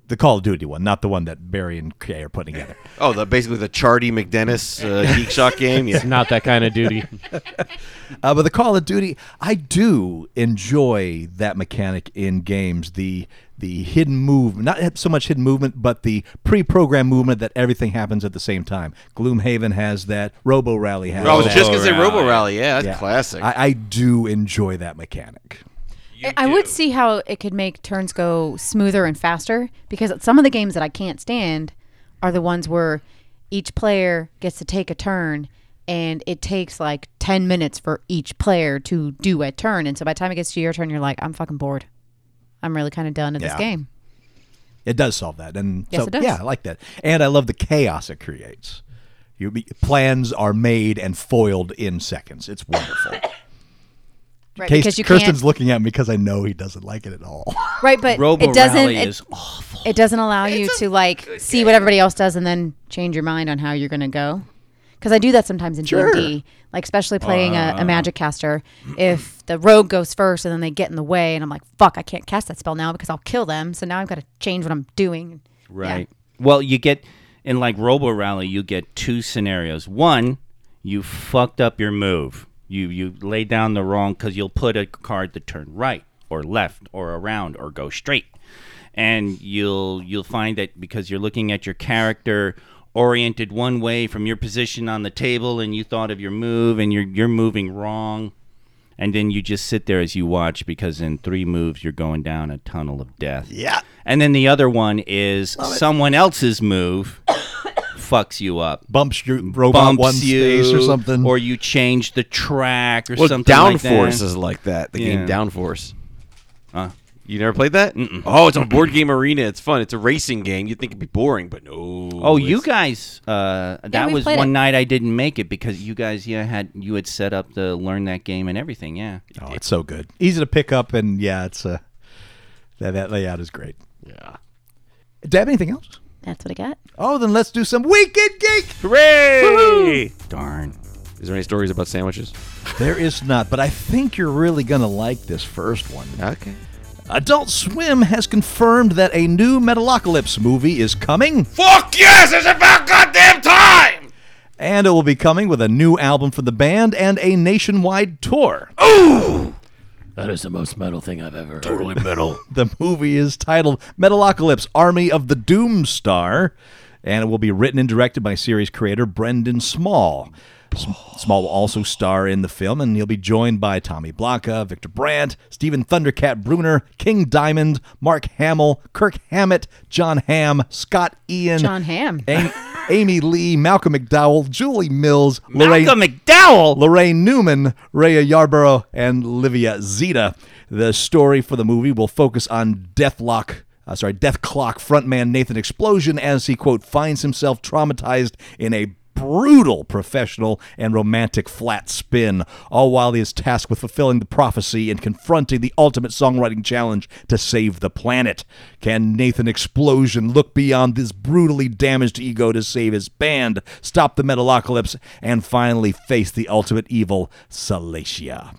C: the Call of Duty one, not the one that Barry and Kay are putting together.
D: Oh, the basically the Chardy McDennis uh, Geek Shock game. Yeah.
E: It's not that kind of e-, duty.
C: Uh, but the Call of Duty, I do enjoy that mechanic in games. The the hidden move, not so much hidden movement, but the pre-programmed movement that everything happens at the same time. Gloomhaven has that. Robo Rally has.
D: I Oh, was
C: that.
D: just gonna say Robo Rally. Yeah, that's
C: Yeah.
D: classic.
C: I, I do enjoy that mechanic.
F: I would see how it could make turns go smoother and faster because some of the games that I can't stand are the ones where each player gets to take a turn and it takes like 10 minutes for each player to do a turn. And so by the time it gets to your turn, you're like, I'm fucking bored. I'm really kind of done at
C: Yeah.
F: this game.
C: It does solve that, and
F: Yes,
C: so
F: it does.
C: yeah, I like that. And I love the chaos it creates. You be- plans are made and foiled in seconds. It's wonderful.
F: Right.
C: Kirst-
F: because you
C: Kirsten's
F: can't.
C: looking at me because I know he doesn't like it at all.
F: Right. But
B: Robo
F: it doesn't.
B: Rally
F: It,
B: is awful.
F: it doesn't allow you to like see what everybody else does and then change your mind on how you're going to go because i do that sometimes in d&d like especially playing a, a magic caster if the rogue goes first and then they get in the way and i'm like fuck i can't cast that spell now because i'll kill them so now i've got to change what i'm doing Yeah.
B: Right. Well, you get in like Robo Rally, you get two scenarios. One, you fucked up your move. You you lay down the wrong because you'll put a card to turn right or left or around or go straight, and you'll you'll find that because you're looking at your character oriented one way from your position on the table, and you thought of your move, and you're you're moving wrong. And then you just sit there as you watch because in three moves you're going down a tunnel of death.
C: Yeah.
B: And then the other one is someone else's move fucks you up.
C: Bumps your robot
B: Bumps
C: one
B: you,
C: space or something.
B: Or you change the track or
D: well,
B: something like that.
D: Downforce is like that. The game
B: Yeah.
D: Downforce. You never played that? Oh, it's on Board Game Arena. It's fun. It's a racing game. You'd think it'd be boring, but no.
B: Oh, you
D: it's-
B: guys! Uh, that
F: we've
B: was
F: played
B: one
F: it.
B: night I didn't make it because you guys, yeah, had you had set up to learn that game and everything, yeah.
C: oh, it's so good. Easy to pick up, and yeah, it's uh, that that layout is great.
D: Yeah.
C: Dab, anything else?
F: that's what i got
C: Oh, then let's do some weekend geek.
D: Hooray!
B: Darn.
D: Is there any stories about sandwiches?
C: There is not, but I think you're really gonna like this first one.
D: Okay.
C: Adult Swim has confirmed that a new Metalocalypse movie is coming,
D: Fuck yes! It's about goddamn time!
C: and it will be coming with a new album from the band and a nationwide tour.
E: that is the most metal thing I've ever heard.
C: The movie is titled Metalocalypse Army of the Doom Star, and it will be written and directed by series creator Brendan Small. S- Small will also star in the film, and he'll be joined by Tommy Blanca, Victor Brandt, Stephen Thundercat Bruner, King Diamond, Mark Hamill, Kirk Hammett, John Hamm, Scott Ian,
F: john ham
C: Am- Amy Lee, Malcolm McDowell, Julie Mills, Lorraine,
B: Malcolm McDowell.
C: Lorraine Newman, Rhea Yarborough, and Livia Zeta. The story for the movie will focus on Deathlock. Uh, sorry, Death Clock frontman Nathan Explosion as he, quote, finds himself traumatized in a brutal professional and romantic flat spin, all while he is tasked with fulfilling the prophecy and confronting the ultimate songwriting challenge to save the planet. Can Nathan Explosion look beyond this brutally damaged ego to save his band, stop the metalocalypse, and finally face the ultimate evil, Salacia?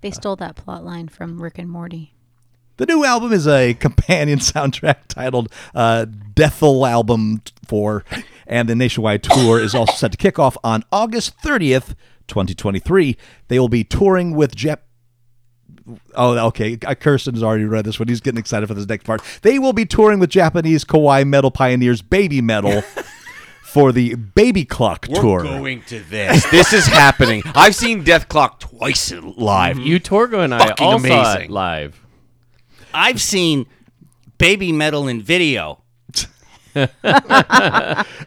F: They stole that plot line from Rick and Morty.
C: The new album is a companion soundtrack titled uh, Deathel Album 4, and the nationwide tour is also set to kick off on August 30th, 2023. They will be touring with Jep. Oh, okay. Kirsten's already read this one. He's getting excited for this next part. They will be touring with Japanese kawaii metal pioneers Baby Metal for the Baby Clock tour.
D: to this. This is happening. I've seen Death Clock twice in- live.
E: You Torgo and I
D: Fucking
E: all saw it
D: amazing.
E: live.
B: I've seen baby metal in video.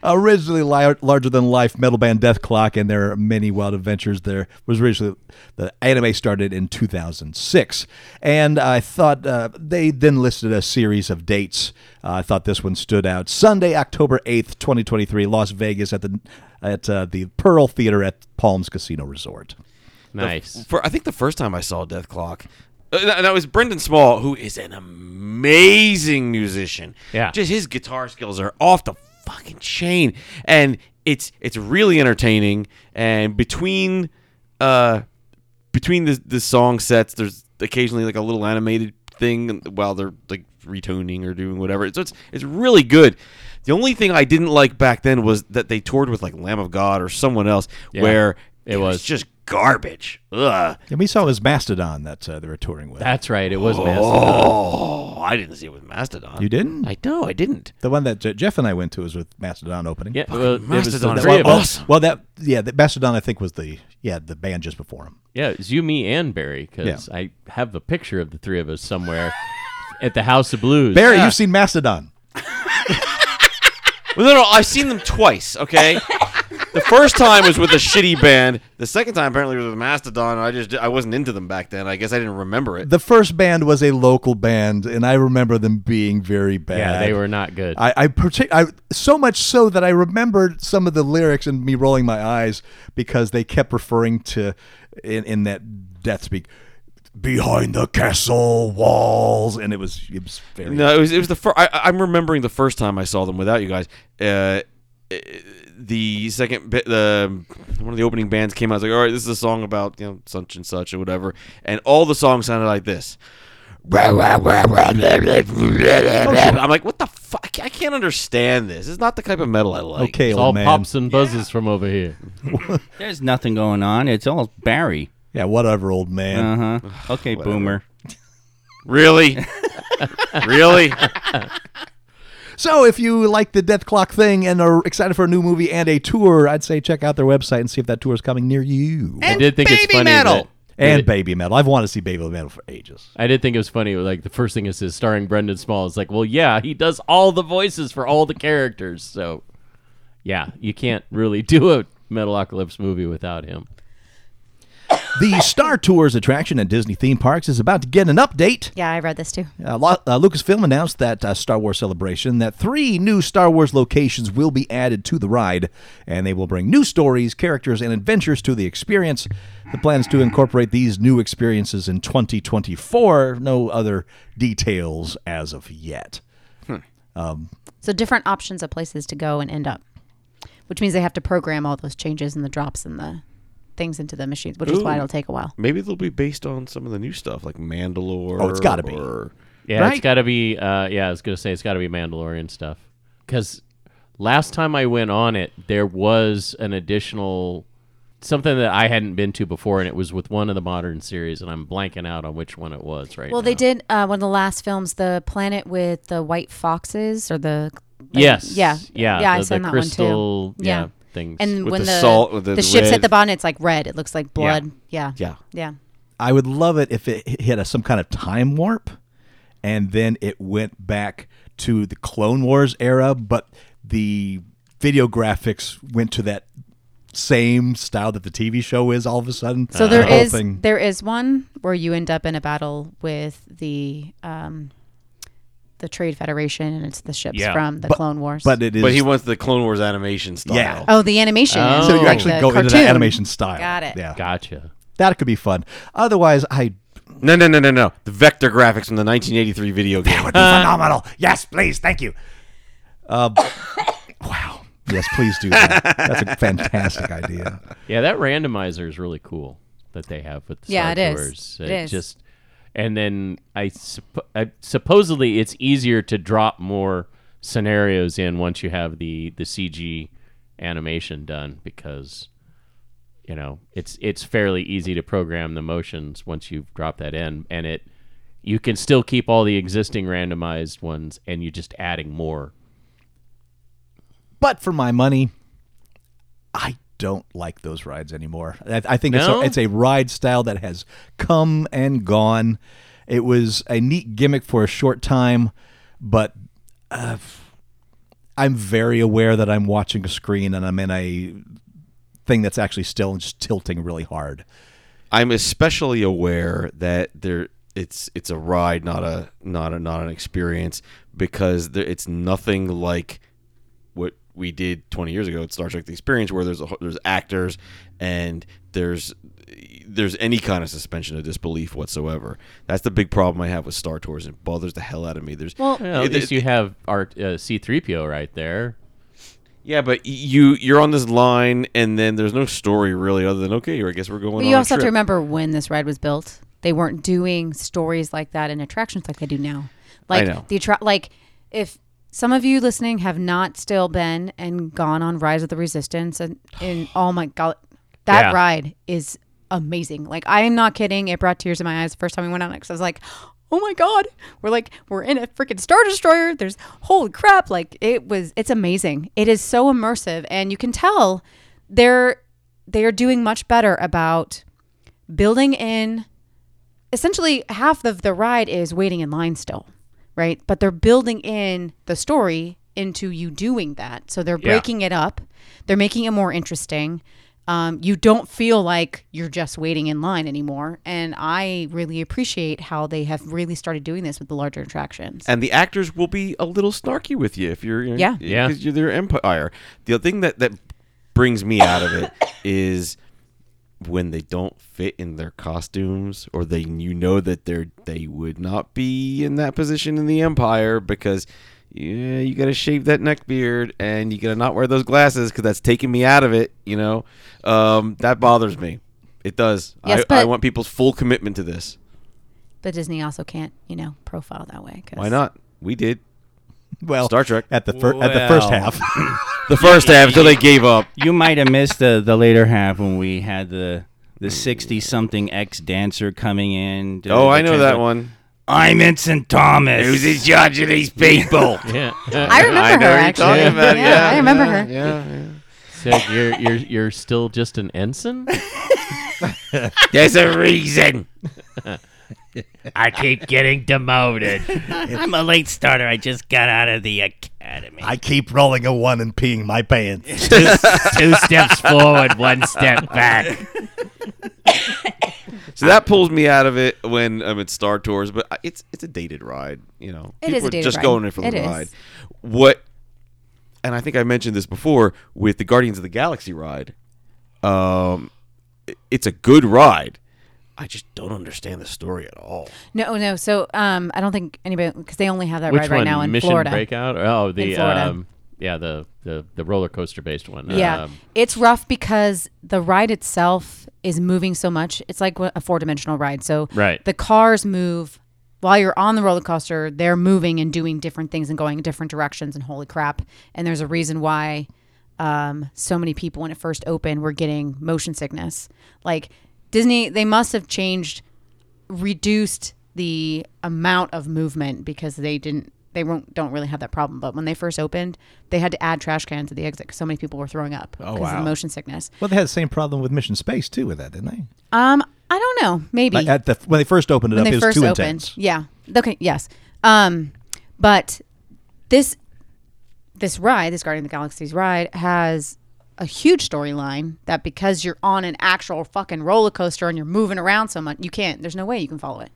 C: originally lar- larger than life metal band Death Clock and their many wild adventures there was originally the anime started in 2006 and I thought uh, they then listed a series of dates uh, I thought this one stood out Sunday October 8th 2023 Las Vegas at the at uh, the Pearl Theater at Palms Casino Resort
E: Nice.
D: For I think the first time I saw Death Clock, uh, that, that was Brendan Small, who is an amazing musician.
E: Yeah.
D: just his guitar skills are off the fucking chain, and it's it's really entertaining. And between uh between the the song sets, there's occasionally like a little animated thing while they're like retoning or doing whatever. So it's it's really good. The only thing I didn't like back then was that they toured with like Lamb of God or someone else, where
E: it was.
D: just garbage. Ugh.
C: and we saw it was Mastodon that uh, they were touring with
E: That's right. It was massive.
D: Oh, I didn't see it with Mastodon.
C: you didn't
D: I know, I didn't.
C: the one that Je- Jeff and I went to was with Mastodon opening Oh,
E: Yeah, well, it Oh, was the
D: Mastodon.
E: three of
D: Well,
E: us.
C: well that yeah the Mastodon I think was the yeah the band just before him
E: Yeah, it was you, me, and Barry. Because I have a picture of the three of us somewhere at the House of Blues.
C: Barry, you've seen Mastodon.
D: Well, no, no, I've seen them twice. Okay, the first time was with a shitty band. The second time apparently was with Mastodon. and I just I wasn't into them back then. I guess I didn't remember it.
C: The first band was a local band, and I remember them being very bad.
E: Yeah, they were not good.
C: I, I, partic- I so much so that I remembered some of the lyrics and me rolling my eyes because they kept referring to in, in that death speak behind the castle walls, and it was it was very
D: No, it was it was the first. I'm remembering the first time I saw them without you guys. Uh, uh, the second bit, the one of the opening bands came out. I was like, all right, this is a song about you know such and such or whatever, and all the songs sounded like this. I'm like, what the fuck? I can't understand this. It's not the type of metal I like.
C: okay,
E: it's
C: old
E: all
C: man.
E: pops and buzzes from over here.
B: There's nothing going on. It's all Barry.
C: Yeah, whatever, old man.
E: Uh-huh.
B: Uh huh. Okay, boomer.
D: Really? really?
C: So if you like the Death Clock thing and are excited for a new movie and a tour, I'd say check out their website and see if that tour is coming near you.
E: I did think it's
B: baby
E: funny.
B: metal.
E: that-
C: And
E: that-
C: Baby Metal. I've wanted to see Baby Metal for ages.
E: I did think it was funny. Like the first thing it says, starring Brendan Small. It's like, well, yeah, he does all the voices for all the characters. So, yeah, you can't really do a Metalocalypse movie without him.
C: The Star Tours attraction at Disney theme parks is about to get an update.
F: Yeah, I read this too.
C: Uh, Lo- uh, Lucasfilm announced that uh, Star Wars Celebration that three new Star Wars locations will be added to the ride, and they will bring new stories, characters, and adventures to the experience. The plan is to incorporate these new experiences in 2024. No other details as of yet.
F: So different options of places to go and end up, which means they have to program all those changes and the drops and the things into the machines, which is why
D: Ooh.
F: it'll take a while.
D: Maybe they'll be based on some of the new stuff, like Mandalore.
C: Oh, it's gotta be.
D: or-
E: Yeah,
C: Right?
E: it's got to be. Uh, yeah, I was gonna say it's got to be Mandalorian stuff. Because last time I went on it, there was an additional something that I hadn't been to before, and it was with one of the modern series, and I'm blanking out on which one it was right
F: Well,
E: now.
F: they did uh, one of the last films, the planet with the white foxes or the
E: Yes.
F: yeah,
E: Yeah.
F: yeah. I
E: the, the
F: seen that
E: crystal,
F: one too.
E: Yeah. Things.
F: and
D: With
F: when
D: the
F: the
D: salt- with the
F: the, ship's
D: red.
F: at the bottom, it's like red. It looks like blood. Yeah,
D: Yeah.
F: yeah.
C: I would love it if it hit a, some kind of time warp, and then it went back to the Clone Wars era, but the video graphics went to that same style that the TV show is. All of a sudden,
F: So there
C: the whole
F: is
C: thing.
F: there is one where you end up in a battle with the um, the Trade Federation and it's the ships
B: Yeah.
F: from the
C: But-
F: Clone Wars.
C: But it is.
D: But he wants the Clone Wars animation style.
C: Yeah.
F: oh, the animation.
E: Oh.
C: so you
F: like
C: actually
F: the
C: go into
F: cartoon.
C: that animation style.
F: Got it.
C: Yeah,
E: Gotcha.
C: that could be fun. Otherwise, I
D: No, no, no, no, no. The vector graphics from the 1983 video game.
C: would be phenomenal. Yes, please. Thank you. Um, wow. Yes, please do that. That's a fantastic idea.
E: Yeah, that randomizer is really cool that they have with the Star
F: Yeah, it is.
E: Tours.
F: It is.
E: just and then I, suppo- I supposedly it's easier to drop more scenarios in once you have the the CG animation done because you know it's it's fairly easy to program the motions once you've dropped that in and it you can still keep all the existing randomized ones and you're just adding more
C: But for my money, I don't like those rides anymore. I, I think it's,
E: No?
C: a, it's a ride style that has come and gone. It was a neat gimmick for a short time, but uh, I'm very aware that I'm watching a screen and I'm in a thing that's actually still and just tilting really hard.
D: I'm especially aware that there it's it's a ride, not a not a not an experience, because there, it's nothing like what we did 20 years ago at Star Trek: The Experience, where there's a, whole- there's actors and there's there's any kind of suspension of disbelief whatsoever. That's the big problem I have with Star Tours. It bothers the hell out of me. There's
F: Well,
E: Well, at
D: It-
E: least
D: it-
E: you have our uh, C3PO right there
D: yeah, but y- you you're on this line, and then there's no story really, other than okay, I guess we're going.
F: But
D: on
F: you
D: a
F: also have to
D: trip.
F: remember when this ride was built. They weren't doing stories like that in attractions like they do now. Like
D: know.
F: the attra- like if some of you listening have not still been and gone on Rise of the Resistance and in oh my god that
E: Yeah.
F: ride is amazing. Like I am not kidding, it brought tears to my eyes the first time we went on it cuz I was like, "Oh my god, we're like we're in a freaking star destroyer. There's holy crap, like it was it's amazing. It is so immersive and you can tell they're they are doing much better about building in essentially half of the ride is waiting in line still, right? But they're building in the story into you doing that. So they're breaking it up, they're making it more interesting. Um, you don't feel like you're just waiting in line anymore. And I really appreciate how they have really started doing this with the larger attractions.
D: and the actors will be a little snarky with you if you're you know,
F: Yeah.
E: Yeah.
D: because you're their empire. The thing that that brings me out of it is when they don't fit in their costumes or they you know that they're they would not be in that position in the empire because yeah, you gotta shave that neck beard and you gotta not wear those glasses because that's taking me out of it. You know, um, that bothers me. It does.
F: Yes,
D: I, I
F: but-
D: want people's full commitment to this.
F: But Disney also can't, you know, profile that way. 'cause-
D: Why not? We did
C: Well,
D: Star Trek.
C: at the fir- at the first
B: Well.
C: half.
D: the first half until they gave up.
B: You might have missed the, the later half when we had the the sixty something ex dancer coming in. to-
D: Oh, I
B: to
D: know
B: trans-
D: that one.
B: I'm Ensign Thomas.
A: Who's in charge of these people?
E: yeah
F: I remember
D: I know
F: her
D: what you're
F: actually.
D: talking about, yeah,
F: I remember
D: yeah,
F: her.
D: Yeah,
E: Said you're you're you're still just an ensign?
A: There's a reason.
G: I keep getting demoted. I'm a late starter. I just got out of the academy.
C: I keep rolling a one and peeing my pants.
G: Two steps forward, one step back.
D: So that pulls me out of it when I'm at Star Tours, but I- it's it's a dated ride, you know.
F: It is a dated
D: just
F: ride.
D: going in for the
F: It is.
D: ride. What and I think I mentioned this before with the Guardians of the Galaxy ride. Um it- it's a good ride. I just don't understand the story at all.
F: No, no. So um, I don't think anybody because they only have that
E: Which
F: ride
E: one?
F: right now in
E: Mission
F: Florida.
E: Breakout? Oh, the
F: In Florida.
E: um yeah, the, the the roller coaster based one.
F: Yeah,
E: Um,
F: it's rough because the ride itself is moving so much. It's like a four dimensional ride. So
E: Right.
F: the cars move while you're on the roller coaster. They're moving and doing different things and going in different directions. And holy crap! And there's a reason why um, so many people when it first opened were getting motion sickness. Like Disney, they must have changed reduced the amount of movement because they didn't they won't don't really have that problem. But when they first opened, they had to add trash cans at the exit because so many people were throwing up because of
C: Oh, wow.
F: the motion sickness.
C: Well, they had the same problem with Mission Space too with that, didn't they?
F: Um, I don't know, maybe
C: Like at the when they first opened it
F: when
C: up,
F: they
C: it was
F: first
C: too
F: opened.
C: intense.
F: Yeah. Okay. Yes. Um, but this this ride, this Guardian of the Galaxy's ride, has a huge storyline that because you're on an actual fucking roller coaster and you're moving around so much, you can't. There's no way you can follow it.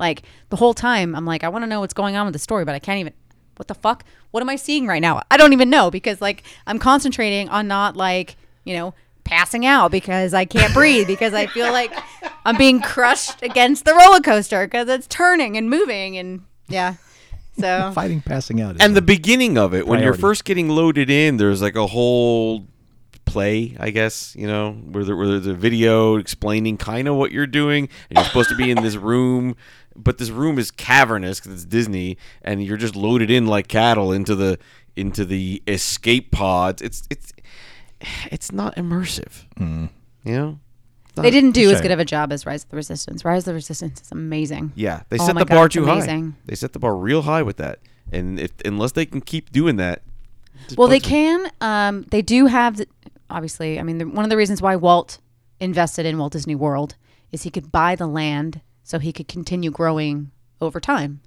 F: Like the whole time, I'm like, I want to know what's going on with the story, but I can't even. What the fuck? What am I seeing right now? I don't even know because like I'm concentrating on not like you know passing out because I can't breathe because I feel like I'm being crushed against the roller coaster because it's turning and moving and yeah. So
C: Fighting passing out. is
D: And the beginning of it, when you're
C: Priority.
D: first getting loaded in, there's like a whole play, I guess, you know, where, there, where there's a video explaining kind of what you're doing. And you're supposed to be in this room, but this room is cavernous because it's Disney, and you're just loaded in like cattle into the into the escape pods. It's it's it's not immersive, you know. It's
F: they
D: not-
F: didn't do as
C: shame.
F: good of a job as Rise of the Resistance. Rise of the Resistance is amazing.
D: Yeah, they
F: Oh
D: set
F: my
D: the
F: God,
D: bar
F: it's
D: too
F: amazing.
D: high. They set the bar real high with that, and if unless they can keep doing that,
F: Well, they can. Um, they do have, the, obviously. I mean, the, one of the reasons why Walt invested in Walt Disney World is he could buy the land so he could continue growing over time,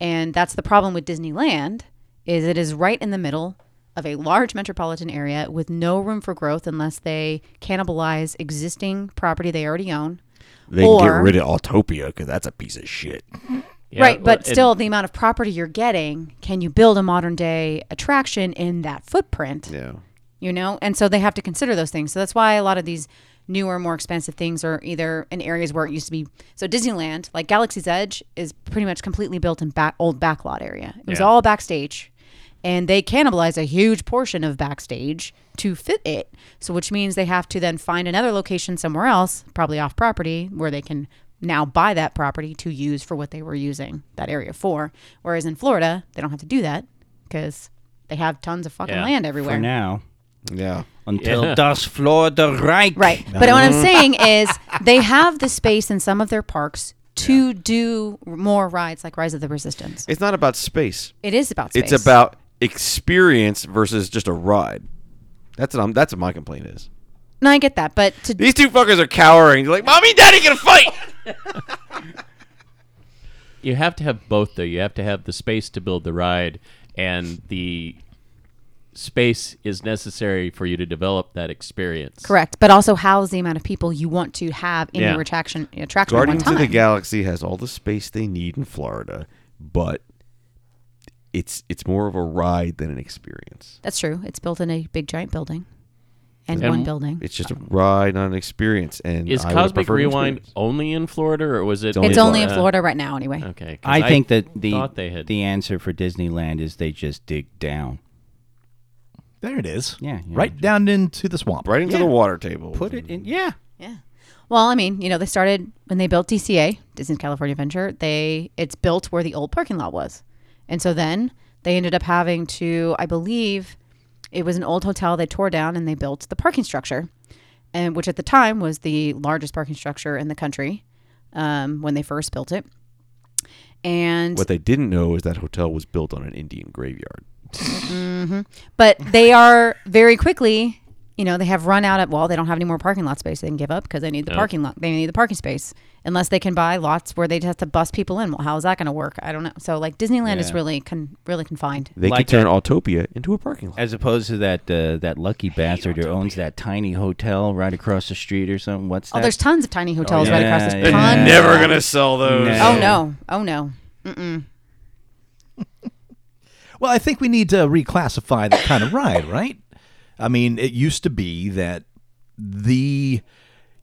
F: and that's the problem with Disneyland is it is right in the middle of a large metropolitan area with no room for growth unless they cannibalize existing property they already own.
D: they
F: can get Or- rid
D: of Autopia because that's a piece of shit.
E: Yeah,
F: right,
E: well,
F: but
E: and-
F: still, the amount of property you're getting, can you build a modern day attraction in that footprint?
D: Yeah.
F: you know and so they have to consider those things so that's why a lot of these newer more expensive things are either in areas where it used to be so disneyland like galaxy's edge is pretty much completely built in back, old backlot area it was all backstage and they cannibalize a huge portion of backstage to fit it so which means they have to then find another location somewhere else probably off property where they can now buy that property to use for what they were using that area for whereas in florida they don't have to do that because they have tons of fucking
E: Yeah.
F: land everywhere
B: for now
D: Yeah.
B: until das Florida Reich.
F: Right. But what I'm saying is they have the space in some of their parks to do more rides like Rise of the Resistance.
D: It's not about space.
F: It is about space.
D: It's about experience versus just a ride. That's what I'm, that's what my complaint is.
F: No, I get that, but to
D: These two fuckers are cowering. They're like, "Mommy and Daddy gonna fight."
E: you have to have both though you have to have the space to build the ride and the space is necessary for you to develop that experience
F: correct, but also house the amount of people you want to have in
E: Yeah.
F: your attraction attraction at one
D: Guardians
F: time.
D: of the Galaxy has all the space they need in Florida, but it's it's more of a ride than an experience.
F: That's true. It's built in a big giant building and,
E: And
F: one building.
D: It's just a ride, not an experience. And
E: is
D: I would
E: cosmic
D: prefer an
E: rewind
D: experience.
E: only in florida or was it
D: only
F: It's only in
E: Uh,
F: Florida right now anyway.
E: okay 'cause
B: I, think that the
E: thought they had
B: the answer for Disneyland is they just dig down.
C: There it is.
B: Yeah, yeah.
C: Right down into the swamp.
D: right into the water table?
B: Put it in. Yeah.
F: Yeah. Well, I mean, you know, they started when they built DCA, Disney's California Adventure. They it's built where the old parking lot was, and so then they ended up having to, I believe, it was an old hotel they tore down and they built the parking structure, and which at the time was the largest parking structure in the country um, when they first built it. And
D: What they didn't know is that hotel was built on an Indian graveyard.
F: but they are very quickly you know they have run out of well they don't have any more parking lot space they can give up because they need the parking lot they need the parking space unless they can buy lots where they just have to bus people in well how's that going to work i don't know so like disneyland is
B: Yeah.
F: really con- really confined
D: They
B: Like
D: could turn Autopia into a parking lot.
B: As opposed to that uh, that lucky bastard who owns that tiny hotel right across the street or something. What's that?
F: oh there's tons of tiny hotels right
B: yeah,
F: across this
B: yeah.
F: tons of
B: Never
F: them.
D: sell those.
B: No.
F: oh no oh no
C: Well, I think we need to reclassify that kind of ride, right? I mean, it used to be that the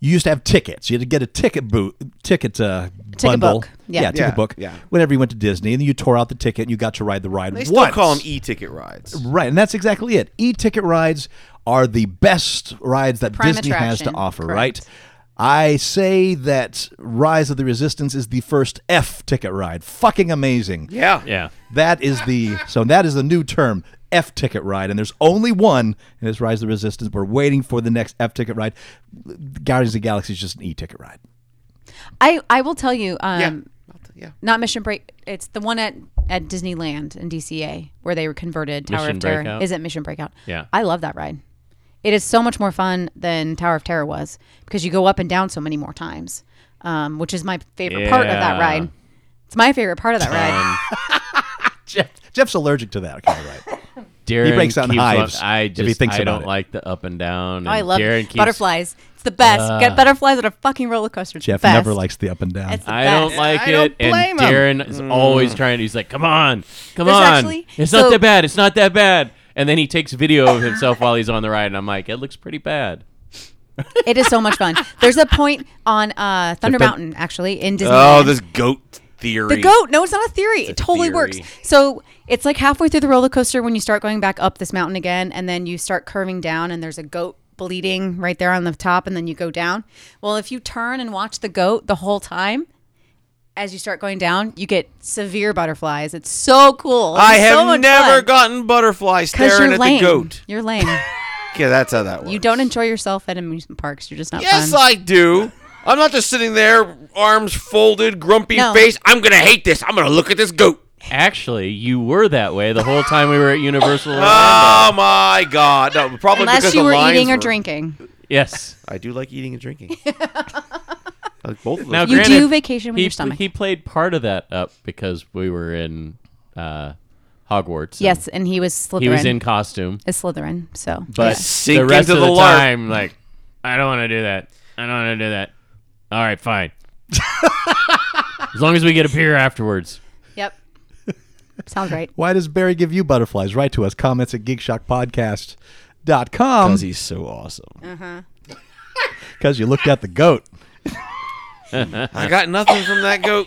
C: you used to have tickets. You had to get a ticket boot, ticket uh,
F: Ticket
C: bundle,
F: book. Yeah.
C: ticket
D: Yeah,
C: book.
D: yeah.
C: Whenever you went to Disney, and you tore out the ticket, and you got to ride the ride.
D: They still
C: once.
D: call them e-ticket rides.
C: Right, and that's exactly it. E-ticket rides are the best rides that
F: Prime
C: Disney has to
F: attraction,
C: offer,
F: correct.
C: right? I say that Rise of the Resistance is the first F ticket ride. Fucking amazing.
D: Yeah.
E: yeah
C: That is the so that is the new term F ticket ride, and there's only one, and it's Rise of the Resistance. We're waiting for the next F ticket ride. Guardians of the Galaxy is just an E ticket ride.
F: i i will tell you um
D: Yeah.
F: not Mission Break. It's the one at at Disneyland in DCA where they were converted Tower
E: Mission
F: of Terror.
E: Breakout?
F: Is it Mission Breakout?
E: Yeah.
F: I love that ride. It is so much more fun than Tower of Terror was because you go up and down so many more times, um, which is my favorite part of that
E: Yeah.
F: ride. It's my favorite part of that ride.
C: Jeff's allergic to that kind of ride.
E: Darren
C: breaks out in
E: keeps on-
C: hives
E: I
C: if
E: just
C: he thinks
E: I
C: about
E: don't
C: it.
E: like the up and down. And
F: Oh, I love
E: Darren keeps, Uh,
F: butterflies. It's the best. Get butterflies on a fucking roller coaster. It's
C: Jeff
F: the best.
C: never likes the up and down.
F: It's the
E: I
F: best. Mm.
E: don't like
B: I don't
E: it.
B: blame
E: and
B: 'em.
E: Darren is always trying. He's like, "Come on, come
F: There's
E: on!
F: actually-
E: it's
F: so-
E: not that bad. It's not that bad." And then he takes video of himself while he's on the ride, and I'm like, "It looks pretty bad."
F: It is so much fun. There's a point on uh, Thunder
A: been-
F: Mountain actually in Disney.
A: Oh, this goat theory.
F: the goat. No, it's not a theory. it
A: a
F: totally works.
A: theory.
F: So it's like halfway through the roller coaster when you start going back up this mountain again, and then you start curving down, and there's a goat bleeding right there on the top, and then you go down. Well, if you turn and watch the goat the whole time. As you start going down, you get severe butterflies. It's so cool.
D: I
F: It's
D: have
F: so much
D: never
F: fun.
D: gotten butterfly
F: 'Cause
D: staring
F: you're
D: at
F: lame.
D: the goat.
F: You're lame.
A: Yeah, that's how that works.
F: you don't enjoy yourself at amusement parks. You're just not
D: Yes,
F: fun.
D: I do. I'm not just sitting there, arms folded, grumpy
F: No.
D: face. I'm gonna hate this. I'm gonna look at this goat.
E: Actually, you were that way the whole time we were at Universal.
D: Oh my god! No, probably
F: Unless
D: because
F: you
D: the
F: were
D: lines
F: eating or
D: were-
F: drinking.
E: yes.
A: I do like eating and drinking. I like both of
E: Now,
A: those.
F: You
E: granted,
F: do vacation with
E: he,
F: your stomach.
E: He played part of that up because we were in uh, Hogwarts. and
F: yes, and he was Slytherin.
E: he was in costume,
F: is Slytherin. So
E: but
D: Sink
E: the rest
D: into
E: of the
D: the lark.
E: time, like, I don't want to do that. I don't want to do that. All right, fine. as long as we get a beer afterwards.
F: yep, sounds right.
C: Why does Barry give you butterflies? Write to us. Comments at geekshockpodcast.com
D: He's so awesome.
C: because you looked at the goat.
D: I got nothing from that goat.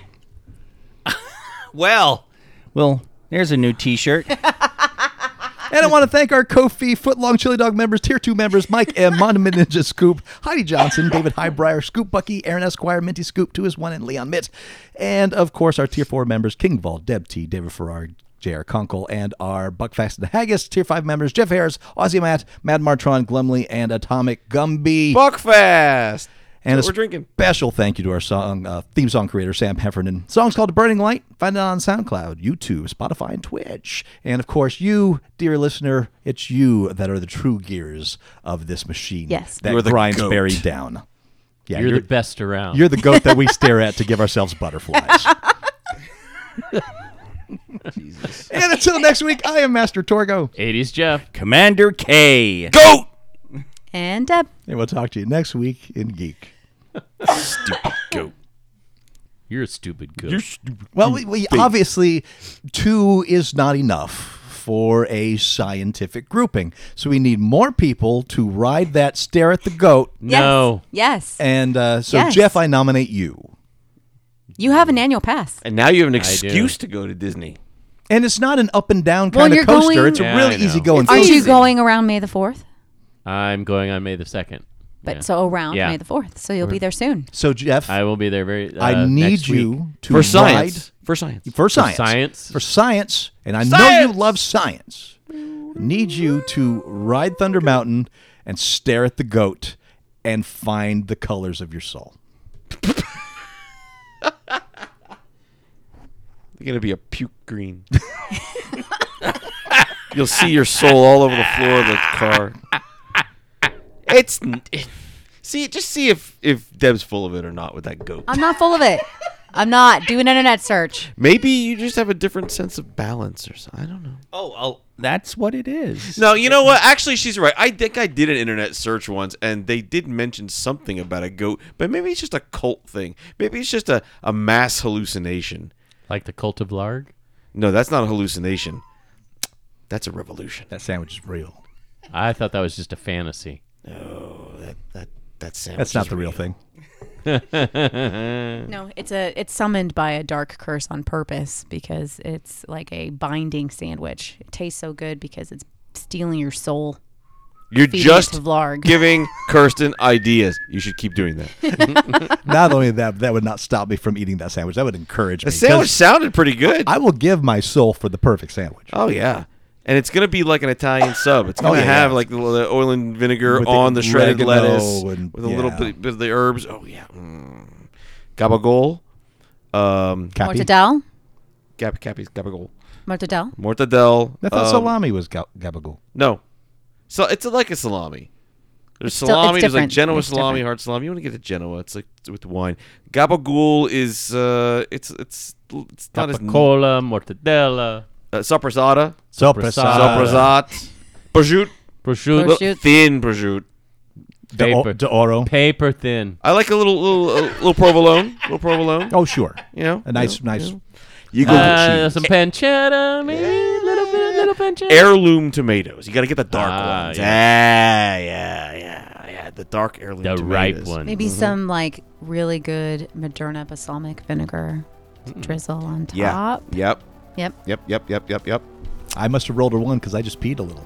B: Well, well, there's a new T-shirt.
C: And I want to thank our Kofi, Footlong Chili Dog members, Tier 2 members, Mike M, Monument Ninja Scoop, Heidi Johnson, David Highbrier, Scoop Bucky, Aaron Esquire, Minty Scoop, Two is One, and Leon Mitt. And of course, our Tier 4 members, King Vol, Deb T, David Ferrari, J.R. Conkle, and our Buckfast and the Haggis. Tier 5 members, Jeff Harris, Aussie Matt, Mad Martron, Glumly, and Atomic Gumby.
D: Buckfast.
C: And
D: That's
C: a
D: what we're drinking.
C: special thank you to our song uh, theme song creator Sam Heffernan. Song's called "Burning Light." Find it on SoundCloud, YouTube, Spotify, and Twitch. And of course, you, dear listener, it's you that are the true gears of this machine.
F: Yes.
C: that
A: You're the
C: grinds
A: goat.
C: Barry down. Yeah,
E: You're,
C: you're,
E: the best around.
C: you're the goat that we stare at to give ourselves butterflies. and until next week, I am Master Torgo,
E: 80s Jeff.
B: Commander K.
A: Goat!
F: And uh, Deb.
C: and we'll talk to you next week in Geek.
E: You're a stupid goat.
C: Well, we, we obviously two is not enough for a scientific grouping, so we need more people to ride that stare at the goat.
E: no.
F: Yes. yes.
C: And uh, so,
F: Yes.
C: Jeff, I nominate you.
F: You have an annual pass.
D: And now you have an
E: do.
D: excuse to go to Disney.
C: And it's not an up and down
F: Well,
C: kind
F: you're
C: of coaster.
F: going-
C: it's a
E: Yeah, I
C: really
E: know.
C: easy going.
F: Aren't
C: thing.
F: you going around May the fourth?
E: I'm going on May the 2nd.
F: But
E: Yeah.
F: so around
E: Yeah.
F: May the fourth, so you'll be there soon.
C: So, Jeff, I,
E: I will be there very. Uh,
C: need
E: next
C: you
E: week.
C: to
D: For
C: ride
D: science. For science.
C: for science,
E: science.
C: for science, and I know
D: Science!
C: you love science. Need you to ride Thunder Mountain and stare at the goat and find the colors of your soul.
D: You're gonna be a puke green. You'll see your soul all over the floor of the car. It's n- it- see, just see if if Deb's full of it or not with that goat.
F: I'm not full of it. I'm not. Do an internet search.
D: Maybe you just have a different sense of balance or something. I don't know.
B: Oh, oh, that's what it is.
D: No, you know what? Actually, she's right. I think I did an internet search once, and they did mention something about a goat, but maybe it's just a cult thing. Maybe it's just a, a mass hallucination.
E: Like the cult of Larg.
D: No, that's not a hallucination. That's a revolution.
C: That sandwich is real.
E: I thought that was just a fantasy.
D: That that that sandwich.
C: That's not the real thing.
F: No, it's a it's summoned by a dark curse on purpose because it's like a binding sandwich. It tastes so good because it's stealing your soul.
D: You're
F: Feeding
D: just
F: it to Vlarg.
D: giving Kirsten ideas. You should keep doing that.
C: Not only that, that would not stop me from eating that sandwich. That would encourage
D: The
C: me.
D: sandwich
C: 'cause
D: sounded pretty good.
C: I will give my soul for the perfect sandwich.
D: oh yeah, and it's gonna be like an Italian sub. It's gonna
C: Oh, yeah.
D: have like the, the oil and vinegar
C: With the
D: on the, shredded
C: oregano
D: lettuce
C: and-
D: with a little
C: yeah.
D: bit, bit of the herbs. Oh yeah, mm. gabagol, um,
C: Cappy.
F: Mortadel?
D: gap, cappies, gabagol,
F: Mortadel?
D: mortadel.
C: I thought
D: um,
C: salami was ga- gabagool.
D: No, so it's like a salami. There's
F: still- it's
D: salami. There's like
F: different.
D: Genoa
F: It's
D: salami,
F: different.
D: hard salami. You want to get a Genoa? It's like it's with wine. Gabagool is uh, it's it's it's not as
E: Capicola, mortadella,
D: uh, soppressata,
C: Soprasada.
E: Uh,
D: soppressat, prosciutto,
E: prosciutto.
F: Prosciutto.
D: thin prosciutto,
C: De, o-
E: Paper.
C: de Oro.
E: Paper thin.
D: I like a little little a little provolone, little provolone.
C: Oh, sure.
D: You know,
C: A nice, nice.
A: You go
E: Uh,
A: cheese.
C: Eh.
E: some pancetta, maybe a little bit, a little pancetta.
D: heirloom tomatoes. You got to get the dark
E: Ah,
D: ones. Yeah, yeah, yeah, yeah. The dark heirloom.
E: the
D: tomatoes.
E: ripe one.
F: Maybe some like really good Moderna balsamic vinegar to drizzle on top.
A: Yeah. Yep.
F: Yep.
A: Yep. Yep. Yep. Yep. Yep.
C: I must have rolled a one because I just peed a little.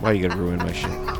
D: Why you gonna ruin my shit?